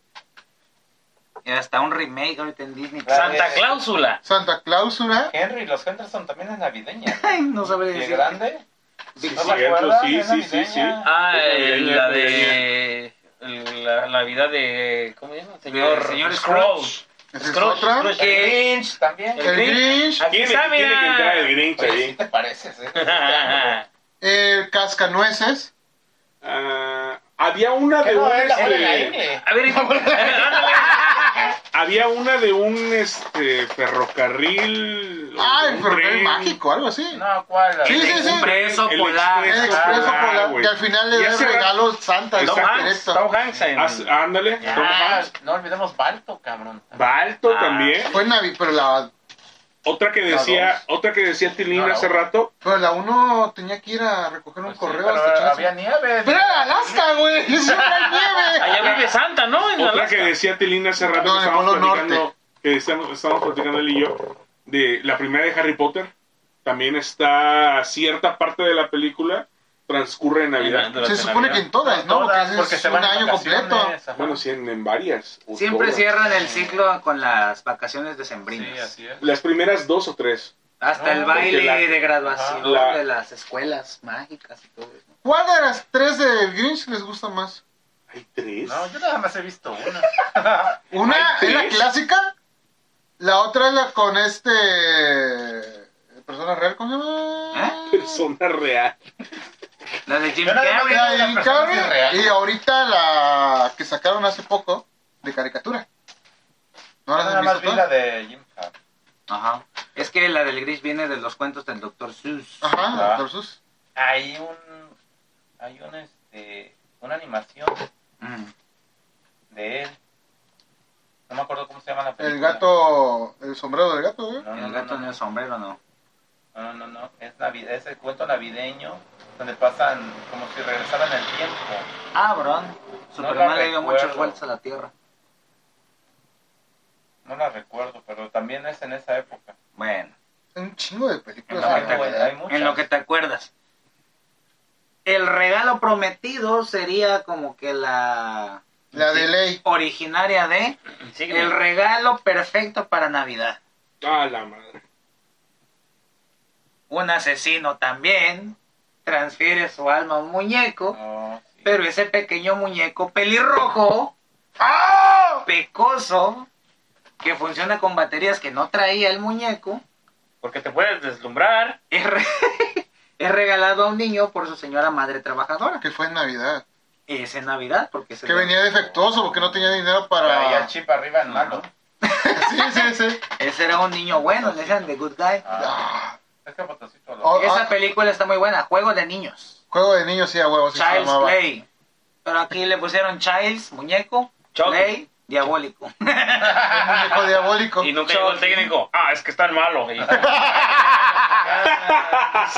Speaker 1: Y hasta un remake ahorita en Disney.
Speaker 7: La Claro.
Speaker 2: Santa
Speaker 7: de-
Speaker 2: Cláusula.
Speaker 3: Santa Clausura.
Speaker 7: Henry, los Henderson también es navideña. ¿no?
Speaker 1: Ay, no sabré
Speaker 7: ¿Y
Speaker 1: decir.
Speaker 7: grande?
Speaker 4: Sí,
Speaker 7: ¿No
Speaker 4: sí,
Speaker 7: se acuerdan?
Speaker 4: sí,
Speaker 7: Es
Speaker 4: sí, sí, sí.
Speaker 7: navideña.
Speaker 2: Ah,
Speaker 4: Es
Speaker 2: eh,
Speaker 4: navideña,
Speaker 2: la
Speaker 4: es
Speaker 2: de. el- La, la vida de. ¿Cómo se llama?
Speaker 1: El
Speaker 2: Señor,
Speaker 1: señor
Speaker 2: Scrooge.
Speaker 3: Esa es
Speaker 2: Scrooge,
Speaker 3: otra.
Speaker 2: Scrooge.
Speaker 7: El
Speaker 2: Eh,
Speaker 7: Grinch también.
Speaker 3: El Grinch.
Speaker 2: Aquí
Speaker 4: Tiene,
Speaker 2: está,
Speaker 4: tiene que entrar el
Speaker 2: mira.
Speaker 4: Grinch
Speaker 7: Oye, sí
Speaker 4: ahí.
Speaker 7: te pareces, ¿eh?
Speaker 3: El Cascanueces.
Speaker 4: Ah, había una
Speaker 7: ¿Qué
Speaker 4: de
Speaker 7: no
Speaker 4: un
Speaker 7: es la abuela de la
Speaker 4: este,
Speaker 7: Ingle?
Speaker 2: A ver, ándale.
Speaker 4: había una de un este ferrocarril o
Speaker 3: Ah,
Speaker 4: de
Speaker 3: el
Speaker 4: un
Speaker 3: ferrocarril
Speaker 4: tren.
Speaker 3: mágico, algo así.
Speaker 7: No, ¿cuál?
Speaker 3: Sí, sí, sí.
Speaker 1: Un preso
Speaker 4: El
Speaker 1: polar.
Speaker 3: El expreso
Speaker 4: Ah,
Speaker 3: polar,
Speaker 4: güey.
Speaker 3: que al final le
Speaker 4: Y
Speaker 3: da el
Speaker 4: hace rato-
Speaker 3: regalo Santa
Speaker 2: Tom
Speaker 4: Exacto.
Speaker 2: Hanks.
Speaker 3: directo.
Speaker 2: Tom Hanks en-
Speaker 4: Ah, ándale, Tom
Speaker 7: Ah,
Speaker 4: Hanks.
Speaker 7: no olvidemos Balto, cabrón.
Speaker 4: Balto
Speaker 2: Ah.
Speaker 4: también.
Speaker 3: Fue en Navi, pero la,
Speaker 4: Otra que decía, otra que decía Tilín
Speaker 7: No, la
Speaker 4: hace
Speaker 7: otra.
Speaker 4: rato.
Speaker 3: pero la uno tenía que ir a recoger un
Speaker 7: Pues Sí,
Speaker 3: correo este
Speaker 7: pero
Speaker 3: hasta Chaza.
Speaker 7: había nieve.
Speaker 3: Pero era Alaska, güey. Siempre hay nieve.
Speaker 2: Allá vive Santa, ¿no? En
Speaker 4: Otra
Speaker 2: Alaska.
Speaker 4: que decía Tilín hace
Speaker 3: No,
Speaker 4: rato que
Speaker 3: en el
Speaker 4: estábamos
Speaker 3: Polo
Speaker 4: platicando,
Speaker 3: Norte.
Speaker 4: que estábamos, estábamos platicando él y yo, de la primera de Harry Potter. También está cierta parte de la película transcurre en Navidad.
Speaker 2: Durante
Speaker 3: Se supone
Speaker 2: Navidad.
Speaker 3: que en todas, ¿no? Porque,
Speaker 7: Todas,
Speaker 3: es
Speaker 7: porque se
Speaker 3: un
Speaker 7: van en
Speaker 3: año
Speaker 7: vacaciones,
Speaker 3: completo.
Speaker 7: ajá.
Speaker 4: Bueno, sí, en, en varias. o
Speaker 1: Siempre
Speaker 4: todas.
Speaker 1: cierran el ciclo con las vacaciones
Speaker 7: Sí,
Speaker 1: decembrinas.
Speaker 7: así es.
Speaker 4: Las primeras dos o tres.
Speaker 1: Hasta
Speaker 7: No,
Speaker 1: el
Speaker 7: porque
Speaker 1: baile
Speaker 4: la-
Speaker 1: de graduación
Speaker 4: Ajá. La-
Speaker 1: de las escuelas mágicas y todo eso.
Speaker 3: ¿Cuál de las tres de Grinch les gusta más?
Speaker 4: ¿Hay tres?
Speaker 7: No, yo nada más he visto una.
Speaker 3: Una
Speaker 4: ¿Hay
Speaker 3: es la
Speaker 4: tres?
Speaker 3: clásica, la otra es la con este. eh, Persona real, ¿cómo se
Speaker 7: Ah,
Speaker 3: llama?
Speaker 7: pues
Speaker 4: Persona real.
Speaker 1: La de Jim
Speaker 7: Yo nada más
Speaker 1: Carrey.
Speaker 3: La de
Speaker 7: La
Speaker 3: Jim
Speaker 7: persona
Speaker 3: Carrey,
Speaker 7: es real.
Speaker 3: y ahorita la que sacaron hace poco de caricatura. ¿No
Speaker 7: Yo
Speaker 3: las
Speaker 7: Ah, nada
Speaker 3: han
Speaker 7: más
Speaker 3: visto
Speaker 7: vi la
Speaker 3: todas?
Speaker 7: de Jim Carrey.
Speaker 1: Ajá. Es que la del Gris viene de los cuentos del Dr. Seuss.
Speaker 3: Ajá,
Speaker 7: Ah.
Speaker 3: Dr. Seuss.
Speaker 7: Hay un. Hay un este. Una animación
Speaker 1: Mm.
Speaker 7: de él. No me acuerdo cómo se llama la película.
Speaker 3: El gato, el sombrero del gato, güey.
Speaker 7: No, no,
Speaker 1: El
Speaker 7: no,
Speaker 1: gato
Speaker 7: no,
Speaker 1: en el sombrero, Ah, no.
Speaker 7: No, no, no, es, Navidad, es el cuento navideño donde pasan como si regresaran el tiempo.
Speaker 1: Ah, bron. Superman
Speaker 7: la
Speaker 1: le dio
Speaker 7: recuerdo.
Speaker 1: muchas vueltas a la Tierra.
Speaker 7: No la recuerdo, pero también es en esa época.
Speaker 1: Bueno,
Speaker 3: Un chingo de
Speaker 1: en
Speaker 3: películas.
Speaker 1: lo,
Speaker 7: Ah,
Speaker 1: que
Speaker 3: de
Speaker 1: te,
Speaker 7: no,
Speaker 3: Navidad.
Speaker 7: güey, hay muchas.
Speaker 1: en lo que te acuerdas. El regalo prometido sería como que la
Speaker 3: La de ley.
Speaker 1: originaria de
Speaker 2: Sígueme.
Speaker 1: el regalo perfecto para Navidad.
Speaker 4: Ah, la madre.
Speaker 1: Un asesino también transfiere su alma a un muñeco,
Speaker 7: No, sí.
Speaker 1: pero ese pequeño muñeco pelirrojo, pecoso, que funciona con baterías que no traía el muñeco,
Speaker 2: Porque te puedes deslumbrar.
Speaker 1: es, re- es regalado a un niño por su señora madre trabajadora.
Speaker 3: Que fue en Navidad.
Speaker 1: es en Navidad, porque es
Speaker 3: Que venía defectuoso porque no tenía dinero
Speaker 7: Traía
Speaker 3: para.
Speaker 7: el chip arriba en mano.
Speaker 3: Sí, sí, sí.
Speaker 1: Ese era un niño bueno, le decían The Good Guy.
Speaker 3: Ah,
Speaker 7: Es que potosito lo.
Speaker 3: Oh,
Speaker 1: Esa
Speaker 3: ah.
Speaker 1: película está muy buena, Juego de Niños,
Speaker 3: Juego de niños, sí, a huevos. Sí, se
Speaker 1: Child's
Speaker 3: llamaba.
Speaker 1: Play. Pero aquí le pusieron Child's, muñeco,
Speaker 2: Chucky.
Speaker 1: Play, diabólico.
Speaker 3: Un muñeco diabólico.
Speaker 2: Y nunca llegó el técnico. Ah, es que están malos. Y-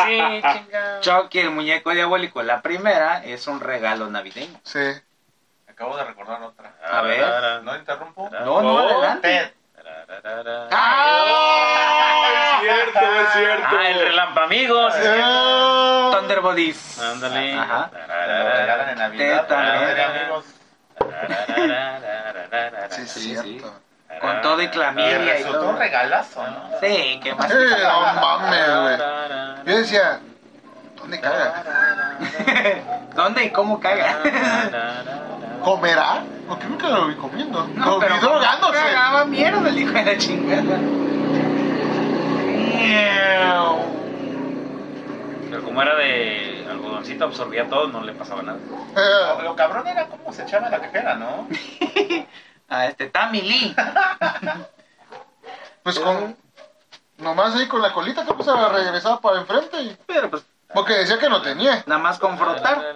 Speaker 2: sí, chingada.
Speaker 1: Chucky, el muñeco diabólico, la primera es un regalo navideño.
Speaker 3: Sí.
Speaker 7: Acabo de recordar otra.
Speaker 2: Ah,
Speaker 1: A ver.
Speaker 7: ¿No interrumpo?
Speaker 1: No, no,
Speaker 4: Ah. Oh.
Speaker 1: adelante.
Speaker 7: Ted.
Speaker 4: ¡Ah! Es cierto, es cierto.
Speaker 2: Ah, el relampamigos. es cierto.
Speaker 3: Ah,
Speaker 1: Thunderbodies.
Speaker 2: Ándale.
Speaker 1: Ajá.
Speaker 7: Te lo regalan en Navidad.
Speaker 1: Ted
Speaker 7: para
Speaker 1: también.
Speaker 7: hacer amigos.
Speaker 3: Sí,
Speaker 1: sí,
Speaker 3: cierto.
Speaker 1: sí.
Speaker 2: Ah.
Speaker 1: Con todo y
Speaker 7: Y
Speaker 1: clamidia y
Speaker 7: resultó
Speaker 1: todo.
Speaker 7: un regalazo, ¿no?
Speaker 1: Sí, que más.
Speaker 3: Eh, no mames, güey. Yo decía, ¿dónde caga?
Speaker 1: ¿Dónde y cómo
Speaker 2: Ah,
Speaker 1: caga?
Speaker 3: ¿Comerá? Porque nunca lo vi comiendo. lo vi
Speaker 1: como
Speaker 3: drogándose.
Speaker 1: Tragaba mierda el hijo de la chingada.
Speaker 2: Pero como era de algodoncito, absorbía todo, no le pasaba nada.
Speaker 7: Lo,
Speaker 3: Eh,
Speaker 7: lo cabrón era cómo se echaba la cajera, ¿no?
Speaker 1: A este Tammy Lee.
Speaker 3: pues con. Nomás ahí con la colita, creo que se la regresaba para enfrente. y-
Speaker 1: Pero pues
Speaker 3: Porque decía que no tenía.
Speaker 1: nada más confrontar.
Speaker 7: pues,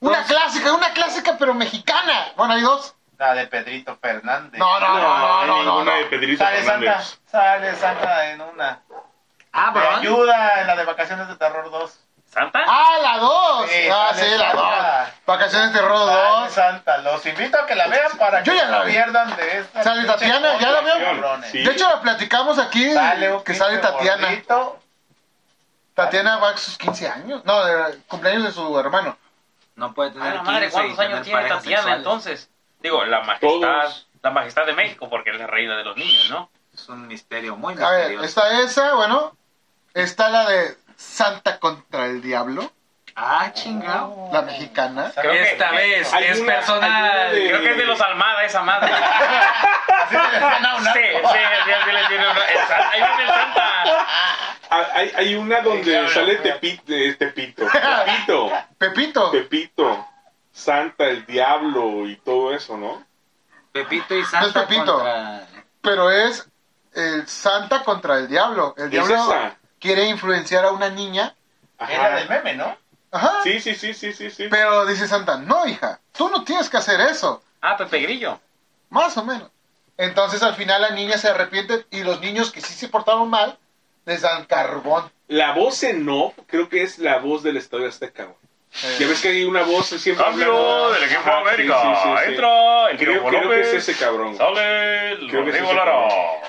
Speaker 3: Una clásica, una clásica, pero mexicana. Bueno, hay dos.
Speaker 7: La de Pedrito Fernández.
Speaker 3: No, no, no, no, no. no,
Speaker 4: ninguna de
Speaker 3: no.
Speaker 4: Pedrito
Speaker 7: Sale Santa,
Speaker 4: Fernández.
Speaker 7: sale Santa en una.
Speaker 1: Ah,
Speaker 7: Te
Speaker 1: bro.
Speaker 7: ayuda en la de Vacaciones de Terror 2.
Speaker 2: ¿Santa?
Speaker 3: Ah, la dos.
Speaker 7: Sí,
Speaker 3: ah,
Speaker 7: sale
Speaker 3: sí, la
Speaker 7: Santa.
Speaker 3: dos. Vacaciones de Terror
Speaker 7: Sale
Speaker 3: dos.
Speaker 7: Santa, los invito a que la vean para
Speaker 3: Yo
Speaker 7: que
Speaker 3: ya la
Speaker 7: no
Speaker 3: vi.
Speaker 7: pierdan de esta.
Speaker 3: Sale
Speaker 7: pinche
Speaker 3: Tatiana, ¿ya la
Speaker 7: joya,
Speaker 3: veo?
Speaker 7: cabrones.
Speaker 4: Sí.
Speaker 3: De hecho, la platicamos aquí.
Speaker 7: Sale un
Speaker 3: Que sale
Speaker 7: pinche
Speaker 3: Tatiana.
Speaker 7: gordito.
Speaker 3: Tatiana va a sus 15 años. No, de- cumpleaños de su hermano.
Speaker 1: No puede
Speaker 2: Ah,
Speaker 1: tener
Speaker 2: la
Speaker 1: 15
Speaker 2: madre, ¿cuántos
Speaker 1: y tener
Speaker 2: años tiene
Speaker 1: parejas
Speaker 2: Tatiana
Speaker 1: sexuales.
Speaker 2: entonces? Digo, la majestad,
Speaker 4: Todos.
Speaker 2: la majestad de México, porque es la reina de los niños, ¿no?
Speaker 1: Es un misterio muy
Speaker 3: A ver,
Speaker 1: misterioso.
Speaker 3: está esa, bueno. Está la de Santa contra el Diablo,
Speaker 1: Ah, chingado.
Speaker 3: la mexicana.
Speaker 7: Creo que-
Speaker 1: Esta vez
Speaker 4: hay
Speaker 1: es
Speaker 4: una-
Speaker 1: personal.
Speaker 4: hay una
Speaker 2: Creo que es de los Almada esa madre.
Speaker 7: Así le decían a un
Speaker 2: Sí, sí,
Speaker 7: narco.
Speaker 2: sí, sí, sí, le tiene una- el San- Ahí viene el Santa.
Speaker 4: Ah, Hay, hay una donde
Speaker 7: Sí, claro,
Speaker 4: sale
Speaker 7: claro.
Speaker 4: Tepito, eh, Tepito, Pepito,
Speaker 3: Pepito.
Speaker 4: Pepito, Santa, el Diablo y todo eso, ¿no?
Speaker 1: Pepito y Santa
Speaker 3: Pepito.
Speaker 1: contra...
Speaker 3: Pero es el Santa contra el Diablo. El
Speaker 4: ¿Es
Speaker 3: Diablo
Speaker 4: esa?
Speaker 3: quiere influenciar a una niña.
Speaker 7: Era del meme, ¿no?
Speaker 3: Ajá.
Speaker 4: Sí, sí, sí, sí, sí, sí.
Speaker 3: Pero dice Santa, no, hija, tú no tienes que hacer eso.
Speaker 2: Ah, Pepe Grillo.
Speaker 3: Más o menos. Entonces al final la niña se arrepiente y los niños que sí se portaron mal les dan carbón.
Speaker 4: La voz en off creo que es la voz del Estadio Azteca, güey.
Speaker 3: Eh,
Speaker 4: Ya ves que hay una voz siempre...
Speaker 2: Cambio
Speaker 4: hablando-
Speaker 2: del equipo
Speaker 4: Ajá, sí,
Speaker 2: América.
Speaker 4: sí, sí, sí.
Speaker 2: Entra el
Speaker 4: Creo,
Speaker 2: Piojo
Speaker 4: creo que es
Speaker 2: López.
Speaker 4: ese cabrón. güey.
Speaker 2: Sale
Speaker 4: Creo que es
Speaker 2: Rodrigo
Speaker 4: ese
Speaker 2: Lara.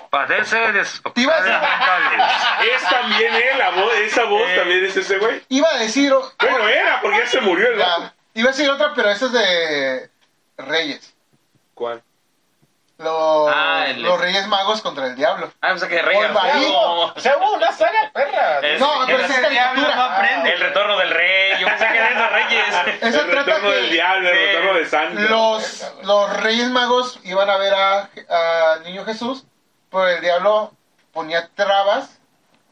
Speaker 5: Padece de
Speaker 3: Te iba a decir-
Speaker 4: Es también él, la voz, esa voz
Speaker 2: Eh.
Speaker 4: también es ese güey.
Speaker 3: iba a decir o-
Speaker 4: Bueno, era, porque ya se murió el vato.
Speaker 3: Ya, iba a decir otra, pero esa es de Reyes.
Speaker 4: ¿Cuál?
Speaker 3: Los,
Speaker 2: Ah, el-
Speaker 3: los Reyes Magos contra el Diablo.
Speaker 2: Ah, pues que rey Arturo.
Speaker 7: O sea, hubo una saga perra.
Speaker 2: Es-
Speaker 3: No, pero esa es caricatura.
Speaker 2: El retorno del rey. Yo pensé que de esos reyes.
Speaker 3: Esa
Speaker 4: el
Speaker 3: trata
Speaker 4: retorno
Speaker 3: que
Speaker 4: del diablo, el
Speaker 2: Sí.
Speaker 4: retorno de Santa.
Speaker 3: los, los Reyes Magos iban a ver a, a Niño Jesús, pero el Diablo ponía trabas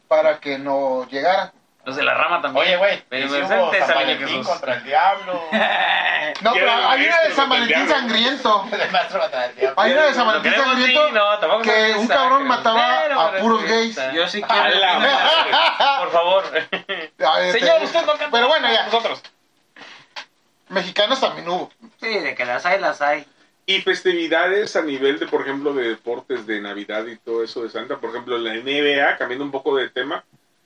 Speaker 3: para que no llegara.
Speaker 2: Los de la rama también.
Speaker 7: Oye, güey,
Speaker 2: Pero
Speaker 7: y si
Speaker 2: me
Speaker 7: hubo
Speaker 2: sente
Speaker 7: San
Speaker 2: esa niña
Speaker 7: Valentín
Speaker 2: Jesús.
Speaker 7: contra el diablo.
Speaker 3: No,
Speaker 4: Ya
Speaker 3: pero
Speaker 4: era
Speaker 3: hay una de
Speaker 4: maestro
Speaker 3: San
Speaker 4: del
Speaker 3: Valentín
Speaker 4: diablo.
Speaker 3: sangriento.
Speaker 7: El maestro contra el diablo.
Speaker 3: Hay una de San
Speaker 2: Lo
Speaker 3: Valentín
Speaker 2: queremos, sí,
Speaker 3: sangriento
Speaker 2: no, tampoco
Speaker 3: que
Speaker 2: es
Speaker 3: un cabrón
Speaker 2: sacro.
Speaker 3: mataba
Speaker 2: Pero Ah,
Speaker 3: a
Speaker 2: me
Speaker 3: puros
Speaker 2: respeta.
Speaker 1: Yo sí
Speaker 4: A
Speaker 1: quiero...
Speaker 4: la madre.
Speaker 2: Por favor.
Speaker 3: Ay, te
Speaker 2: Señor,
Speaker 3: digo.
Speaker 2: usted no canta.
Speaker 3: este, Pero bueno, ya.
Speaker 2: Nosotros.
Speaker 3: Mexicanos también hubo.
Speaker 1: Sí, de que las hay, las hay.
Speaker 4: Y festividades a nivel de, por ejemplo, de deportes de Navidad y todo eso de Santa. Por ejemplo, la NBA, cambiando un poco de tema,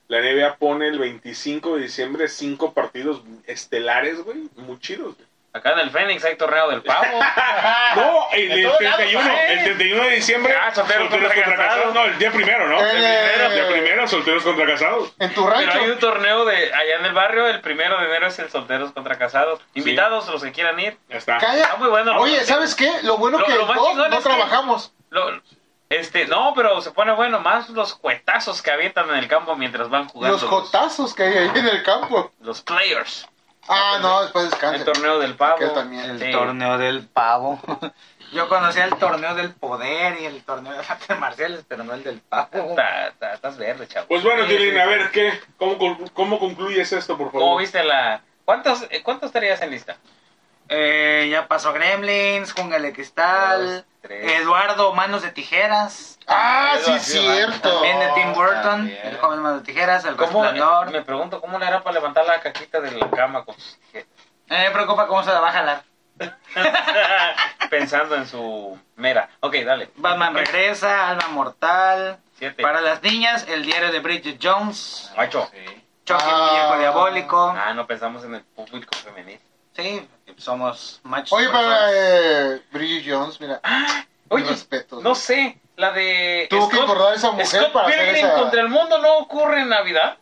Speaker 4: la NBA pone el 25 de diciembre cinco partidos estelares, güey, muy chidos. güey.
Speaker 2: Acá en el Fénix hay torneo del pavo.
Speaker 5: Ah,
Speaker 4: No, el,
Speaker 7: de
Speaker 4: el
Speaker 7: todos lados,
Speaker 4: 31, el
Speaker 7: ¿eh?
Speaker 4: 31 de diciembre,
Speaker 2: Ah,
Speaker 4: solteros
Speaker 2: solteros contra
Speaker 4: contra
Speaker 2: casados.
Speaker 4: casados. No, el día primero, ¿no?
Speaker 3: Eh.
Speaker 4: El primero, el día primero, solteros contra casados.
Speaker 3: En tu
Speaker 2: Pero hay un
Speaker 3: rancho.
Speaker 2: torneo de allá en el barrio. El primero de enero es el solteros contra casados. Invitados los que quieran ir.
Speaker 4: Ya está.
Speaker 3: Calla.
Speaker 2: Está muy bueno.
Speaker 3: Oye, ¿sabes qué? Lo bueno
Speaker 2: Lo-
Speaker 3: que
Speaker 2: lo
Speaker 3: los
Speaker 2: más
Speaker 3: dos
Speaker 2: chingón
Speaker 3: no
Speaker 2: es que-
Speaker 3: trabajamos.
Speaker 2: Lo- este, no, pero se pone bueno más los cuetazos que avientan en el campo mientras van jugando.
Speaker 3: Los cotazos que hay ahí en el campo.
Speaker 2: los players. pues,
Speaker 3: Ah, no, después
Speaker 2: El
Speaker 3: descansa.
Speaker 2: torneo del pavo.
Speaker 3: Que también.
Speaker 1: El
Speaker 2: Sí.
Speaker 1: torneo del pavo. Yo conocía el torneo del poder y el torneo de artes marciales, pero no el del pavo.
Speaker 2: Ta- ta- Estás verde, chavo.
Speaker 4: Pues bueno,
Speaker 1: Sí, sí,
Speaker 4: Tilín, a
Speaker 1: sí.
Speaker 4: ver, ¿qué? ¿Cómo, conclu- ¿Cómo concluyes esto, por favor?
Speaker 2: ¿Cómo viste la.? ¿Cuántos, eh, ¿Cuántos estarías en lista?
Speaker 1: Eh, ya pasó Gremlins, Jungla de
Speaker 2: Dos,
Speaker 1: Cristal,
Speaker 2: tres.
Speaker 1: Eduardo Manos de Tijeras,
Speaker 3: Ah, sí,
Speaker 7: Eduardo,
Speaker 3: cierto.
Speaker 1: Oh, también de Tim Burton,
Speaker 7: también.
Speaker 1: el joven Manos de Tijeras, el
Speaker 2: ¿Cómo-
Speaker 1: resplandor.
Speaker 2: me pregunto cómo le hará para levantar la caquita de la cama con sus tijeras?
Speaker 1: No Eh, me preocupa cómo se la va a jalar.
Speaker 2: Pensando en su mera. Ok, dale.
Speaker 1: Batman regresa, Alma Mortal.
Speaker 2: Siete.
Speaker 1: Para las niñas, el diario de Bridget Jones,
Speaker 2: Ocho.
Speaker 1: Chucky el
Speaker 3: Ah.
Speaker 1: muñeco diabólico.
Speaker 2: Ah, no pensamos en el público femenino.
Speaker 1: Sí, somos machos.
Speaker 3: Oye, para
Speaker 1: personas.
Speaker 3: eh, Bridget Jones, mira.
Speaker 2: Ah, Oye,
Speaker 3: Mis respetos,
Speaker 2: no
Speaker 3: güey.
Speaker 2: sé, la de...
Speaker 3: Tuvo que engordar esa mujer
Speaker 2: Scott
Speaker 3: para hacer
Speaker 2: Pilgrim
Speaker 3: esa-
Speaker 2: contra el mundo no ocurre en Navidad,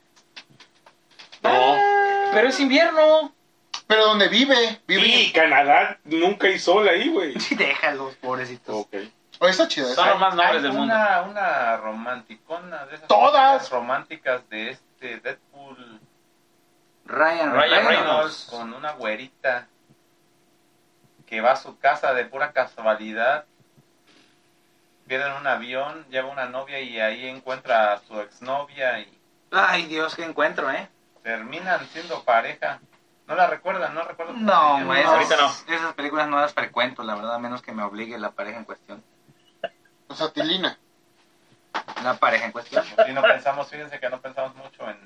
Speaker 2: Ah,
Speaker 4: No.
Speaker 2: pero es invierno.
Speaker 3: Pero donde vive, vive.
Speaker 4: Y Canadá nunca hay sol ahí, güey.
Speaker 1: Sí, déjalos, pobrecitos.
Speaker 4: Ok.
Speaker 3: Oye, está chida
Speaker 2: Son
Speaker 3: esa.
Speaker 2: los más nobles
Speaker 7: Hay
Speaker 2: del mundo.
Speaker 7: una, una romanticona de esas
Speaker 3: Todas.
Speaker 7: románticas de este Deadpool
Speaker 1: Ryan,
Speaker 2: Ryan
Speaker 1: Reynolds.
Speaker 2: Reynolds.
Speaker 7: con una güerita que va a su casa de pura casualidad. Pierden un avión, lleva una novia y ahí encuentra a su exnovia y
Speaker 1: Ay, Dios, qué encuentro, ¿eh?
Speaker 7: terminan siendo pareja. No la recuerdan, no recuerdo. cómo
Speaker 1: No,
Speaker 7: se llama.
Speaker 1: ma, esas,
Speaker 2: ahorita no.
Speaker 1: esas películas no las frecuento, la verdad, a menos que me obligue la pareja en cuestión.
Speaker 3: O sea, Tilina.
Speaker 1: La pareja en cuestión.
Speaker 7: Sí, no pensamos, fíjense que no pensamos mucho en,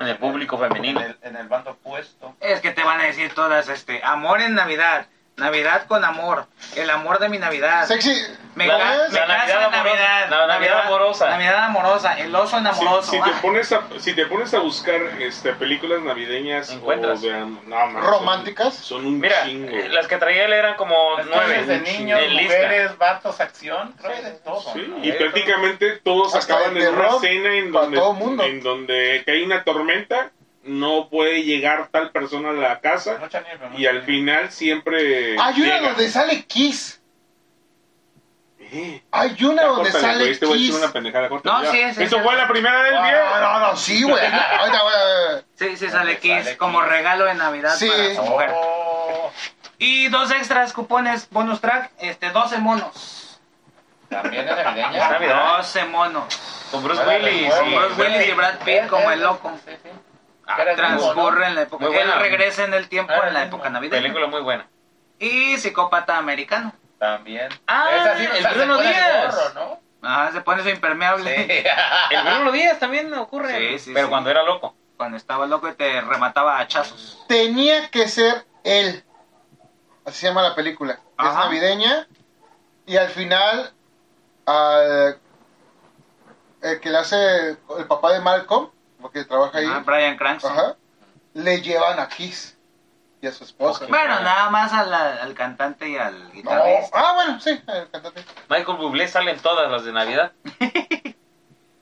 Speaker 2: En el público
Speaker 7: en,
Speaker 2: femenino.
Speaker 7: el, en el bando opuesto.
Speaker 1: Es que te van a decir todas, este, amor en Navidad, Navidad con amor, el amor de mi
Speaker 2: Ah,
Speaker 1: Navidad.
Speaker 3: Sexy.
Speaker 1: Me,
Speaker 2: La-
Speaker 1: ca-
Speaker 2: la
Speaker 1: me caso
Speaker 2: Navidad
Speaker 1: en
Speaker 2: amorosa.
Speaker 1: Navidad.
Speaker 2: La Navidad amorosa.
Speaker 1: Navidad amorosa, el oso
Speaker 4: Si,
Speaker 1: enamoroso.
Speaker 4: si te
Speaker 1: ah.
Speaker 4: pones a, si te pones a buscar este, películas navideñas
Speaker 2: Encuentras.
Speaker 4: o de- no, man,
Speaker 3: Románticas.
Speaker 4: son, son un
Speaker 2: Mira,
Speaker 4: chingo.
Speaker 2: eh, las que traía él eran como
Speaker 7: Las
Speaker 2: nueve.
Speaker 7: cosas de niños,
Speaker 2: de lista.
Speaker 7: mujeres, vatos, acción, creo que de todo.
Speaker 4: Sí,
Speaker 7: ¿no?
Speaker 5: eh,
Speaker 4: y prácticamente todos
Speaker 3: Hasta
Speaker 4: acaban
Speaker 3: de
Speaker 4: en una
Speaker 3: terror
Speaker 4: cena en
Speaker 3: para
Speaker 4: donde,
Speaker 3: todo mundo.
Speaker 4: en donde cae una tormenta, no puede llegar tal persona a la casa
Speaker 7: Mucha nieve, mucha
Speaker 4: y al
Speaker 7: nieve.
Speaker 4: final siempre
Speaker 3: Hay una
Speaker 4: llega.
Speaker 3: donde sale Kiss.
Speaker 4: Eh,
Speaker 3: Hay una
Speaker 4: ya
Speaker 3: donde
Speaker 4: córtale, güey,
Speaker 3: sale
Speaker 4: este güey es
Speaker 3: Kiss.
Speaker 4: una pendejada, córtale
Speaker 1: No,
Speaker 4: ya.
Speaker 1: sí, sí,
Speaker 4: Eso
Speaker 1: sí.
Speaker 4: fue la primera del
Speaker 3: Ah,
Speaker 4: día.
Speaker 3: no, no, sí, güey. Ahorita, güey.
Speaker 1: Sí, sí, sale
Speaker 7: Sale
Speaker 1: Kiss
Speaker 7: Kiss.
Speaker 1: como regalo de Navidad
Speaker 3: Sí.
Speaker 1: para su mujer.
Speaker 7: Oh,
Speaker 1: Y dos extras, cupones, bonus track, este, 12 monos.
Speaker 7: También es navideña.
Speaker 2: Es Navidad.
Speaker 1: 12 monos.
Speaker 2: Con Bruce
Speaker 7: Fuera de
Speaker 2: Willis.
Speaker 7: juego,
Speaker 2: y-
Speaker 1: Bruce Willis y Brad Pitt como el loco.
Speaker 7: Sí, sí.
Speaker 2: Ah,
Speaker 7: Era el mismo, ¿no?
Speaker 1: Transcurre en la época.
Speaker 2: Muy buena.
Speaker 1: Él regresa en el tiempo
Speaker 7: Ah,
Speaker 1: en la
Speaker 7: muy
Speaker 1: época
Speaker 7: buena.
Speaker 1: navideña.
Speaker 2: Película muy buena.
Speaker 1: Y psicópata americano.
Speaker 7: También.
Speaker 2: Ah,
Speaker 7: Esa sí,
Speaker 2: el
Speaker 7: hasta se
Speaker 2: Bruno
Speaker 7: pone el
Speaker 2: Díaz.
Speaker 7: gorro, ¿no?
Speaker 1: Ajá, Ah, se pone su impermeable.
Speaker 7: Sí.
Speaker 2: El Bruno Díaz también ocurre.
Speaker 1: Sí, sí,
Speaker 2: pero
Speaker 1: sí.
Speaker 2: cuando era loco.
Speaker 1: Cuando estaba loco y te remataba a hachazos.
Speaker 3: Tenía que ser él. Así se llama la película. Es
Speaker 1: Ajá.
Speaker 3: navideña. Y al final, al- el que le hace el papá de Malcolm, porque trabaja ahí,
Speaker 1: Ah, Brian Cranston.
Speaker 3: ajá, le llevan a Kiss y a su esposa.
Speaker 1: Bueno, nada más a la- al cantante y al
Speaker 3: No.
Speaker 1: guitarrista.
Speaker 3: Ah, bueno, sí, el cantante.
Speaker 2: Michael Bublé sale en todas las de Navidad.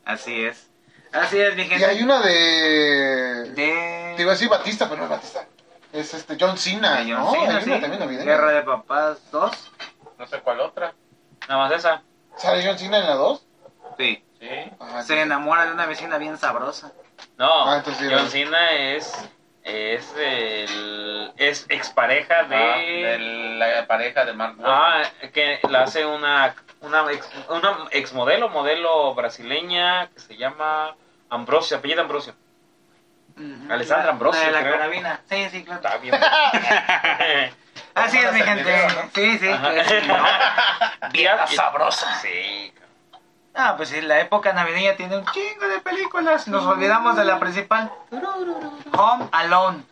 Speaker 1: Así es. Así es, mi
Speaker 3: Y
Speaker 1: gente.
Speaker 3: hay una de...
Speaker 1: de...
Speaker 3: Te iba a decir Batista, pero no es Batista. Es este John Cena,
Speaker 1: de John
Speaker 3: ¿no?
Speaker 1: Cena,
Speaker 3: Hay una
Speaker 1: sí.
Speaker 3: también navideña.
Speaker 1: Guerra de Papás 2.
Speaker 7: No sé cuál otra.
Speaker 2: Nada más esa.
Speaker 3: ¿Sale John Cena en la 2?
Speaker 1: Sí.
Speaker 7: Sí.
Speaker 3: Ah,
Speaker 1: Se enamora de una vecina bien sabrosa.
Speaker 2: No,
Speaker 3: Ah, entonces sí era.
Speaker 2: John Cena es, es, el, es expareja de...
Speaker 7: Ah, de la pareja de Mark Wahlberg.
Speaker 2: Ah, que la hace una, una, ex, una exmodelo, modelo brasileña que se llama Ambrosio, apellido Ambrosio. Alessandra Ambrosio,
Speaker 1: La de la
Speaker 2: creo.
Speaker 1: carabina. Sí, sí, claro.
Speaker 2: Está bien.
Speaker 1: Así es, mi
Speaker 7: Tomadas en
Speaker 1: gente.
Speaker 7: video, ¿no?
Speaker 1: Sí, sí.
Speaker 2: Ajá.
Speaker 1: es-
Speaker 2: Vieja
Speaker 1: sabrosa.
Speaker 2: Sí.
Speaker 1: Ah, pues sí, la época navideña tiene un chingo de películas. Nos olvidamos de la principal. Home Alone.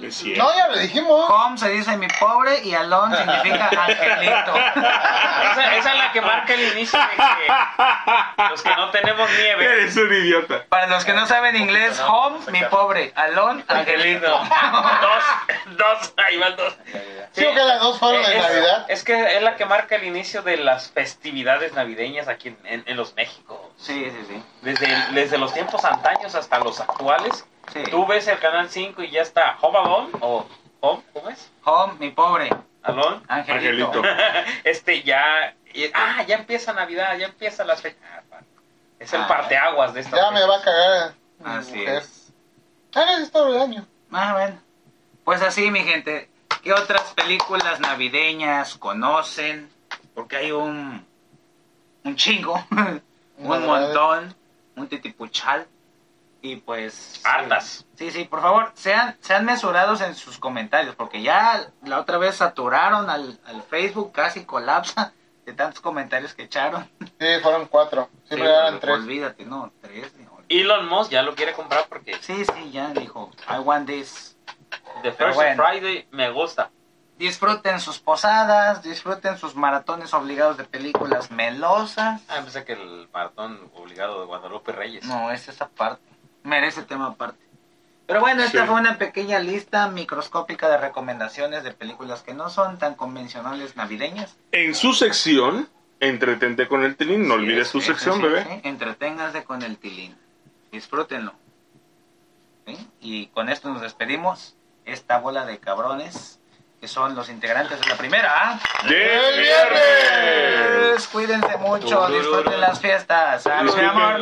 Speaker 4: Es cierto.
Speaker 3: No, ya lo dijimos.
Speaker 1: Home se dice mi pobre y Alone significa angelito.
Speaker 2: Esa, esa es la que marca el inicio de que los que no tenemos nieve.
Speaker 4: Eres un idiota.
Speaker 1: Para los que no saben inglés, Home, mi pobre. Alone,
Speaker 2: Angelino.
Speaker 1: angelito.
Speaker 2: Dos, dos, ahí van dos.
Speaker 7: Eh,
Speaker 3: Sí, que las dos fueron de
Speaker 1: Eh,
Speaker 2: es,
Speaker 3: Navidad.
Speaker 2: Es que es la que marca el inicio de las festividades navideñas aquí en, en- en los México.
Speaker 1: Sí, sí, sí.
Speaker 2: Desde, el- desde los tiempos antaños hasta los actuales,
Speaker 1: sí.
Speaker 2: tú ves el canal 5 y ya está Home Alone o Home, ¿cómo es?
Speaker 1: Home, mi pobre.
Speaker 2: Alone.
Speaker 1: Angelito.
Speaker 4: Angelito.
Speaker 2: Este ya. y- ah, ya empieza Navidad, ya empieza las fechas. Ah, pa- Es el
Speaker 1: Ah.
Speaker 2: parteaguas de esta.
Speaker 3: Ya me va a cagar. mi
Speaker 1: pues. Así
Speaker 3: mujer.
Speaker 1: es.
Speaker 3: Ah, no, es todo el año.
Speaker 1: Más o menos. Ah, Pues así, mi gente. ¿Qué otras películas navideñas conocen? Porque hay un. un chingo. un
Speaker 3: Una
Speaker 1: montón. Un titipuchal. Y pues...
Speaker 2: Hartas.
Speaker 1: Sí, sí, por favor, sean, sean mesurados en sus comentarios, porque ya la otra vez saturaron al, al Facebook, casi colapsa de tantos comentarios que echaron.
Speaker 3: Sí, fueron cuatro. Siempre
Speaker 1: Sí, pues,
Speaker 3: eran
Speaker 1: pero
Speaker 3: tres.
Speaker 1: Olvídate, no, tres. no.
Speaker 2: Elon Musk ya lo quiere comprar porque
Speaker 1: Sí, sí, ya dijo, I want this.
Speaker 2: The
Speaker 1: Pero
Speaker 2: First
Speaker 1: bueno.
Speaker 2: Friday me gusta.
Speaker 1: Disfruten sus posadas, disfruten sus maratones obligados de películas melosas.
Speaker 2: Ah, pensé que el maratón obligado de Guadalupe Reyes.
Speaker 1: No, es esa parte. Merece tema aparte. Pero bueno, esta
Speaker 4: Sí.
Speaker 1: fue una pequeña lista microscópica de recomendaciones de películas que no son tan convencionales navideñas.
Speaker 4: En su sección, entretente con el tilín. No olvides
Speaker 1: Sí,
Speaker 4: tu
Speaker 1: sí,
Speaker 4: sección,
Speaker 1: sí,
Speaker 4: bebé.
Speaker 1: sí. Entreténganse con el tilín. Disfrútenlo. ¿Sí? Y con esto nos despedimos. Esta bola de cabrones que son los integrantes de la primera. ¿ah?
Speaker 4: ¡Del viernes!
Speaker 1: Pues, Cuídense mucho, disfruten las fiestas. ¿Sabes, mi
Speaker 4: Disfruten.
Speaker 1: amor?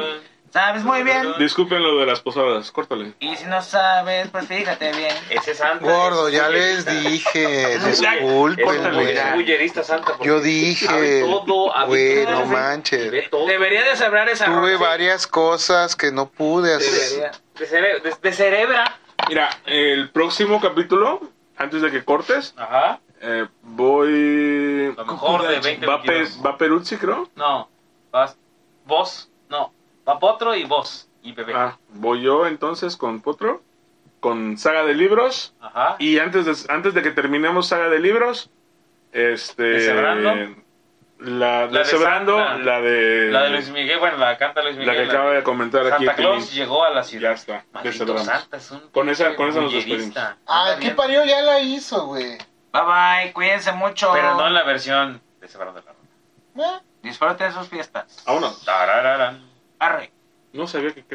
Speaker 1: ¿Sabes muy bien?
Speaker 4: Disculpen lo de las posadas, córtale.
Speaker 1: Y si no sabes, pues fíjate bien.
Speaker 2: Ese Santa.
Speaker 8: Gordo,
Speaker 2: es
Speaker 8: ya les
Speaker 2: bullerista.
Speaker 8: dije,
Speaker 2: Ya,
Speaker 8: disculpen,
Speaker 2: Es
Speaker 8: güey.
Speaker 2: es bullerista Santa. porque
Speaker 8: Yo dije,
Speaker 2: sabe todo, habita-
Speaker 8: güey, no
Speaker 2: ve-
Speaker 8: manches.
Speaker 2: ve todo.
Speaker 1: Debería de sabrar esa
Speaker 8: Tuve
Speaker 1: rola.
Speaker 8: varias cosas que no pude hacer.
Speaker 1: Debería.
Speaker 2: De, cere- de- de cerebra.
Speaker 4: Mira, el próximo capítulo, antes de que cortes,
Speaker 2: Ajá.
Speaker 4: eh, voy.
Speaker 2: Lo mejor de 20
Speaker 4: Va, Pe- va Peruzzi, creo.
Speaker 2: No. Vas. Vos. No. Va Potro y vos. Y bebé.
Speaker 4: Ah, voy yo entonces con Potro, con Saga de Libros.
Speaker 2: Ajá.
Speaker 4: Y antes de, antes de que terminemos Saga de Libros, este.
Speaker 2: ¿Deshebrando?
Speaker 4: La,
Speaker 2: de
Speaker 4: deshebrando,
Speaker 2: Santa.
Speaker 4: la de.
Speaker 2: La de Luis Miguel, bueno, la canta Luis
Speaker 4: eh, la
Speaker 2: Miguel.
Speaker 4: que acaba de comentar aquí.
Speaker 2: Santa
Speaker 4: el Tilín.
Speaker 2: Claus llegó a la
Speaker 4: Ya
Speaker 2: ciudad.
Speaker 4: está,
Speaker 2: Maldito
Speaker 4: deshebramos.
Speaker 2: Santa, es un
Speaker 4: Con esa- con esa nos
Speaker 2: bullerista.
Speaker 3: Ah,
Speaker 2: Anda
Speaker 3: ¿qué
Speaker 2: bien,
Speaker 3: parió? Ya la hizo, güey.
Speaker 1: Bye bye, cuídense mucho.
Speaker 2: Pero no en la versión de Separado de la Rosa.
Speaker 3: ¿Eh?
Speaker 1: Disfruten sus fiestas.
Speaker 4: Vámonos.
Speaker 2: Tarararán.
Speaker 1: Arre.
Speaker 4: Ah, No sabía que